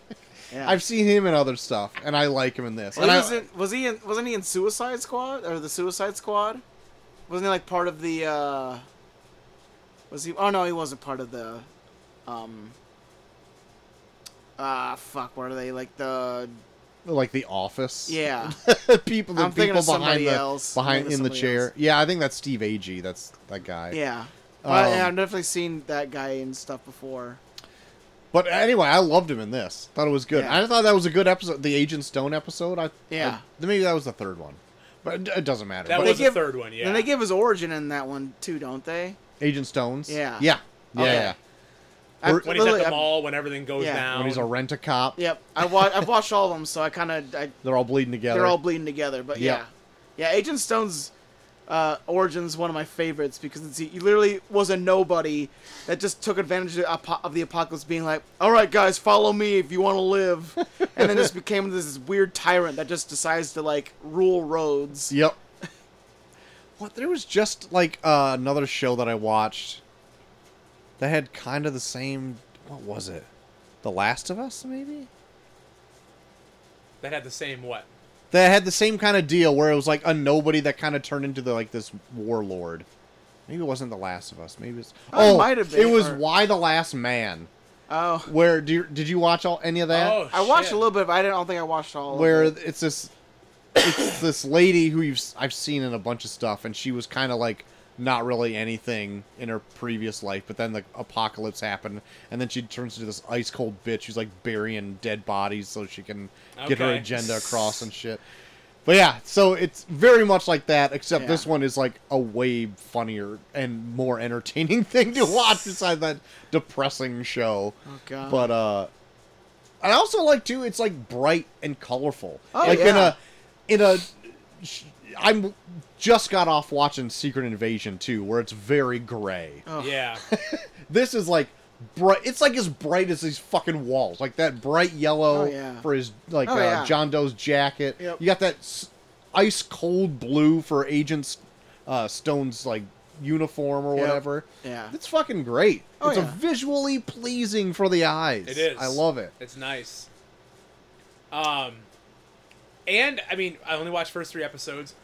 Yeah. I've seen him in other stuff and I like him in this. Well, And he I, was, in, was he in? Wasn't he in Suicide Squad or the Suicide Squad? Wasn't he like part of the? uh Was he? Oh no, he wasn't part of the. Um. Ah, fuck. What are they like the? like the office. Yeah, people (laughs) the I'm thinking people of somebody behind the else. I'm behind thinking in of the somebody chair. else. Yeah, I think that's Steve Agee. That's that guy. yeah. But yeah, Um, I've definitely seen that guy and stuff before. But anyway, I loved him in this. Thought it was good. Yeah. I thought that was a good episode, the Agent Stone episode. I Yeah. I- maybe that was the third one, but it, it doesn't matter. That But was give- the third one. Yeah. And they give his origin in that one too, don't they? Agent Stone's. Yeah. yeah, yeah. Okay. yeah. I- Or- when he's at literally, the I- mall, when everything goes Yeah. down. When he's a rent a cop, Yep, I wa- I've watched all of them, so I kind of I they're all bleeding together. They're all bleeding together, but Yeah. yeah, yeah. Agent Stone's uh, origin's one of my favorites because it's, he literally was a nobody that just took advantage of, apo- of the apocalypse, being like, "All right, guys, follow me if you want to live," and (laughs) then just became this weird tyrant that just decides to like rule roads. Yep. What? There was just like uh, another show that I watched that had kind of the same. What was it? The Last of Us, maybe. that had the same what? That had the same kind of deal where it was like a nobody that kind of turned into the, like this warlord. Maybe it wasn't The Last of Us. Maybe it's Oh, it oh, might have been, It was or- Why the Last Man. Oh, Where do you, did you watch all any of that? Oh, I watched shit. a little bit, but I don't think I watched all. where of it. it's this it's this lady who you've s- I've seen in a bunch of stuff, and she was kind of like not really anything in her previous life, but then the apocalypse happened, and then she turns into this ice cold bitch who's like burying dead bodies so she can get her Okay. agenda across and shit. But yeah, so it's very much like that, except Yeah. this one is like a way funnier and more entertaining (laughs) thing to watch besides that depressing show. Oh, God. But uh I also like too. It's like bright and colorful. Oh, like yeah. in a in a. sh- I'm just got off watching Secret Invasion too, where it's very gray. Oh, Yeah. This is like bright. It's like as bright as these fucking walls. Like that bright yellow Oh, yeah. for his like Oh, uh, yeah. John Doe's jacket. Yep. You got that s- ice cold blue for Agent uh, Stone's like uniform or Yep. whatever. Yeah. it's fucking great. Oh, it's a yeah. visually pleasing for the eyes. It is. I love it. It's nice. Um, and I mean, I only watched first three episodes.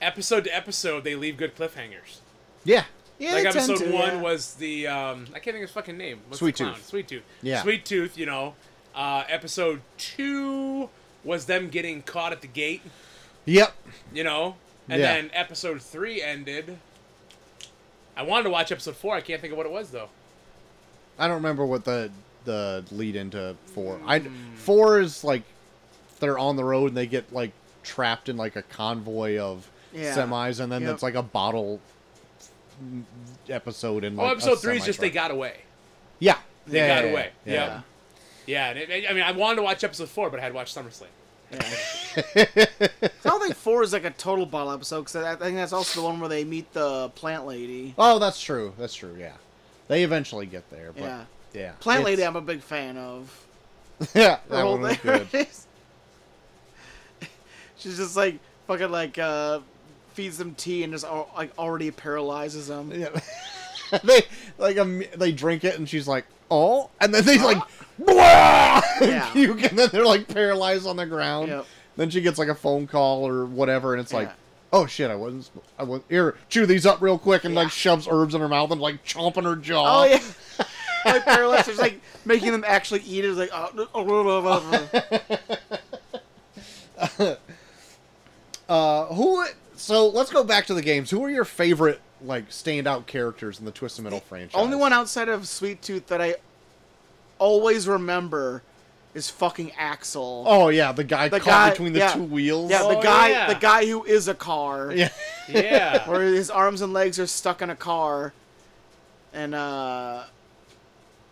Episode to episode, they leave good cliffhangers. Yeah. yeah, like they tend episode to, one yeah. was the um, I can't think of his fucking name. What's Sweet the clown? Tooth. Sweet Tooth. Yeah. Sweet Tooth. You know. Uh, episode two was them getting caught at the gate. Yep. You know. And Yeah. then episode three ended. I wanted to watch episode four. I can't think of what it was though. I don't remember what the the lead into four. I Hmm. four is like they're on the road and they get like trapped in like a convoy of Yeah. semis, and then Yep. it's like a bottle episode in like Well, a Oh, episode three is just they semi-truck. got away. yeah They yeah, got yeah, away. yeah. Yep. Yeah, and it- I mean, I wanted to watch episode four, but I had to watch SummerSlam. I don't think four is like a total bottle episode because I I think that's also the one where they meet the plant lady. oh that's true that's true yeah they eventually get there but yeah, Yeah. Plant lady, It's- I'm a big fan of. (laughs) yeah Her that whole one was thing. good (laughs) She's just like fucking like uh, feeds them tea and just al- like already paralyzes them. Yeah. (laughs) they like um, they drink it and she's like, "Oh," and then they like, "Blah!" (laughs) and Yeah. puke, and then they're like paralyzed on the ground. Yep. Then she gets like a phone call or whatever, and it's like, Yeah. "Oh shit, I wasn't. sp- I was here. Chew these up real quick," and like shoves herbs in her mouth and like chomping her jaw. Oh (laughs) yeah. like paralyzed. She's like making them actually eat it. It's like oh, no- oh, no, no, no, no. Uh, who? So let's go back to the games. Who are your favorite like standout characters in the Twisted Metal franchise? Only one outside of Sweet Tooth that I always remember is fucking Axel. Oh yeah, the guy The caught guy- between the yeah. two wheels. yeah, the Oh, guy, yeah. the guy who is a car. Yeah. (laughs) Yeah. where his arms and legs are stuck in a car, and uh,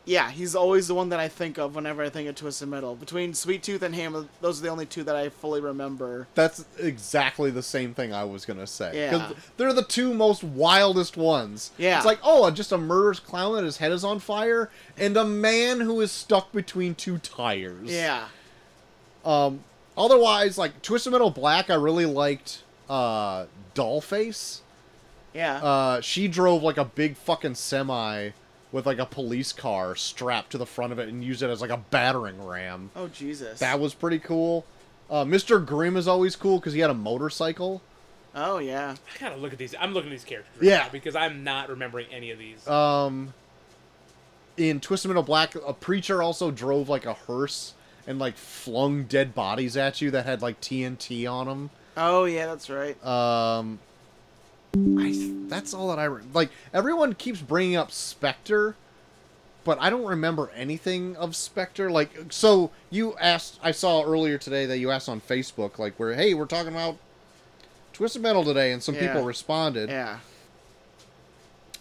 yeah, he's always the one that I think of whenever I think of Twisted Metal. Between Sweet Tooth and him, those are the only two that I fully remember. That's exactly the same thing I was gonna say. Yeah. 'Cause they're the two most wildest ones. Yeah. It's like, oh, just a murderous clown that his head is on fire, and a man who is stuck between two tires. Yeah, Um. Otherwise, like Twisted Metal Black, I really liked uh, Dollface. yeah, Uh, she drove like a big fucking semi with like a police car strapped to the front of it and used it as like a battering ram. oh Jesus, That was pretty cool. Uh, Mr. Grimm is always cool because he had a motorcycle. oh yeah, I gotta look at these. I'm looking at these characters. Yeah. now because I'm not remembering any of these. um in Twisted Metal Black, a preacher also drove like a hearse and like flung dead bodies at you that had like TNT on them. oh yeah, that's right. Um, I that's all that I re- like. Everyone keeps bringing up Spectre, but I don't remember anything of Spectre. Like, so you asked. I saw earlier today that you asked on Facebook, like, where hey, we're talking about Twisted Metal today, and some Yeah. people responded. Yeah,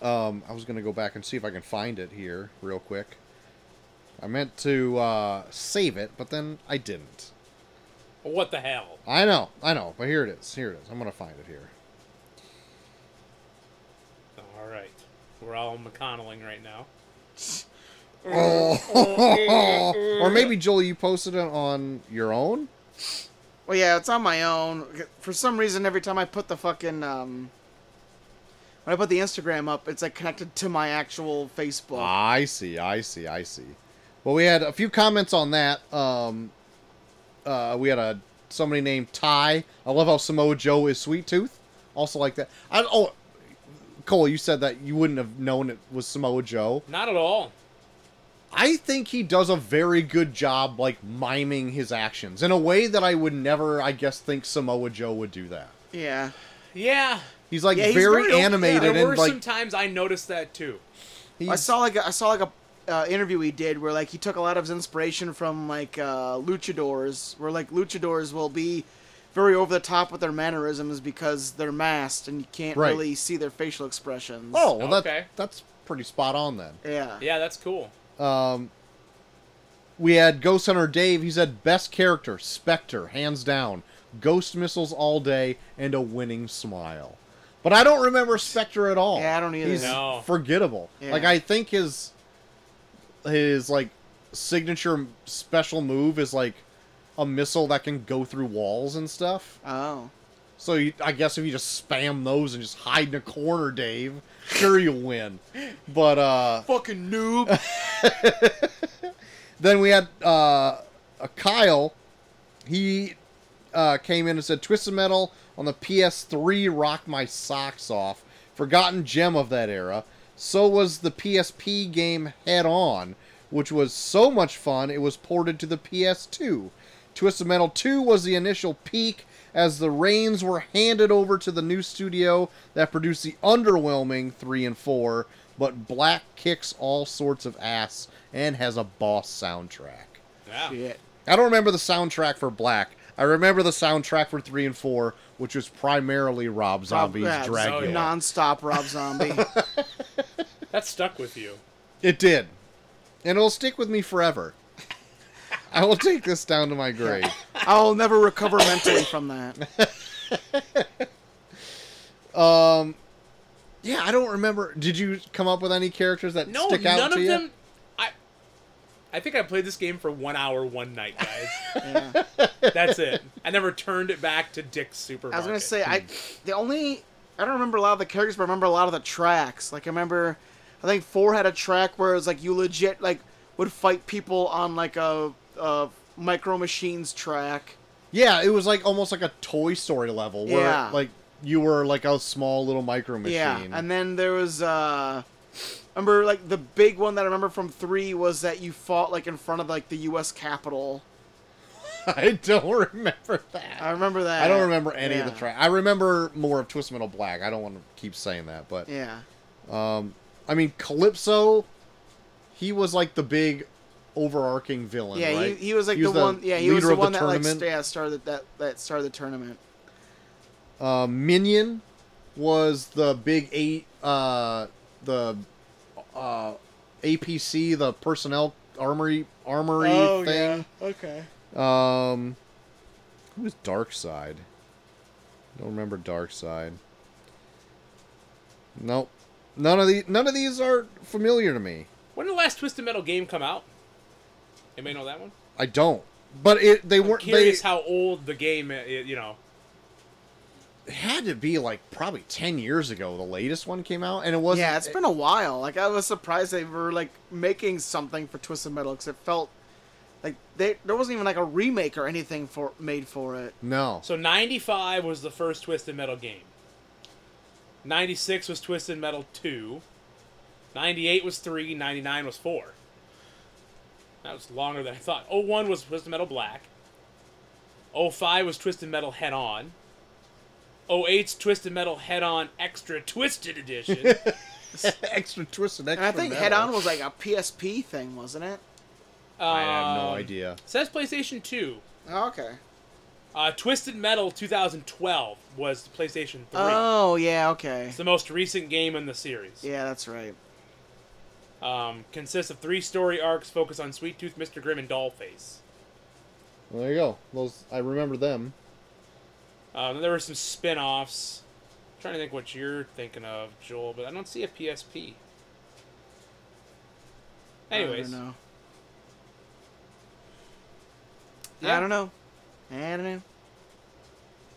Um, I was gonna go back and see if I can find it here real quick. I meant to uh, save it, but then I didn't. what the hell? I know, I know, but here it is. Here it is. I'm gonna find it here. (laughs) All right, we're all McConnelling right now. Oh, or maybe Joel, you posted it on your own. well yeah, it's on my own. For some reason, every time I put the fucking um. When I put the Instagram up, it's like connected to my actual Facebook. I see, I see, I see. Well, we had a few comments on that. Um, uh, we had a somebody named Ty. I love how Samoa Joe is Sweet Tooth. Also like that. I oh, Cole, you said that you wouldn't have known it was Samoa Joe. Not at all. I think he does a very good job, like miming his actions in a way that I would never, I guess, think Samoa Joe would do that. Yeah, Yeah. He's like Yeah, he's very, very- yeah, animated They There were and like some times I noticed that too. I he's- saw like a, I saw like a uh, interview he did where like he took a lot of his inspiration from like uh, luchadors, where like luchadors will be very over the top with their mannerisms because they're masked and you can't Right. really see their facial expressions. Oh, well, that, Okay. that's pretty spot on then. yeah, Yeah, that's cool. Um, we had Ghost Hunter Dave. He said best character, Spectre, hands down. Ghost missiles all day and a winning smile. But I don't remember Spectre at all. Yeah, I don't either. He's No. forgettable. Yeah. Like I think his his like signature special move is like a missile that can go through walls and stuff. Oh, So you, I guess if you just spam those and just hide in a corner, Dave, sure you'll win. But uh fucking noob. Then we had uh, a Kyle. He uh, came in and said, "Twisted Metal on the PS3 rocked my socks off. Forgotten gem of that era. So was the PSP game Head On, which was so much fun. It was ported to the PS2. Twisted Metal 2 was the initial peak." As the reins were handed over to the new studio that produced the underwhelming 3 and 4, but Black kicks all sorts of ass and has a boss soundtrack. Yeah. Shit. I don't remember the soundtrack for Black. I remember the soundtrack for three and four, which was primarily Rob Zombie's yeah, it's Dracula. Oh, yeah. Non-stop Rob Zombie. That stuck with you. It did, and it'll stick with me (laughs) forever. I will take this down to my grave. I'll never recover mentally from that. (laughs) Yeah, I don't remember. Did you come up with any characters that No, stick out none to of you? them. I, I think I played this game for one hour, one (laughs) night, guys. Yeah. That's it. I never turned it back to Dick's Supermarket. I was gonna say I Hmm. the only I don't remember a lot of the characters, but I remember a lot of the tracks. Like I remember, I think four had a track where it was like you legit like would fight people on like a, a micro machines track. Yeah, it was like almost like a Toy Story level where Yeah. like you were like a small little micro machine. Yeah, and then there was uh, remember like the big one that I remember from three was that you fought like in front of like the U.S. Capitol. (laughs) I don't remember that. I remember that. I don't remember any of the Uh, Yeah. track. I remember more of Twist Metal Black. I don't want to keep saying that, but Yeah, I mean Calypso, he was like the big overarching villain. yeah. right? He, he was like the, one. Yeah, he was leader the of one that like tournament. st- yeah, started that that started the tournament. Uh, Minion was the big eight, uh, the uh, APC, the personnel armory armory Oh, thing. Okay. Um, who was Dark Side? Don't remember Dark Side. Nope. None of these none of these are familiar to me. When did the last Twisted Metal game come out? Anybody know that one? I don't. But it they I'm weren't they curious how old the game. i- You know, it had to be like probably 10 years ago the latest one came out and it wasn't Yeah, it's been a while. Like I was surprised they were like making something for Twisted Metal because it felt like they there wasn't even like a remake or anything for made for it. (laughs) No. so '95 was the first Twisted Metal game. '96 was Twisted Metal two. '98 was three. '99 was four. That was longer than I thought. '01 was Twisted Metal Black. '05 was Twisted Metal Head On. 08's Twisted Metal Head On Extra Twisted Edition. (laughs) extra twisted And extra I think metal. Head On was like a PSP thing, wasn't it? (laughs) I have no Uh, Um, idea. Says PlayStation 2. Oh, okay. Uh, Twisted Metal 2012 was the PlayStation 3. Oh yeah, okay. It's the most recent game in the series. Yeah, that's right. Um, consists of three story arcs focused on Sweet Tooth, Mr. Grimm, and Dollface. Well, there you go. Those I remember them. Uh, then there were some spin offs. Trying to think what you're thinking of, Joel, but I don't see a PSP. Anyways, I don't know. Yeah. I don't know. I don't know.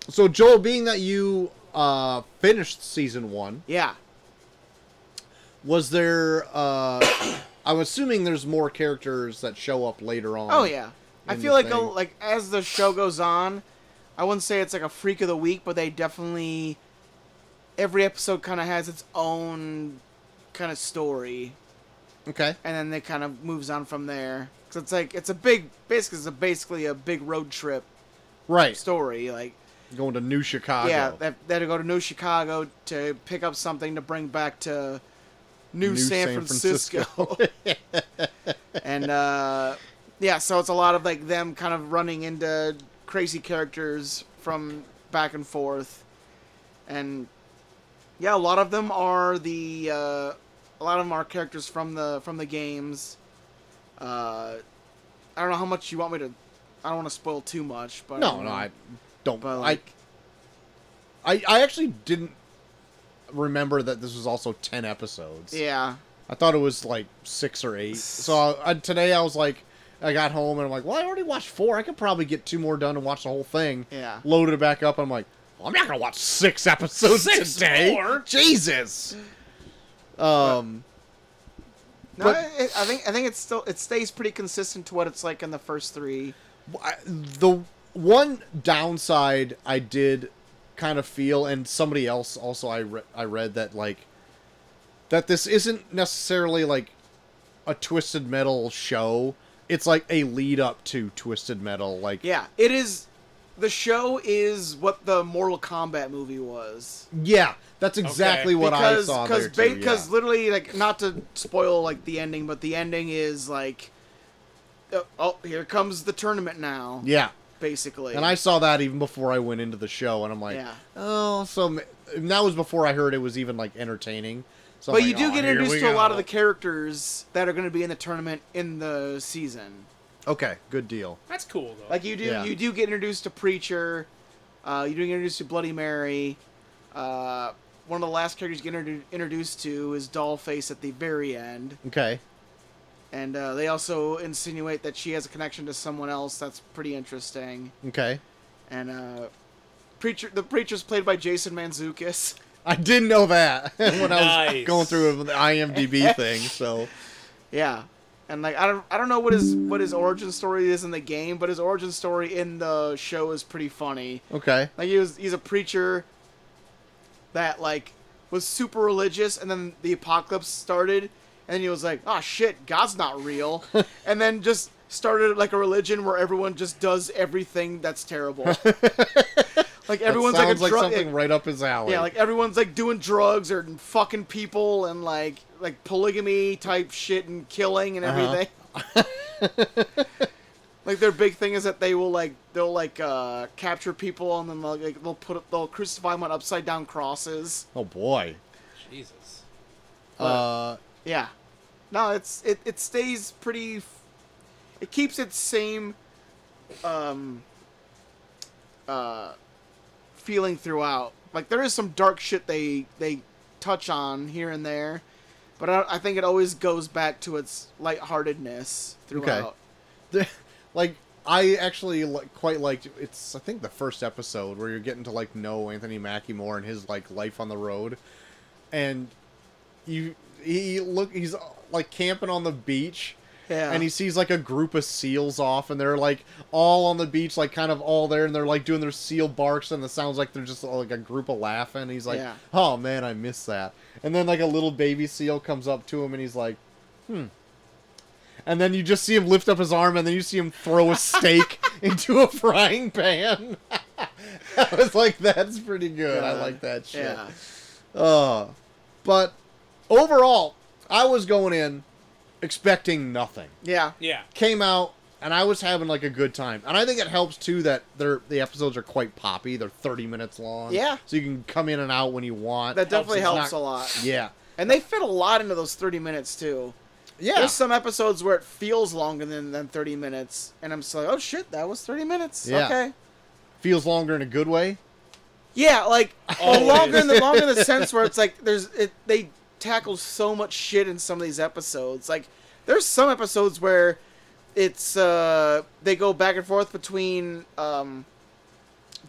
So Joel, being that you uh finished season 1, Yeah. was there uh (coughs) I'm assuming there's more characters that show up later on. Oh yeah. I in feel the like a, thing. like as the show goes on, I wouldn't say it's like a freak of the week, but they definitely every episode kind of has its own kind of story, Okay. and then it kind of moves on from there. Cause it's like it's a big basically it's a, basically a big road trip Right. story. Like Going to New Chicago. yeah, they they had to go to New Chicago to pick up something to bring back to New, San, Francisco. (laughs) and uh, yeah, so it's a lot of like them kind of running into crazy characters from back and forth, and yeah, a lot of them are the uh, a lot of them are characters from the from the games. Uh, I don't know how much you want me to. I don't want to spoil too much, but no, no, I don't But I, like- I I actually didn't remember that this was also 10 episodes. yeah, I thought it was like 6 or 8. So I, I, today I was like I got home and I'm like, "Well, I already watched 4. I could probably get two more done and watch the whole thing." Yeah. Loaded it back up and I'm like, well, "I'm not going to watch 6 episodes Six today." more? Jesus. Um No, it, I think I think it's still it stays pretty consistent to what it's like in the first three. I- the one downside I did kind of feel, and somebody else also I re- I read that like that this isn't necessarily like a twisted metal show. It's like a lead up to twisted metal. Like Yeah, it is. The show is what the Mortal Kombat movie was. yeah, that's exactly what because, I saw cause there too. ba- 'cause yeah. literally, like, not to spoil like the ending, but the ending is like, uh, oh, here comes the tournament now. yeah, basically. And I saw that even before I went into the show, and I'm like, Yeah. oh, so m- and that was before I heard it was even like entertaining. So I'm but like, you do "Oh, get here we introduced to a lot go." of the characters that are going to be in the tournament in the season. Okay, good deal. That's cool though. Like you do, Yeah. you do get introduced to Preacher. Uh, you do get introduced to Bloody Mary. Uh, one of the last characters you get introdu- introduced to is Dollface at the very end, Okay, and uh, they also insinuate that she has a connection to someone else. That's pretty interesting. okay. And uh, Preacher, the Preacher's played by Jason Manzukis. I didn't know that (laughs) when I was Nice. going through (laughs) the IMDb thing. So Yeah, and like I don't, I don't know what his what his origin story is in the game, but his origin story in the show is pretty funny. okay, Like he was, he's a preacher that like was super religious, and then the apocalypse started, and then he was like, "Oh shit, God's not (laughs) real," and then just started like a religion where everyone just does everything that's (laughs) terrible. like everyone's that like a sounds like, drug. something right up his alley. yeah, like everyone's like doing drugs or fucking people and like like polygamy type shit and killing and Uh-huh. everything. like their big thing is that they will like they'll like uh capture people and then they'll, like they'll put they'll crucify them on upside down crosses. oh boy. Jesus. Uh, (laughs) Yeah. No, it's it it stays pretty f- it keeps its same um uh feeling throughout. Like there is some dark shit they they touch on here and there, but I, I think it always goes back to its lightheartedness throughout. the- like I actually li- quite liked it's I think the first episode where you're getting to like know Anthony Mackie more and his like life on the road, and you he look he's uh, like camping on the beach. Yeah. And he sees like a group of seals off, and they're like all on the beach, like kind of all there, and they're like doing their seal barks, and it sounds like they're just like a group of laughing. he's like, Yeah. "Oh man, I miss that." And then like a little baby seal comes up to him, and he's like, "Hmm." and then you just see him lift up his arm, and then you see him throw (laughs) a steak into a frying pan. (laughs) I was like, "That's pretty good. I God. like that shit." Yeah. Uh, but overall, I was going in expecting nothing. Yeah. Yeah. Came out, and I was having like a good time. And I think it helps too that they're the episodes are quite poppy. They're thirty minutes long. Yeah. so you can come in and out when you want. That definitely It's helps, a not- lot. Yeah, And they fit a lot into those 30 minutes too. yeah. There's some episodes where it feels longer than, than 30 minutes, and I'm just like, oh shit, that was 30 minutes. Yeah. Okay. Feels longer in a good way. Yeah, (laughs) like the Always. longer in the longer in the sense where it's like there's it they tackle so much shit in some of these episodes. Like there's some episodes where it's uh they go back and forth between um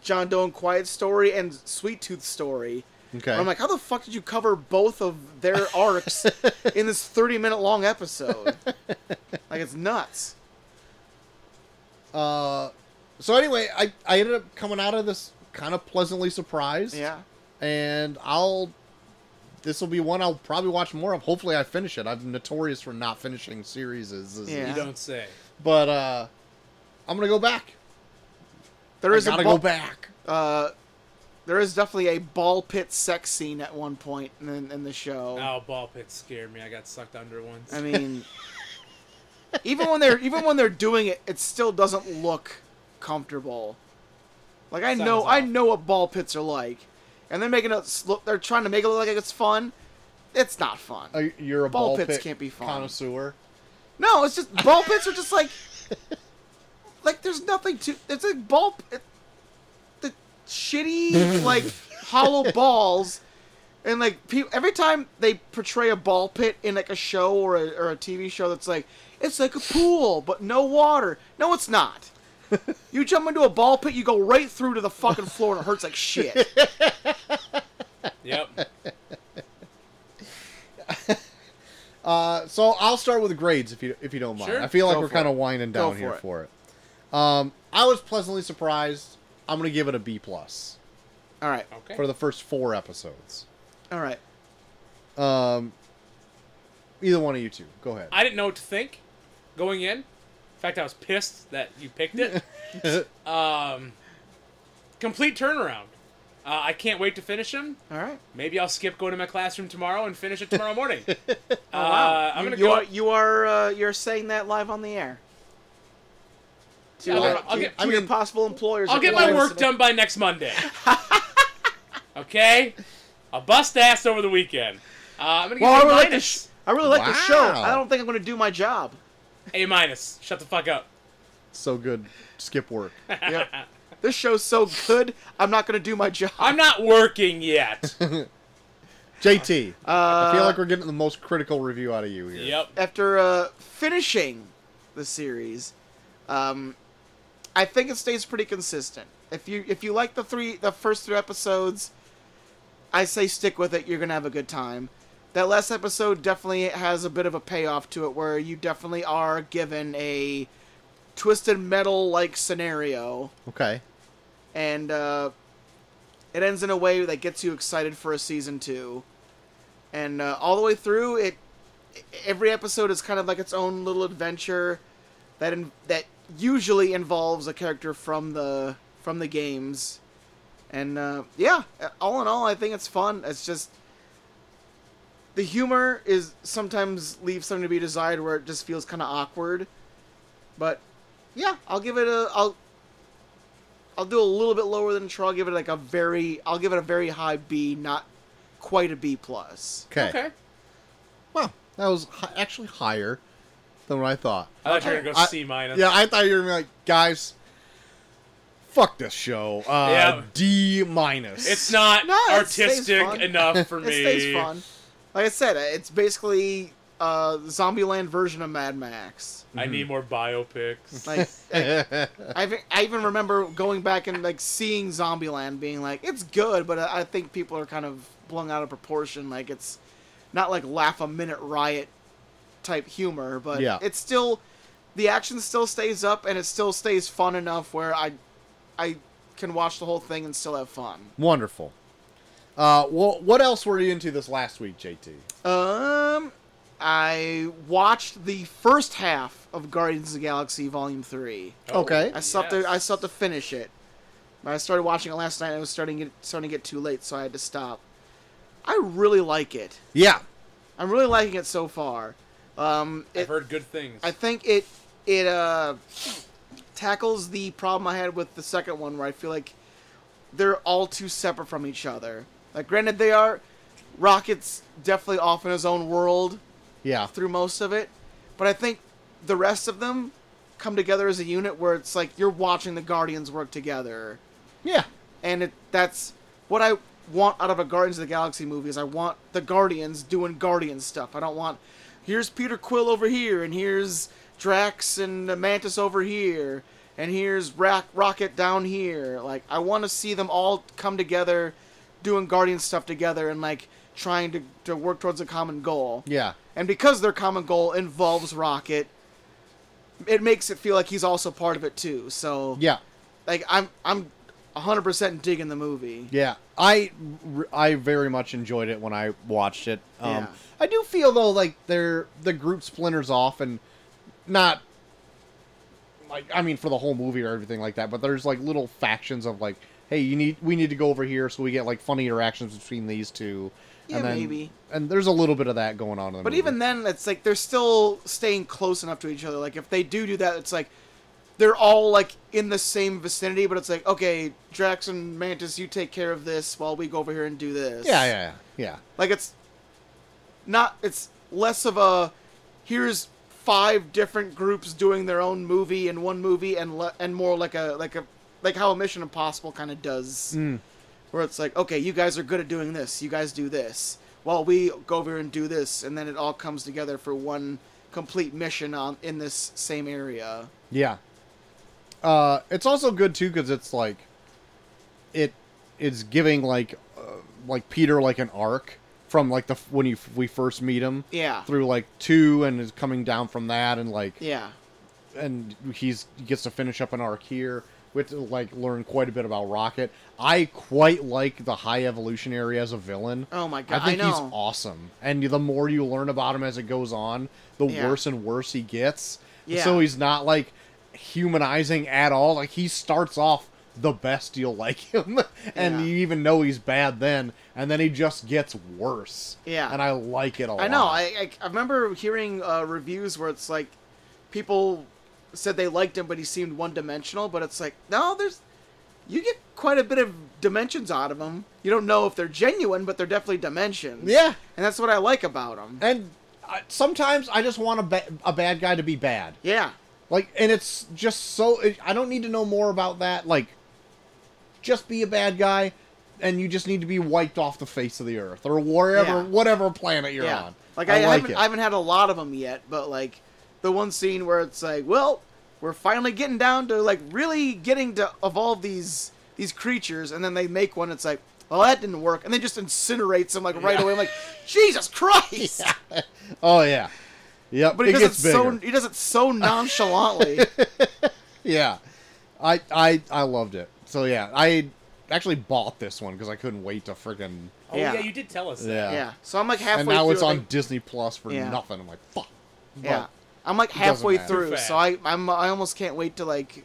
John Doe and Quiet Story and Sweet Tooth Story. Okay. I'm like, how the fuck did you cover both of (laughs) their arcs in this 30 minute long episode? Like it's nuts. Uh, so anyway, I, I ended up coming out of this kind of pleasantly surprised. Yeah. And I'll this will be one I'll probably watch more of. Hopefully I finish it. I'm notorious for not finishing series. Yeah. You don't say. But uh I'm going to go back. There I is gotta a bu- go back. uh, there is definitely a ball pit sex scene at one point in the, in the show. Oh, ball pit scared me. I got sucked under once. I mean, even when they're even when they're doing it, it still doesn't look comfortable. Like I know Sounds I off. know what ball pits are like, and they're making it s- look. They're trying to make it look like it's fun. It's not fun. Uh, You're a Ball ball, pits pit can't be fun. connoisseur. No, it's just ball pits are just like, like there's nothing to. It's like ball, it, the shitty like hollow balls, and like pe- every time they portray a ball pit in like a show or a, or a TV show that's like it's like a pool but no water. No, it's not. You jump into a ball pit, you go right through to the fucking floor, and it hurts like shit. Yep. (laughs) Uh, so I'll start with grades if you if you don't mind. Sure. I feel like Go we're for kind it. of winding Go down here for for it. Um, I was pleasantly surprised. I'm going to give it a B plus All right, Okay. for the first 4 episodes. all right. Um, either one of you two, go ahead. I didn't know what to think going in. In fact, I was pissed that you picked (laughs) it. um, complete turnaround. Uh, I can't wait to finish him. All right. Maybe I'll skip going to my classroom tomorrow and finish it (laughs) tomorrow morning. Oh, wow. uh, I'm you, gonna you go. are you are uh, you're saying that live on the air. to, I'll- uh, I'll to- get- to I your mean- possible employers. I'll at get once. my work done by (laughs) next Monday. okay? I'll bust ass over the weekend. Uh, I'm gonna give Well, I you a really like the sh- minus. I really like the show. Wow. I don't think I'm going to do my (laughs) job. A minus. Shut the fuck up. So good. Skip work. (laughs) Yep. this show's so good. I'm not going to do my job. I'm not (laughs) working yet. JT, I feel like we're getting the most critical review out of you here. yep. after uh, finishing the series, um, I think it stays pretty consistent. If you if you like the three the first three episodes, I say stick with it. You're gonna have a good time. That last episode definitely has a bit of a payoff to it, where you definitely are given a twisted metal like scenario, Okay. and uh, it ends in a way that gets you excited for a season two. And uh, all the way through, it every episode is kind of like its own little adventure that in, that usually involves a character from the from the games. And uh, yeah, all in all, I think it's fun. It's just the humor is sometimes leaves something to be desired, where it just feels kind of awkward. But yeah, I'll give it a I'll I'll do a little bit lower than Troll. I'll give it like a very I'll give it a very high B, not quite a B plus. Okay. Okay. Wow, that was hi- actually higher than what I thought. I thought you were gonna go I- C minus. Yeah, I thought you were gonna be like, guys, fuck this show. Uh, Yeah. D minus. (laughs) It's not No, it stays artistic fun. enough for me. It stays fun. Like I said, it's basically a Zombieland version of Mad Max. I Mm-hmm. need more (laughs) biopics. (laughs) Like I, I even- I even remember going back and like seeing Zombieland, being like, it's good, but I I think people are kind of blown out of proportion. Like it's not like laugh a minute riot type humor, but Yeah. it's still the action still stays up and it still stays fun enough where I I can watch the whole thing and still have fun. Wonderful. Uh, well, what else were you into this last week, JT? Um, I watched the first half of Guardians of the Galaxy Volume Three. Okay. I stopped. To, I stopped to finish it, but I started watching it last night. and It was starting to get, starting to get too late, so I had to stop. I really like it. Yeah. I'm really liking it so far. Um, I've it, heard good things. I think it it uh tackles the problem I had with the second one where I feel like they're all too separate from each other. Like granted they are Rocket's definitely off in his own world Yeah. through most of it, but I think the rest of them come together as a unit where it's like you're watching the Guardians work together Yeah. and it that's what I want out of a Guardians of the Galaxy movie is I want the Guardians doing Guardian stuff. I don't want here's Peter Quill over here and here's Drax and uh, Mantis over here and here's Rock Rocket down here. Like I want to see them all come together doing Guardian stuff together and like trying to to work towards a common goal. Yeah. And because their common goal involves Rocket, it makes it feel like he's also part of it too. So Yeah. like I'm I'm 100% digging the movie. Yeah. I r- I very much enjoyed it when I watched it. Um, Yeah. I do feel though like they're the group splinters off and not like I mean for the whole movie or everything like that, but there's like little factions of like, hey, you need we need to go over here so we get like funny interactions between these two. Yeah, and then, maybe. And there's a little bit of that going on in the But movie. even then, it's like they're still staying close enough to each other. Like if they do do that, it's like they're all like in the same vicinity. But it's like okay, Drax and Mantis, you take care of this while we go over here and do this. Yeah, yeah, yeah. Like it's not. It's less of a here's five different groups doing their own movie in one movie, and le- and more like a like a like how a Mission Impossible kind of does, where it's like okay, you guys are good at doing this, you guys do this, while we go over and do this, and then it all comes together for one complete mission on in this same area. Yeah. Uh, it's also good too because it's like, it it's giving like uh, like Peter like an arc from like the f- when you f- we first meet him Yeah. through like two and is coming down from that and like Yeah. and he's he gets to finish up an arc here. We have to like learn quite a bit about Rocket. I quite like the High Evolutionary as a villain. Oh my God, I think I he's know. awesome. And the more you learn about him as it goes on, the Yeah. worse and worse he gets. Yeah. So he's not like humanizing at all. Like he starts off the best you'll like (laughs) him, and Yeah. you even know he's bad then, and then he just gets worse. Yeah. and I like it a lot. I know. I, I I remember hearing uh, reviews where it's like people said they liked him, but he seemed one dimensional. But it's like, no, there's you get quite a bit of dimensions out of them. You don't know if they're genuine, but they're definitely dimensions. Yeah. and that's what I like about them. And I, sometimes I just want a, ba- a bad guy to be bad. Yeah, Like, and it's just so. It, I don't need to know more about that. Like, just be a bad guy, and you just need to be wiped off the face of the earth or wherever, Yeah. whatever planet you're yeah. on. Like I, like haven't, it. I haven't had a lot of them yet, but like the one scene where it's like, well, we're finally getting down to like really getting to evolve these these creatures, and then they make one. It's like, well, that didn't work, and they just incinerates them like right away. I'm like, Jesus Christ! oh yeah, yep. But he it does it gets so bigger. he does it so nonchalantly. Yeah, I I I loved it. So yeah, I actually bought this one because I couldn't wait to freaking Oh Yeah. yeah. you did tell us that. yeah. yeah. So I'm like halfway. And now through, it's I on think- Disney Plus for Yeah. nothing. I'm like, fuck. Yeah, But- I'm like doesn't halfway matter. through, Too so I I'm I almost can't wait to like,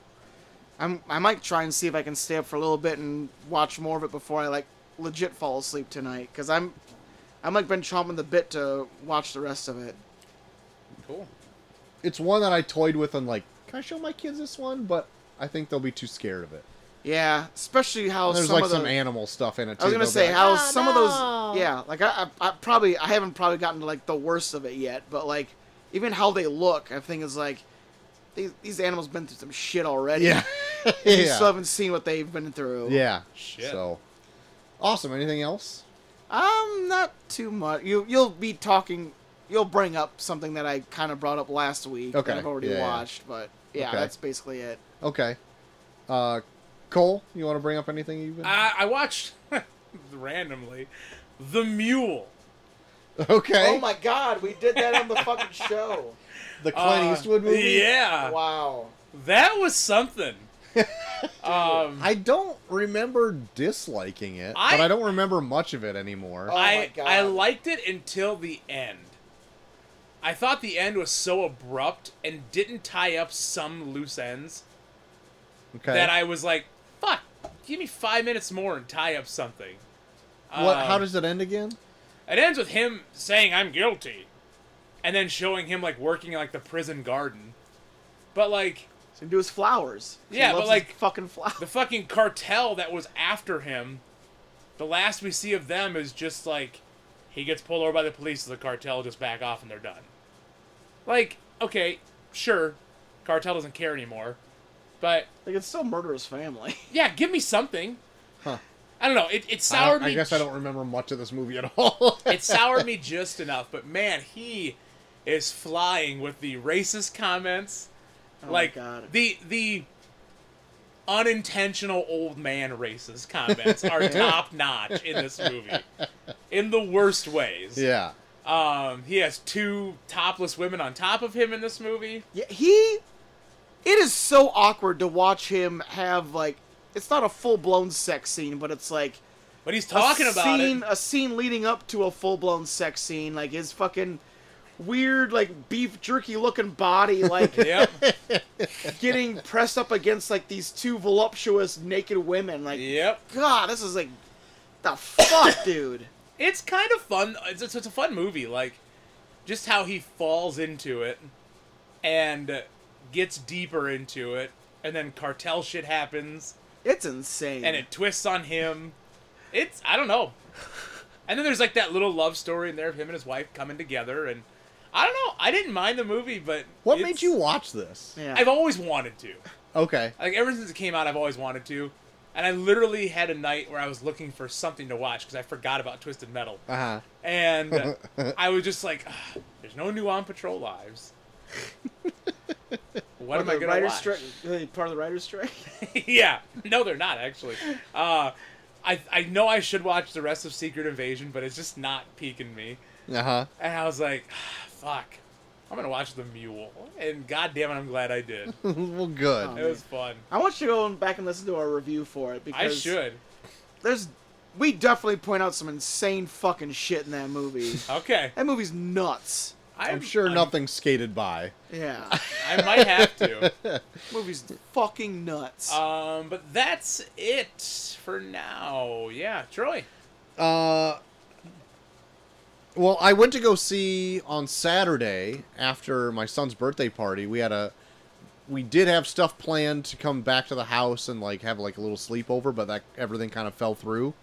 I'm I might try and see if I can stay up for a little bit and watch more of it before I like legit fall asleep tonight because I'm, I'm like been chomping the bit to watch the rest of it. Cool. it's one that I toyed with and like, can I show my kids this one? But I think they'll be too scared of it. Yeah, especially how There's some like of the, some animal stuff in it. Too. I was gonna They'll be say like, "Ah, how some of those yeah like I, I I probably I haven't probably gotten to like the worst of it yet but like even how they look I think is like these these animals been through some shit already (laughs) yeah, (laughs) you yeah, still haven't seen what they've been through yeah. Shit. So awesome. Anything else? Um, not too much. You you'll be talking. You'll bring up something that I kind of brought up last week. Okay, That I've already yeah, yeah. watched, but yeah, Okay. that's basically it. Okay. Uh, Cole, you want to bring up anything you've been? I, I watched (laughs) randomly The Mule. (laughs) okay. Oh my God, we did that on the (laughs) fucking show. the Clint Uh, Eastwood movie. Yeah. Wow. That (laughs) was something. um I don't remember disliking it, but I- Uh, I don't remember much of it anymore. Oh. my I God. I liked it until the end. I thought the end was so abrupt and didn't tie up some loose ends okay. that I was like, "Fuck, give me five minutes more and tie up something." what? how Um, does it end again? It ends with him saying I'm guilty, and then showing him like working in, like the prison garden. But like So he do his flowers. He Yeah, but, loves his like, fucking flowers. the fucking cartel that was after him, the last we see of them is just like he gets pulled over by the police, the cartel just back off and they're done. Like, okay, sure, cartel doesn't care anymore, but Like it's still murder his family. (laughs) yeah, give me something. Huh. I don't know. It it I, soured don't- I me. guess I don't remember much of this movie at all. (laughs) it soured me just enough, but man, he is flying with the racist comments, Oh like my God. the the unintentional old man racist (laughs) comments are top notch in this movie, in the worst ways. yeah. Um, he has two topless women on top of him in this movie. Yeah, he. It is so awkward to watch him have like. It's not a full blown sex scene, but it's like But he's talking a about scene, it. a scene leading up to a full blown sex scene, like his fucking weird, like beef jerky looking body, like (laughs) Yep. getting pressed up against like these two voluptuous naked women. Like, Yep. God, this is like the (coughs) fuck, dude. It's kind of fun. It's, it's, it's a fun movie. Like, just how he falls into it and gets deeper into it, and then cartel shit happens, It's insane. and it twists on him. It's I don't know. And then there's like that little love story in there of him and his wife coming together, and I don't know. I didn't mind the movie, but What it's- made you watch this? yeah. I've always wanted to. Okay. Like ever since it came out, I've always wanted to. And I literally had a night where I was looking for something to watch because I forgot about Twisted Metal. Uh huh. and uh, (laughs) I was just like, "Ah, "There's no new on (laughs) patrol lives. What am I gonna writer's watch?" strike? uh, Part of the writer's strike. (laughs) (laughs) yeah, no, they're not actually. Uh, I I know I should watch the rest of Secret Invasion, but it's just not piquing me. Uh huh. And I was like, "Ah, "Fuck, I'm gonna watch The Mule." And goddamn it, I'm glad I did. (laughs) well, good. Oh. It (laughs) was fun. I want you to go back and listen to our review for it I because should. there's we definitely point out some insane fucking shit in that (laughs) movie. Okay, that movie's nuts. I'm sure nothing skated by. (laughs) Yeah. I might have (laughs) to. movie's fucking nuts. Um, but that's it for now. Yeah, Troy. Uh, well, I went to go see on Saturday after my son's birthday party. We had a we did have stuff planned to come back to the house and like have like a little sleepover, but that everything kind of fell through.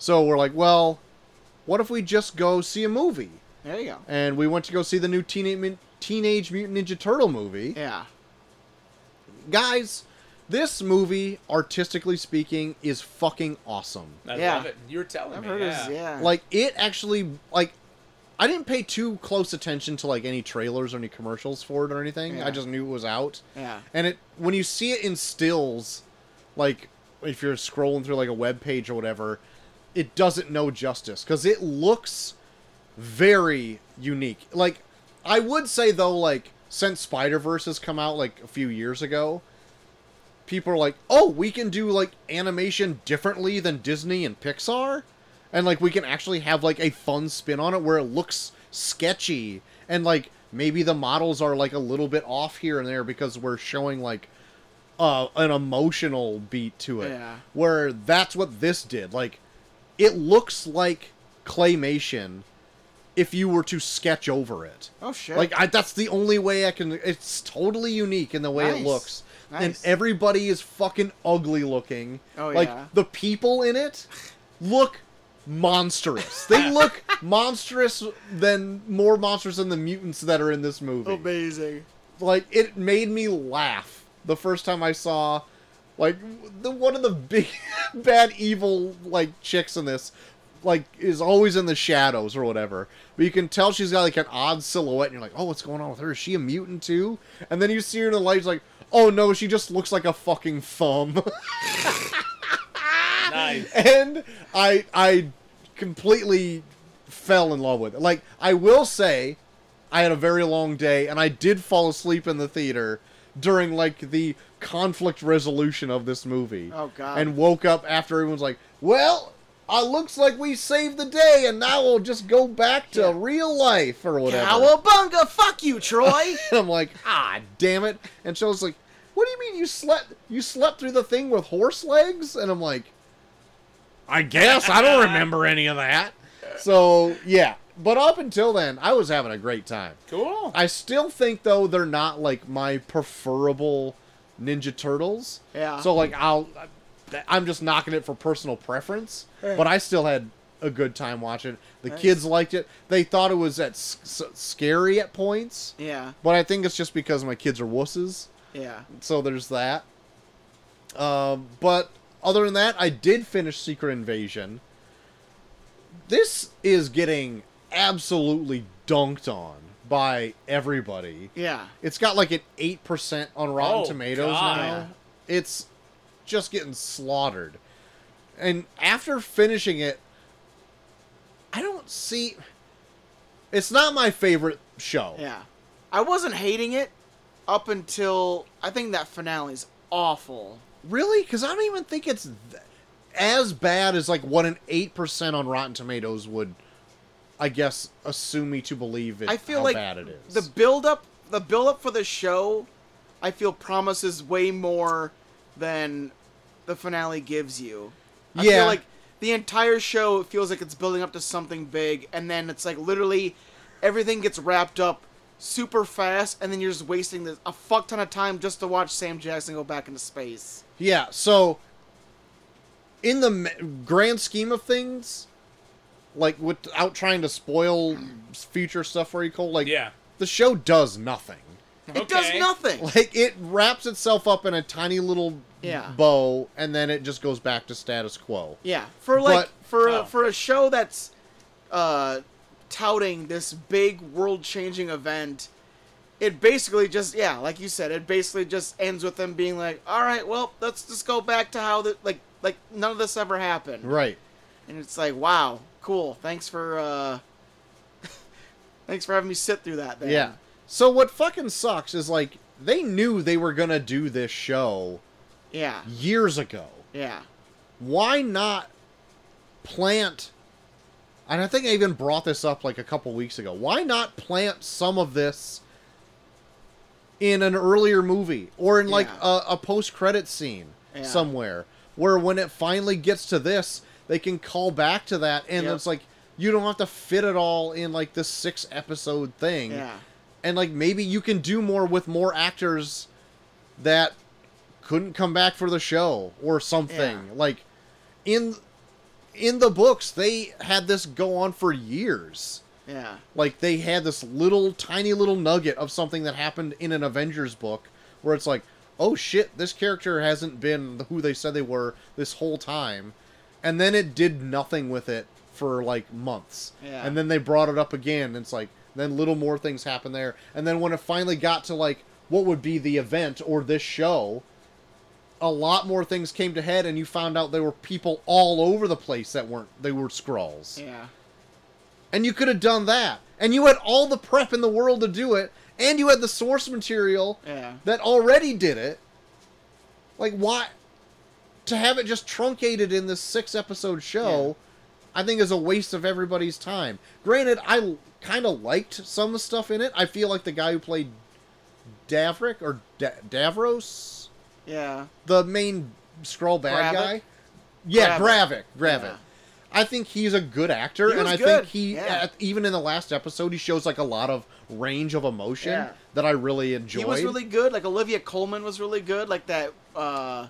So we're like, well, what if we just go see a movie? There you go. And we went to go see the new Teenage, Mut- Teenage Mutant Ninja Turtle movie. Yeah. Guys, this movie, artistically speaking, is fucking awesome. I Yeah. love it. You were telling I've me. heard yeah. it's- yeah. Like it actually like I didn't pay too close attention to like any trailers or any commercials for it or anything. Yeah. I just knew it was out. Yeah. And it when you see it in stills, like if you're scrolling through like a web page or whatever, it doesn't know justice because it looks very unique. Like I would say though, like since Spider Verse has come out like a few years ago, people are like, oh, we can do like animation differently than Disney and Pixar, and like we can actually have like a fun spin on it where it looks sketchy and like maybe the models are like a little bit off here and there because we're showing like uh, an emotional beat to it. Yeah. Where that's what this did. Like it looks like claymation if you were to sketch over it. Oh shit. Like I, that's the only way I can. It's totally unique in the way Nice. it looks, and Nice. everybody is fucking ugly looking. Oh, like yeah. the people in it look (laughs) monstrous. they look monstrous than more monstrous than the mutants that are in this movie Oh, amazing. like it made me laugh the first time I saw like the one of the big (laughs) bad evil like chicks in this like is always in the shadows or whatever. But you can tell she's got like an odd silhouette and you're like, "Oh, what's going on with her? Is she a mutant too?" And then you see her in the lights like, "Oh no, she just looks like a fucking thumb." (laughs) (laughs) Nice. and I I completely fell in love with it. Like I will say, I had a very long day, and I did fall asleep in the theater during like the conflict resolution of this movie. Oh, God. And woke up after everyone's like, "Well, it looks like we saved the day, and now we'll just go back to Yeah. real life or whatever." Cowabunga! Fuck you, Troy. (laughs) And I'm like, ah, damn it. And she was like, what do you mean you slept? You slept through the thing with horse legs? And I'm like, I guess I don't remember any of that. So yeah, but up until then, I was having a great time. Cool. I still think though they're not like my preferable Ninja Turtles. Yeah. So like I'll, I'm just knocking it for personal preference. But I still had a good time watching. it. The kids liked it. They thought it was at s- s- scary at points. yeah. But I think it's just because my kids are wusses, Yeah. so there's that. Um, but other than that, I did finish Secret Invasion. This is getting absolutely dunked on by everybody. Yeah. It's got like an eight percent on Rotten Oh, Tomatoes God. now. It's just getting slaughtered. And after finishing it, I don't see. It's not my favorite show. Yeah. I wasn't hating it up until I think that finale's awful. Really? Because I don't even think it's th- as bad as like what an eight percent on Rotten Tomatoes would, I guess, assume me to believe. It, I feel how like bad it is. the build up the build up for the show I feel promises way more than the finale gives you. I Yeah. feel like the entire show feels like it's building up to something big and then it's like literally everything gets wrapped up super fast and then you're just wasting this, a fuck ton of time just to watch Sam Jackson go back into space. yeah. So, in the m- grand scheme of things, like without trying to spoil future stuff for you, Cole, like Yeah. the show does nothing. It does (laughs) Okay. nothing. like it wraps itself up in a tiny little Yeah. bow and then it just goes back to status quo Yeah, for like But- for a, Oh. for a show that's uh, touting this big world-changing event, it basically just yeah, like you said, it basically just ends with them being like, "All right, well, let's just go back to how the like like none of this ever happened." right And it's like, "Wow, cool. Thanks for uh (laughs) thanks for having me sit through that." Then. yeah so what fucking sucks is like they knew they were gonna do this show yeah, years ago yeah, why not plant and i think i even brought this up like a couple weeks ago why not plant some of this in an earlier movie or in like Yeah. a, a post-credit scene Yeah. somewhere where when it finally gets to this they can call back to that and Yep. it's like you don't have to fit it all in like this six episode thing yeah, and like maybe you can do more with more actors that couldn't come back for the show or something. Yeah. Like in in the books, they had this go on for years. Yeah. Like they had this little tiny little nugget of something that happened in an Avengers book where it's like, "Oh shit, this character hasn't been who they said they were this whole time." And then it did nothing with it for like months. Yeah. And then they brought it up again and it's like then little more things happened there. And then when it finally got to like what would be the event or this show, a lot more things came to head and you found out there were people all over the place that weren't they were scrolls Yeah. and you could have done that. And you had all the prep in the world to do it, and you had the source material Yeah. that already did it. Like why to have it just truncated in this six episode show, I think is a waste of everybody's time. Granted, I kind of liked some stuff in it. I feel like the guy who played Davrick or da- Davros, Yeah. the main scroll bad Gravik? guy. Yeah, Gravik. Gravik. Gravik. Yeah. I think he's a good actor, He and was I good, think he, yeah. at- even in the last episode, he shows like a lot of range of emotion Yeah. that I really enjoyed. He was really good. Like Olivia Coleman was really good. Like that uh,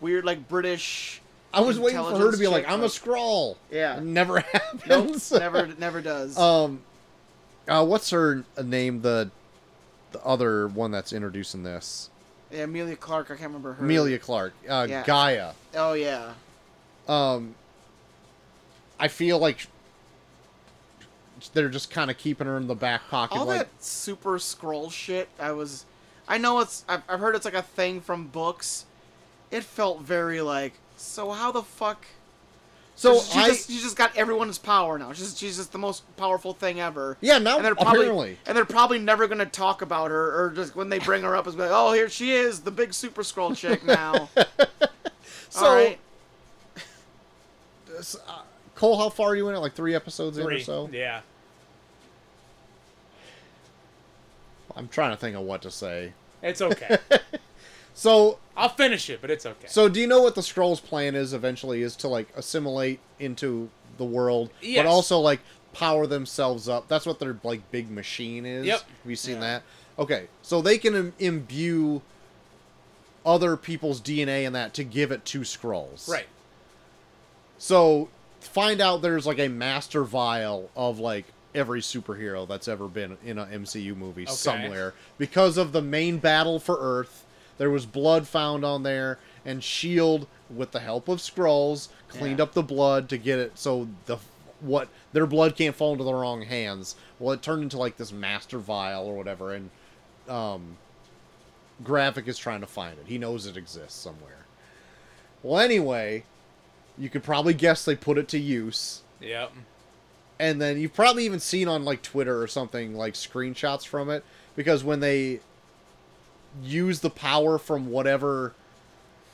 weird, like British. I was waiting for her to intelligence be like, chick, "I'm a scrawl." Yeah. never (laughs) Nope, happens. never, never does. Um, uh, what's her name? The the other one that's introduced in this, yeah, Amelia Clark. I can't remember her. Amelia Clark, uh, Yeah. Gaia. Oh yeah. um I feel like they're just kind of keeping her in the back pocket All like that super scroll shit. I was. I know it's. I've, I've heard it's like a thing from books. It felt very like. So how the fuck? so she I just, she just got everyone's power now. She's she's just the most powerful thing ever. Yeah, now and they're probably apparently. and they're probably never gonna talk about her or just when they bring her up it's like, oh here she is, the big super scroll (laughs) chick now. so All right. Cole how far are you in it like 3 episodes in or Three. so Yeah. I'm trying to think of what to say (laughs) It's okay. so I'll finish it, but it's okay. so do you know what the scrolls plan is eventually is to like assimilate into the world Yes. but also like power themselves up that's what their like big machine is Yep. have you seen Yeah. that okay so they can Im- imbue other people's DNA in that to give it to scrolls right. So find out there's like a master vial of like every superhero that's ever been in a MCU movie Okay. somewhere because of the main battle for Earth. There was blood found on there, and Shield, E with the help of Skrulls, cleaned Yeah. up the blood to get it so the what their blood can't fall into the wrong hands. Well, it turned into like this master vial or whatever, and um, Graphic is trying to find it. He knows it exists somewhere. Well, anyway, you could probably guess they put it to use Yep. and then you've probably even seen on like twitter or something like screenshots from it because when they use the power from whatever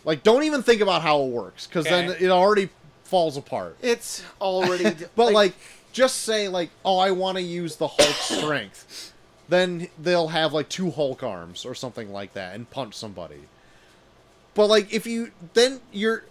like don't even think about how it works because then Okay. it already falls apart It's already (laughs) but like, just say like oh i want to use the hulk strength then they'll have like two hulk arms or something like that and punch somebody but like if you then you're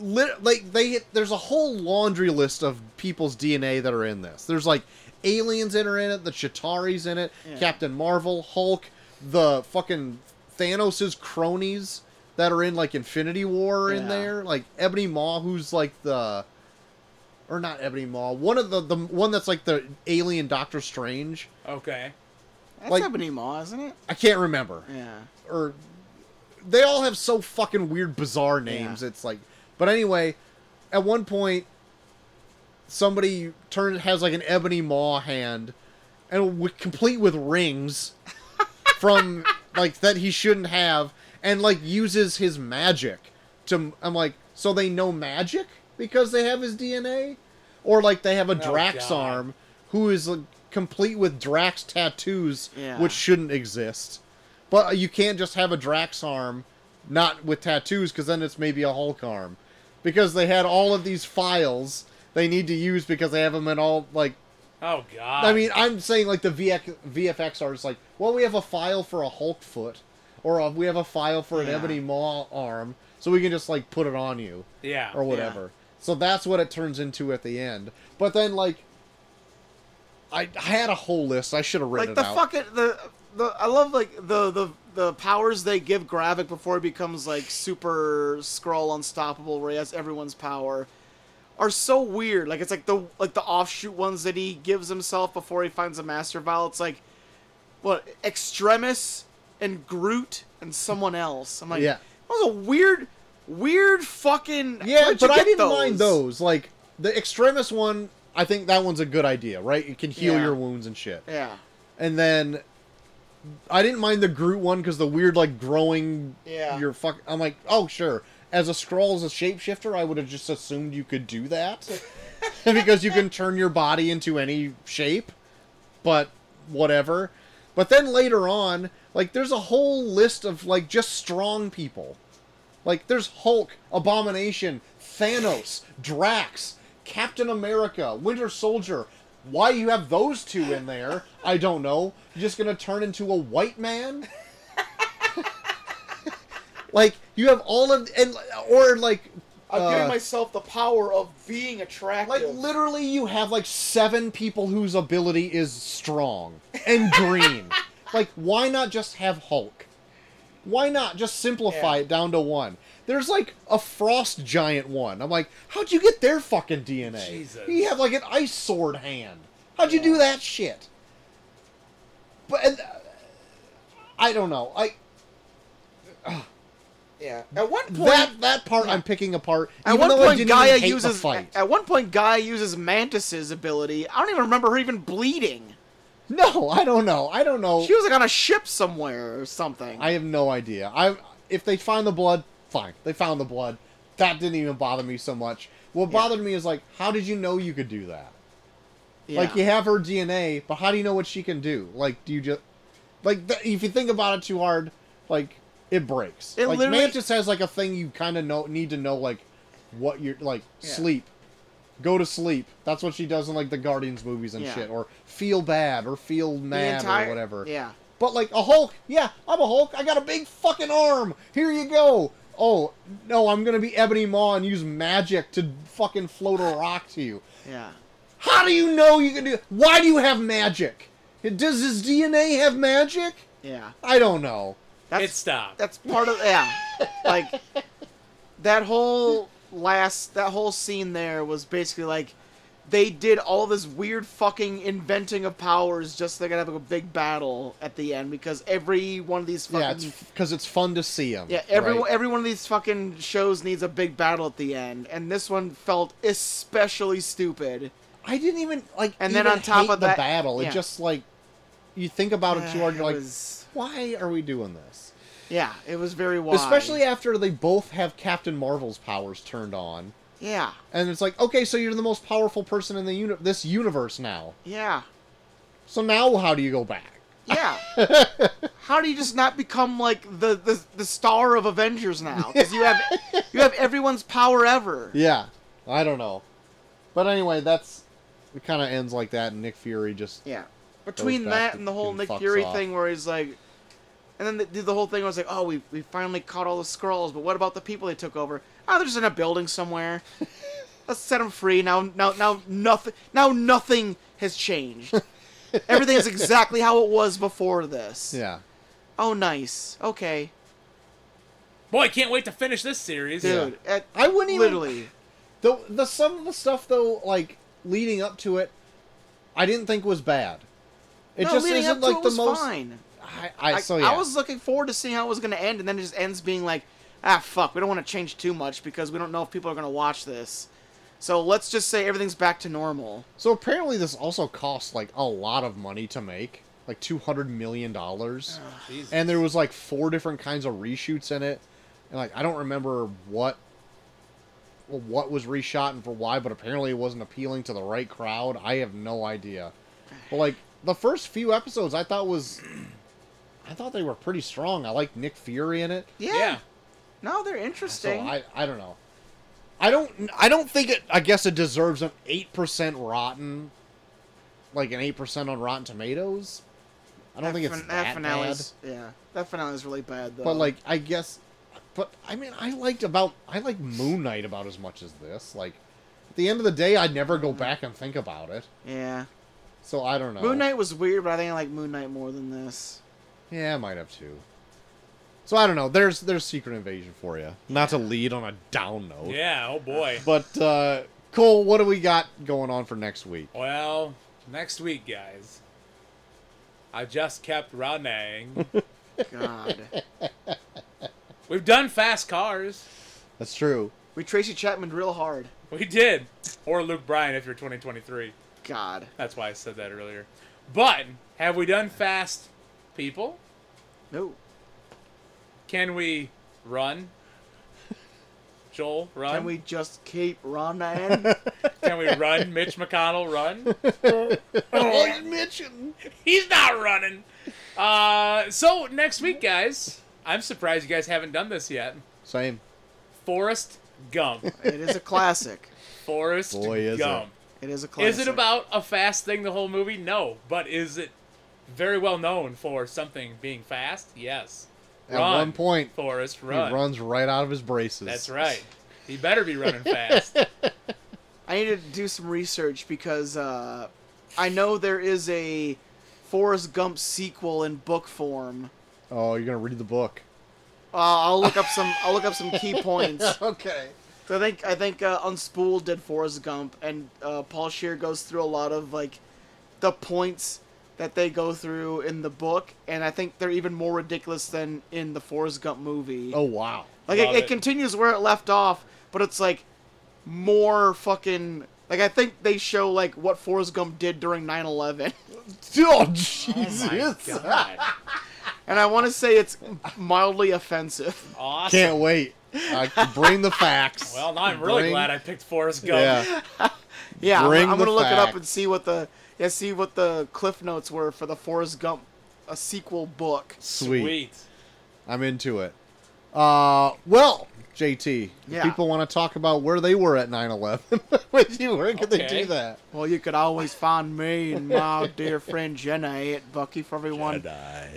lit, like they there's a whole laundry list of people's dna that are in this there's like aliens that are in it the chitari's in it Yeah. captain marvel hulk the fucking thanos's cronies that are in like infinity war are in Yeah. there like ebony maw who's like the or not Ebony Maw. One of the the one that's like the alien Doctor Strange. Okay. that's like- Ebony Maw, isn't it? I can't remember. Yeah. Or they all have so fucking weird, bizarre names. Yeah. It's like, but anyway, at one point, somebody turns has like an Ebony Maw hand, and w- complete with rings from like that he shouldn't have, and like uses his magic to. I'm like, so they know magic because they have his DNA, or like they have a Drax God. arm who is like, complete with Drax tattoos, Yeah. which shouldn't exist. But you can't just have a Drax arm, not with tattoos, because then it's maybe a Hulk arm, because they had all of these files they need to use because they have them in all like Oh God. I mean, I'm saying like the VX, VFX artists, like, well, we have a file for a Hulk foot, or uh we have a file for an Yeah. Ebony Maw arm, so we can just like put it on you Yeah. or whatever. So that's what it turns into at the end. But then like, I, I had a whole list. I should have written like it the out. fucking the the I love like the the the powers they give Gravik before he becomes like super scroll unstoppable where he has everyone's power are so weird. Like it's like the like the offshoot ones that he gives himself before he finds a master vial. It's like what Extremis and Groot and someone else. I'm like Yeah. That was a weird weird fucking Yeah, where'd you but I get didn't mind those. Like the extremist one, I think that one's a good idea, right? It can heal Yeah. your wounds and shit. Yeah. And then I didn't mind the Groot one because the weird like growing. Yeah. Your fuck. I'm like, oh sure. As a scroll, as a shapeshifter, I would have just assumed you could do that (laughs) because you can turn your body into any shape. But whatever. But then later on, like there's a whole list of like just strong people. Like there's Hulk, Abomination, Thanos, Drax, Captain America, Winter Soldier. Why you have those two in there? I don't know. You're just gonna turn into a white man? like you have all of and or like I'm uh, giving myself the power of being attractive. like literally you have like seven people whose ability is strong (laughs) and green. like why not just have Hulk? Why not just simplify Yeah. it down to one? There's like a frost giant one. I'm like, how'd you get their fucking DNA? Jesus. You have like an ice sword hand. How'd you do that shit? But and, uh, I don't know. I yeah. At one point that that part I'm picking apart. At even one though I point, didn't even Gaia hate the uses. fight. At one point, Gaia uses Mantis's ability. I don't even remember her even bleeding. no, I don't know. I don't know. She was like on a ship somewhere or something. I have no idea. I if they find the blood, fine. They found the blood. That didn't even bother me so much. What bothered me is like, how did you know you could do that? yeah. Like you have her DNA, but how do you know what she can do? Like, do you just like th- if you think about it too hard, like it breaks. It like literally- Mantis has like a thing you kind of know need to know like what you're like Yeah. sleep, go to sleep. That's what she does in like the Guardians movies and Yeah. shit, or feel bad or feel The mad entire- or whatever. Yeah. But like a Hulk, yeah, I'm a Hulk. I got a big fucking arm. Here you go. Oh no, I'm gonna be Ebony Maw and use magic to fucking float a rock to you. Yeah. How do you know you can do? Why do you have magic? Does his DNA have magic? Yeah. I don't know. That's it stopped. that's part of yeah. like that whole last that whole scene there was basically like they did all this weird fucking inventing of powers just so they're gonna have a big battle at the end because every one of these fucking Yeah, it's because it's fun to see him. Yeah, every right? every one of these fucking shows needs a big battle at the end, and this one felt especially stupid. I didn't even like. And then even on top hate of the that- battle, yeah. it just like you think about it too hard. It You're like, was- why are we doing this? yeah, it was very wild. Especially after they both have Captain Marvel's powers turned on. yeah, and it's like, okay, so you're the most powerful person in the uni- this universe now. yeah, So now, how do you go back? (laughs) yeah. How do you just not become like the the, the star of Avengers now? Because you have you have everyone's power ever. Yeah, I don't know. But anyway, that's it. Kind of ends like that, and Nick Fury just Yeah. Between back that to and the whole who Nick fucks Fury off. thing where he's like and then they did the whole thing where it's like, oh, we, we finally caught all the scrolls, but what about the people they took over? Oh, they're just in a building (laughs) somewhere. Let's set them free. Now, now, now, nothing. Now, nothing has (laughs) changed. Everything is exactly how it was before this. yeah, Oh, nice. Okay, Boy, I can't wait to finish this series. dude. It, I wouldn't even- literally. the the some of the stuff though, like leading up to it, I didn't think was bad. It no, just leading isn't up to like it the was most. fine. I, I, I, so yeah, I was looking forward to seeing how it was going to end, and then it just ends being like, ah, fuck, we don't want to change too much because we don't know if people are going to watch this. So let's just say everything's back to normal. So apparently, this also costs like a lot of money to make, like two hundred million dollars. Jesus. and there was like four different kinds of reshoots in it, and like I don't remember what what was reshot and for why, but apparently it wasn't appealing to the right crowd. I have no idea. But like the first few episodes, I thought was, (clears throat) I thought they were pretty strong. I liked Nick Fury in it, Yeah. Yeah. No, they're so interesting. I I don't know. I don't I don't think it. I guess it deserves an eight percent rotten, like an eight percent on Rotten Tomatoes. I don't think it's that, bad. finale's yeah. That finale's really bad though. But like, I guess, but I mean, I liked about I like Moon Knight about as much as this. Like, at the end of the day, I'd never go back and think about it. yeah, So I don't know. Moon Knight was weird, but I think I like Moon Knight more than this. Yeah, I might have too. So I don't know. There's there's Secret Invasion for you. Not to lead on a down note. Yeah, oh boy. But uh, Cole, what do we got going on for next week? Well, next week, guys. I just kept running. (laughs) God. We've done fast cars. That's true. we Tracy Chapman real hard. We did. Or Luke Bryan if you're 2023. God. That's why I said that earlier. But have we done fast people? No. Can we run? Joel, run. Can we just keep running? Can we run? Mitch McConnell, run. (laughs) Oh, you mentioned. He's not running. Uh, so next week, guys, I'm surprised you guys haven't done this yet. Same. Forrest Gump. it is a classic. Forrest Boy, is it. Gump. It is a classic. Is it about a fast thing the whole movie? No. But is it very well known for something being fast? Yes. At Run, one point, Forrest, he run. runs right out of his braces. That's right. He better be running (laughs) fast. I need to do some research because uh, I know there is a Forrest Gump sequel in book form. Oh, you're gonna read the book. Uh, I'll look up some. I'll look up some key points. Okay. So I think I think uh, Unspooled did Forrest Gump, and uh, Paul Shear goes through a lot of like the points that they go through in the book, and I think they're even more ridiculous than in the Forrest Gump movie. Oh wow. like it, love it it. continues where it left off, but it's like more fucking. Like I think they show like what Forrest Gump did during 9/11, Oh My Jesus. God. (laughs) and I want to say it's mildly offensive. (laughs) Awesome. Can't wait. Uh, bring the facts. Well, now I'm really Bring- glad I picked Forrest Gump. Yeah. Yeah, I'm- Bring I'm, gonna the look it up and facts. see what the yeah see what the cliff notes were for the Forrest Gump a sequel book. Sweet. Sweet. I'm into it. Uh, well, JT, if Yeah. people want to talk about where they were at 9/11 with you. (laughs) Where could they Okay. do that? Well, you could always find me and my (laughs) dear friend Jenna at Bucky for everyone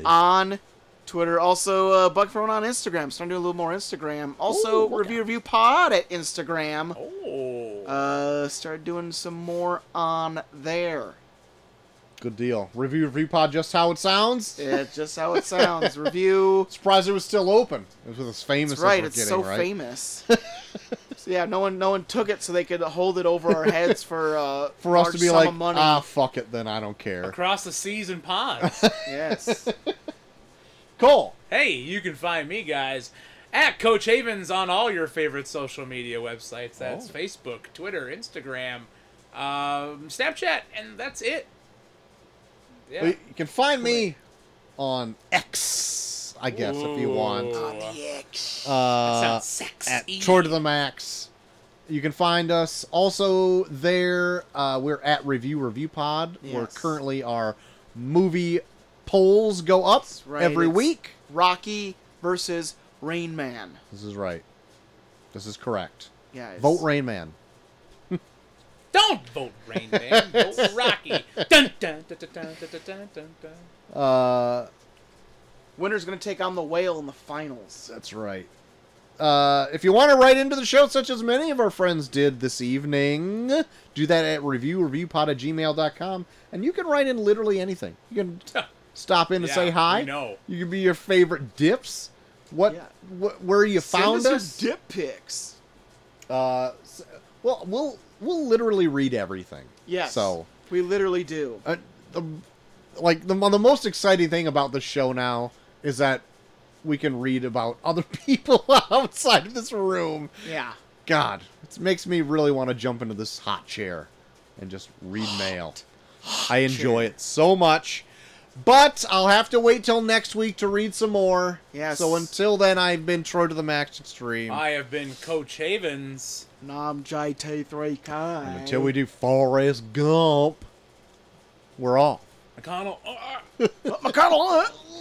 on Twitter. Also, uh, Bucky for everyone on Instagram. Starting to do a little more Instagram. Also, review review pod at Instagram. Oh. Uh, start doing some more on there. Good deal. Review review pod just how it sounds. It's just how it (laughs) sounds. Review. Surprised it was still open. It was as famous That's right. as we're It's getting, so right? (laughs) famous. So, yeah, no one, no one took it, so they could hold it over our heads for uh, (laughs) For us large to be sum like, of money. ah, fuck it, then I don't care. Across the seas and (laughs) ponds. yes. Cole, hey, you can find me, guys, at Coach Havens on all your favorite social media websites. That's Oh. Facebook, Twitter, Instagram, um, Snapchat, and that's it. Yeah. you can find me on X, I guess, if you want. Ooh. Uh, Sounds sexy. at Tour to the Max. You can find us also there. Uh, we're at Review Review Pod, where Yes. currently our movie polls go up right, every it's- week. Rocky versus Rain Man. This is right. This is correct. Yes. Vote Rain Man. Don't vote Rain Man. vote Rocky. Dun, dun, dun, dun, dun, dun, dun, dun, dun. Uh, Winner's gonna take on the whale in the finals. That's right. Uh, if you want to write into the show, such as many of our friends did this evening, do that at reviewreviewpod at gmail.com. And you can write in literally anything. You can stop in to Yeah, say hi. we know. You can be your favorite dips. What, Yeah. wh- where you found Send us, us. your dip pics. uh, s- well, we'll we'll literally read everything. Yes. So we literally do. uh, the, like the the most exciting thing about the show now is that we can read about other (laughs) people outside of this room. Yeah. God, it makes me really want to jump into this hot chair and just read mail. I enjoy it so much. But I'll have to wait till next week to read some more. Yes. So until then, I've been Troy to the Max Extreme. I have been Coach Havens. Nam JT3K. And until we do Forrest Gump, we're off. McConnell. Oh, oh. McConnell. uh,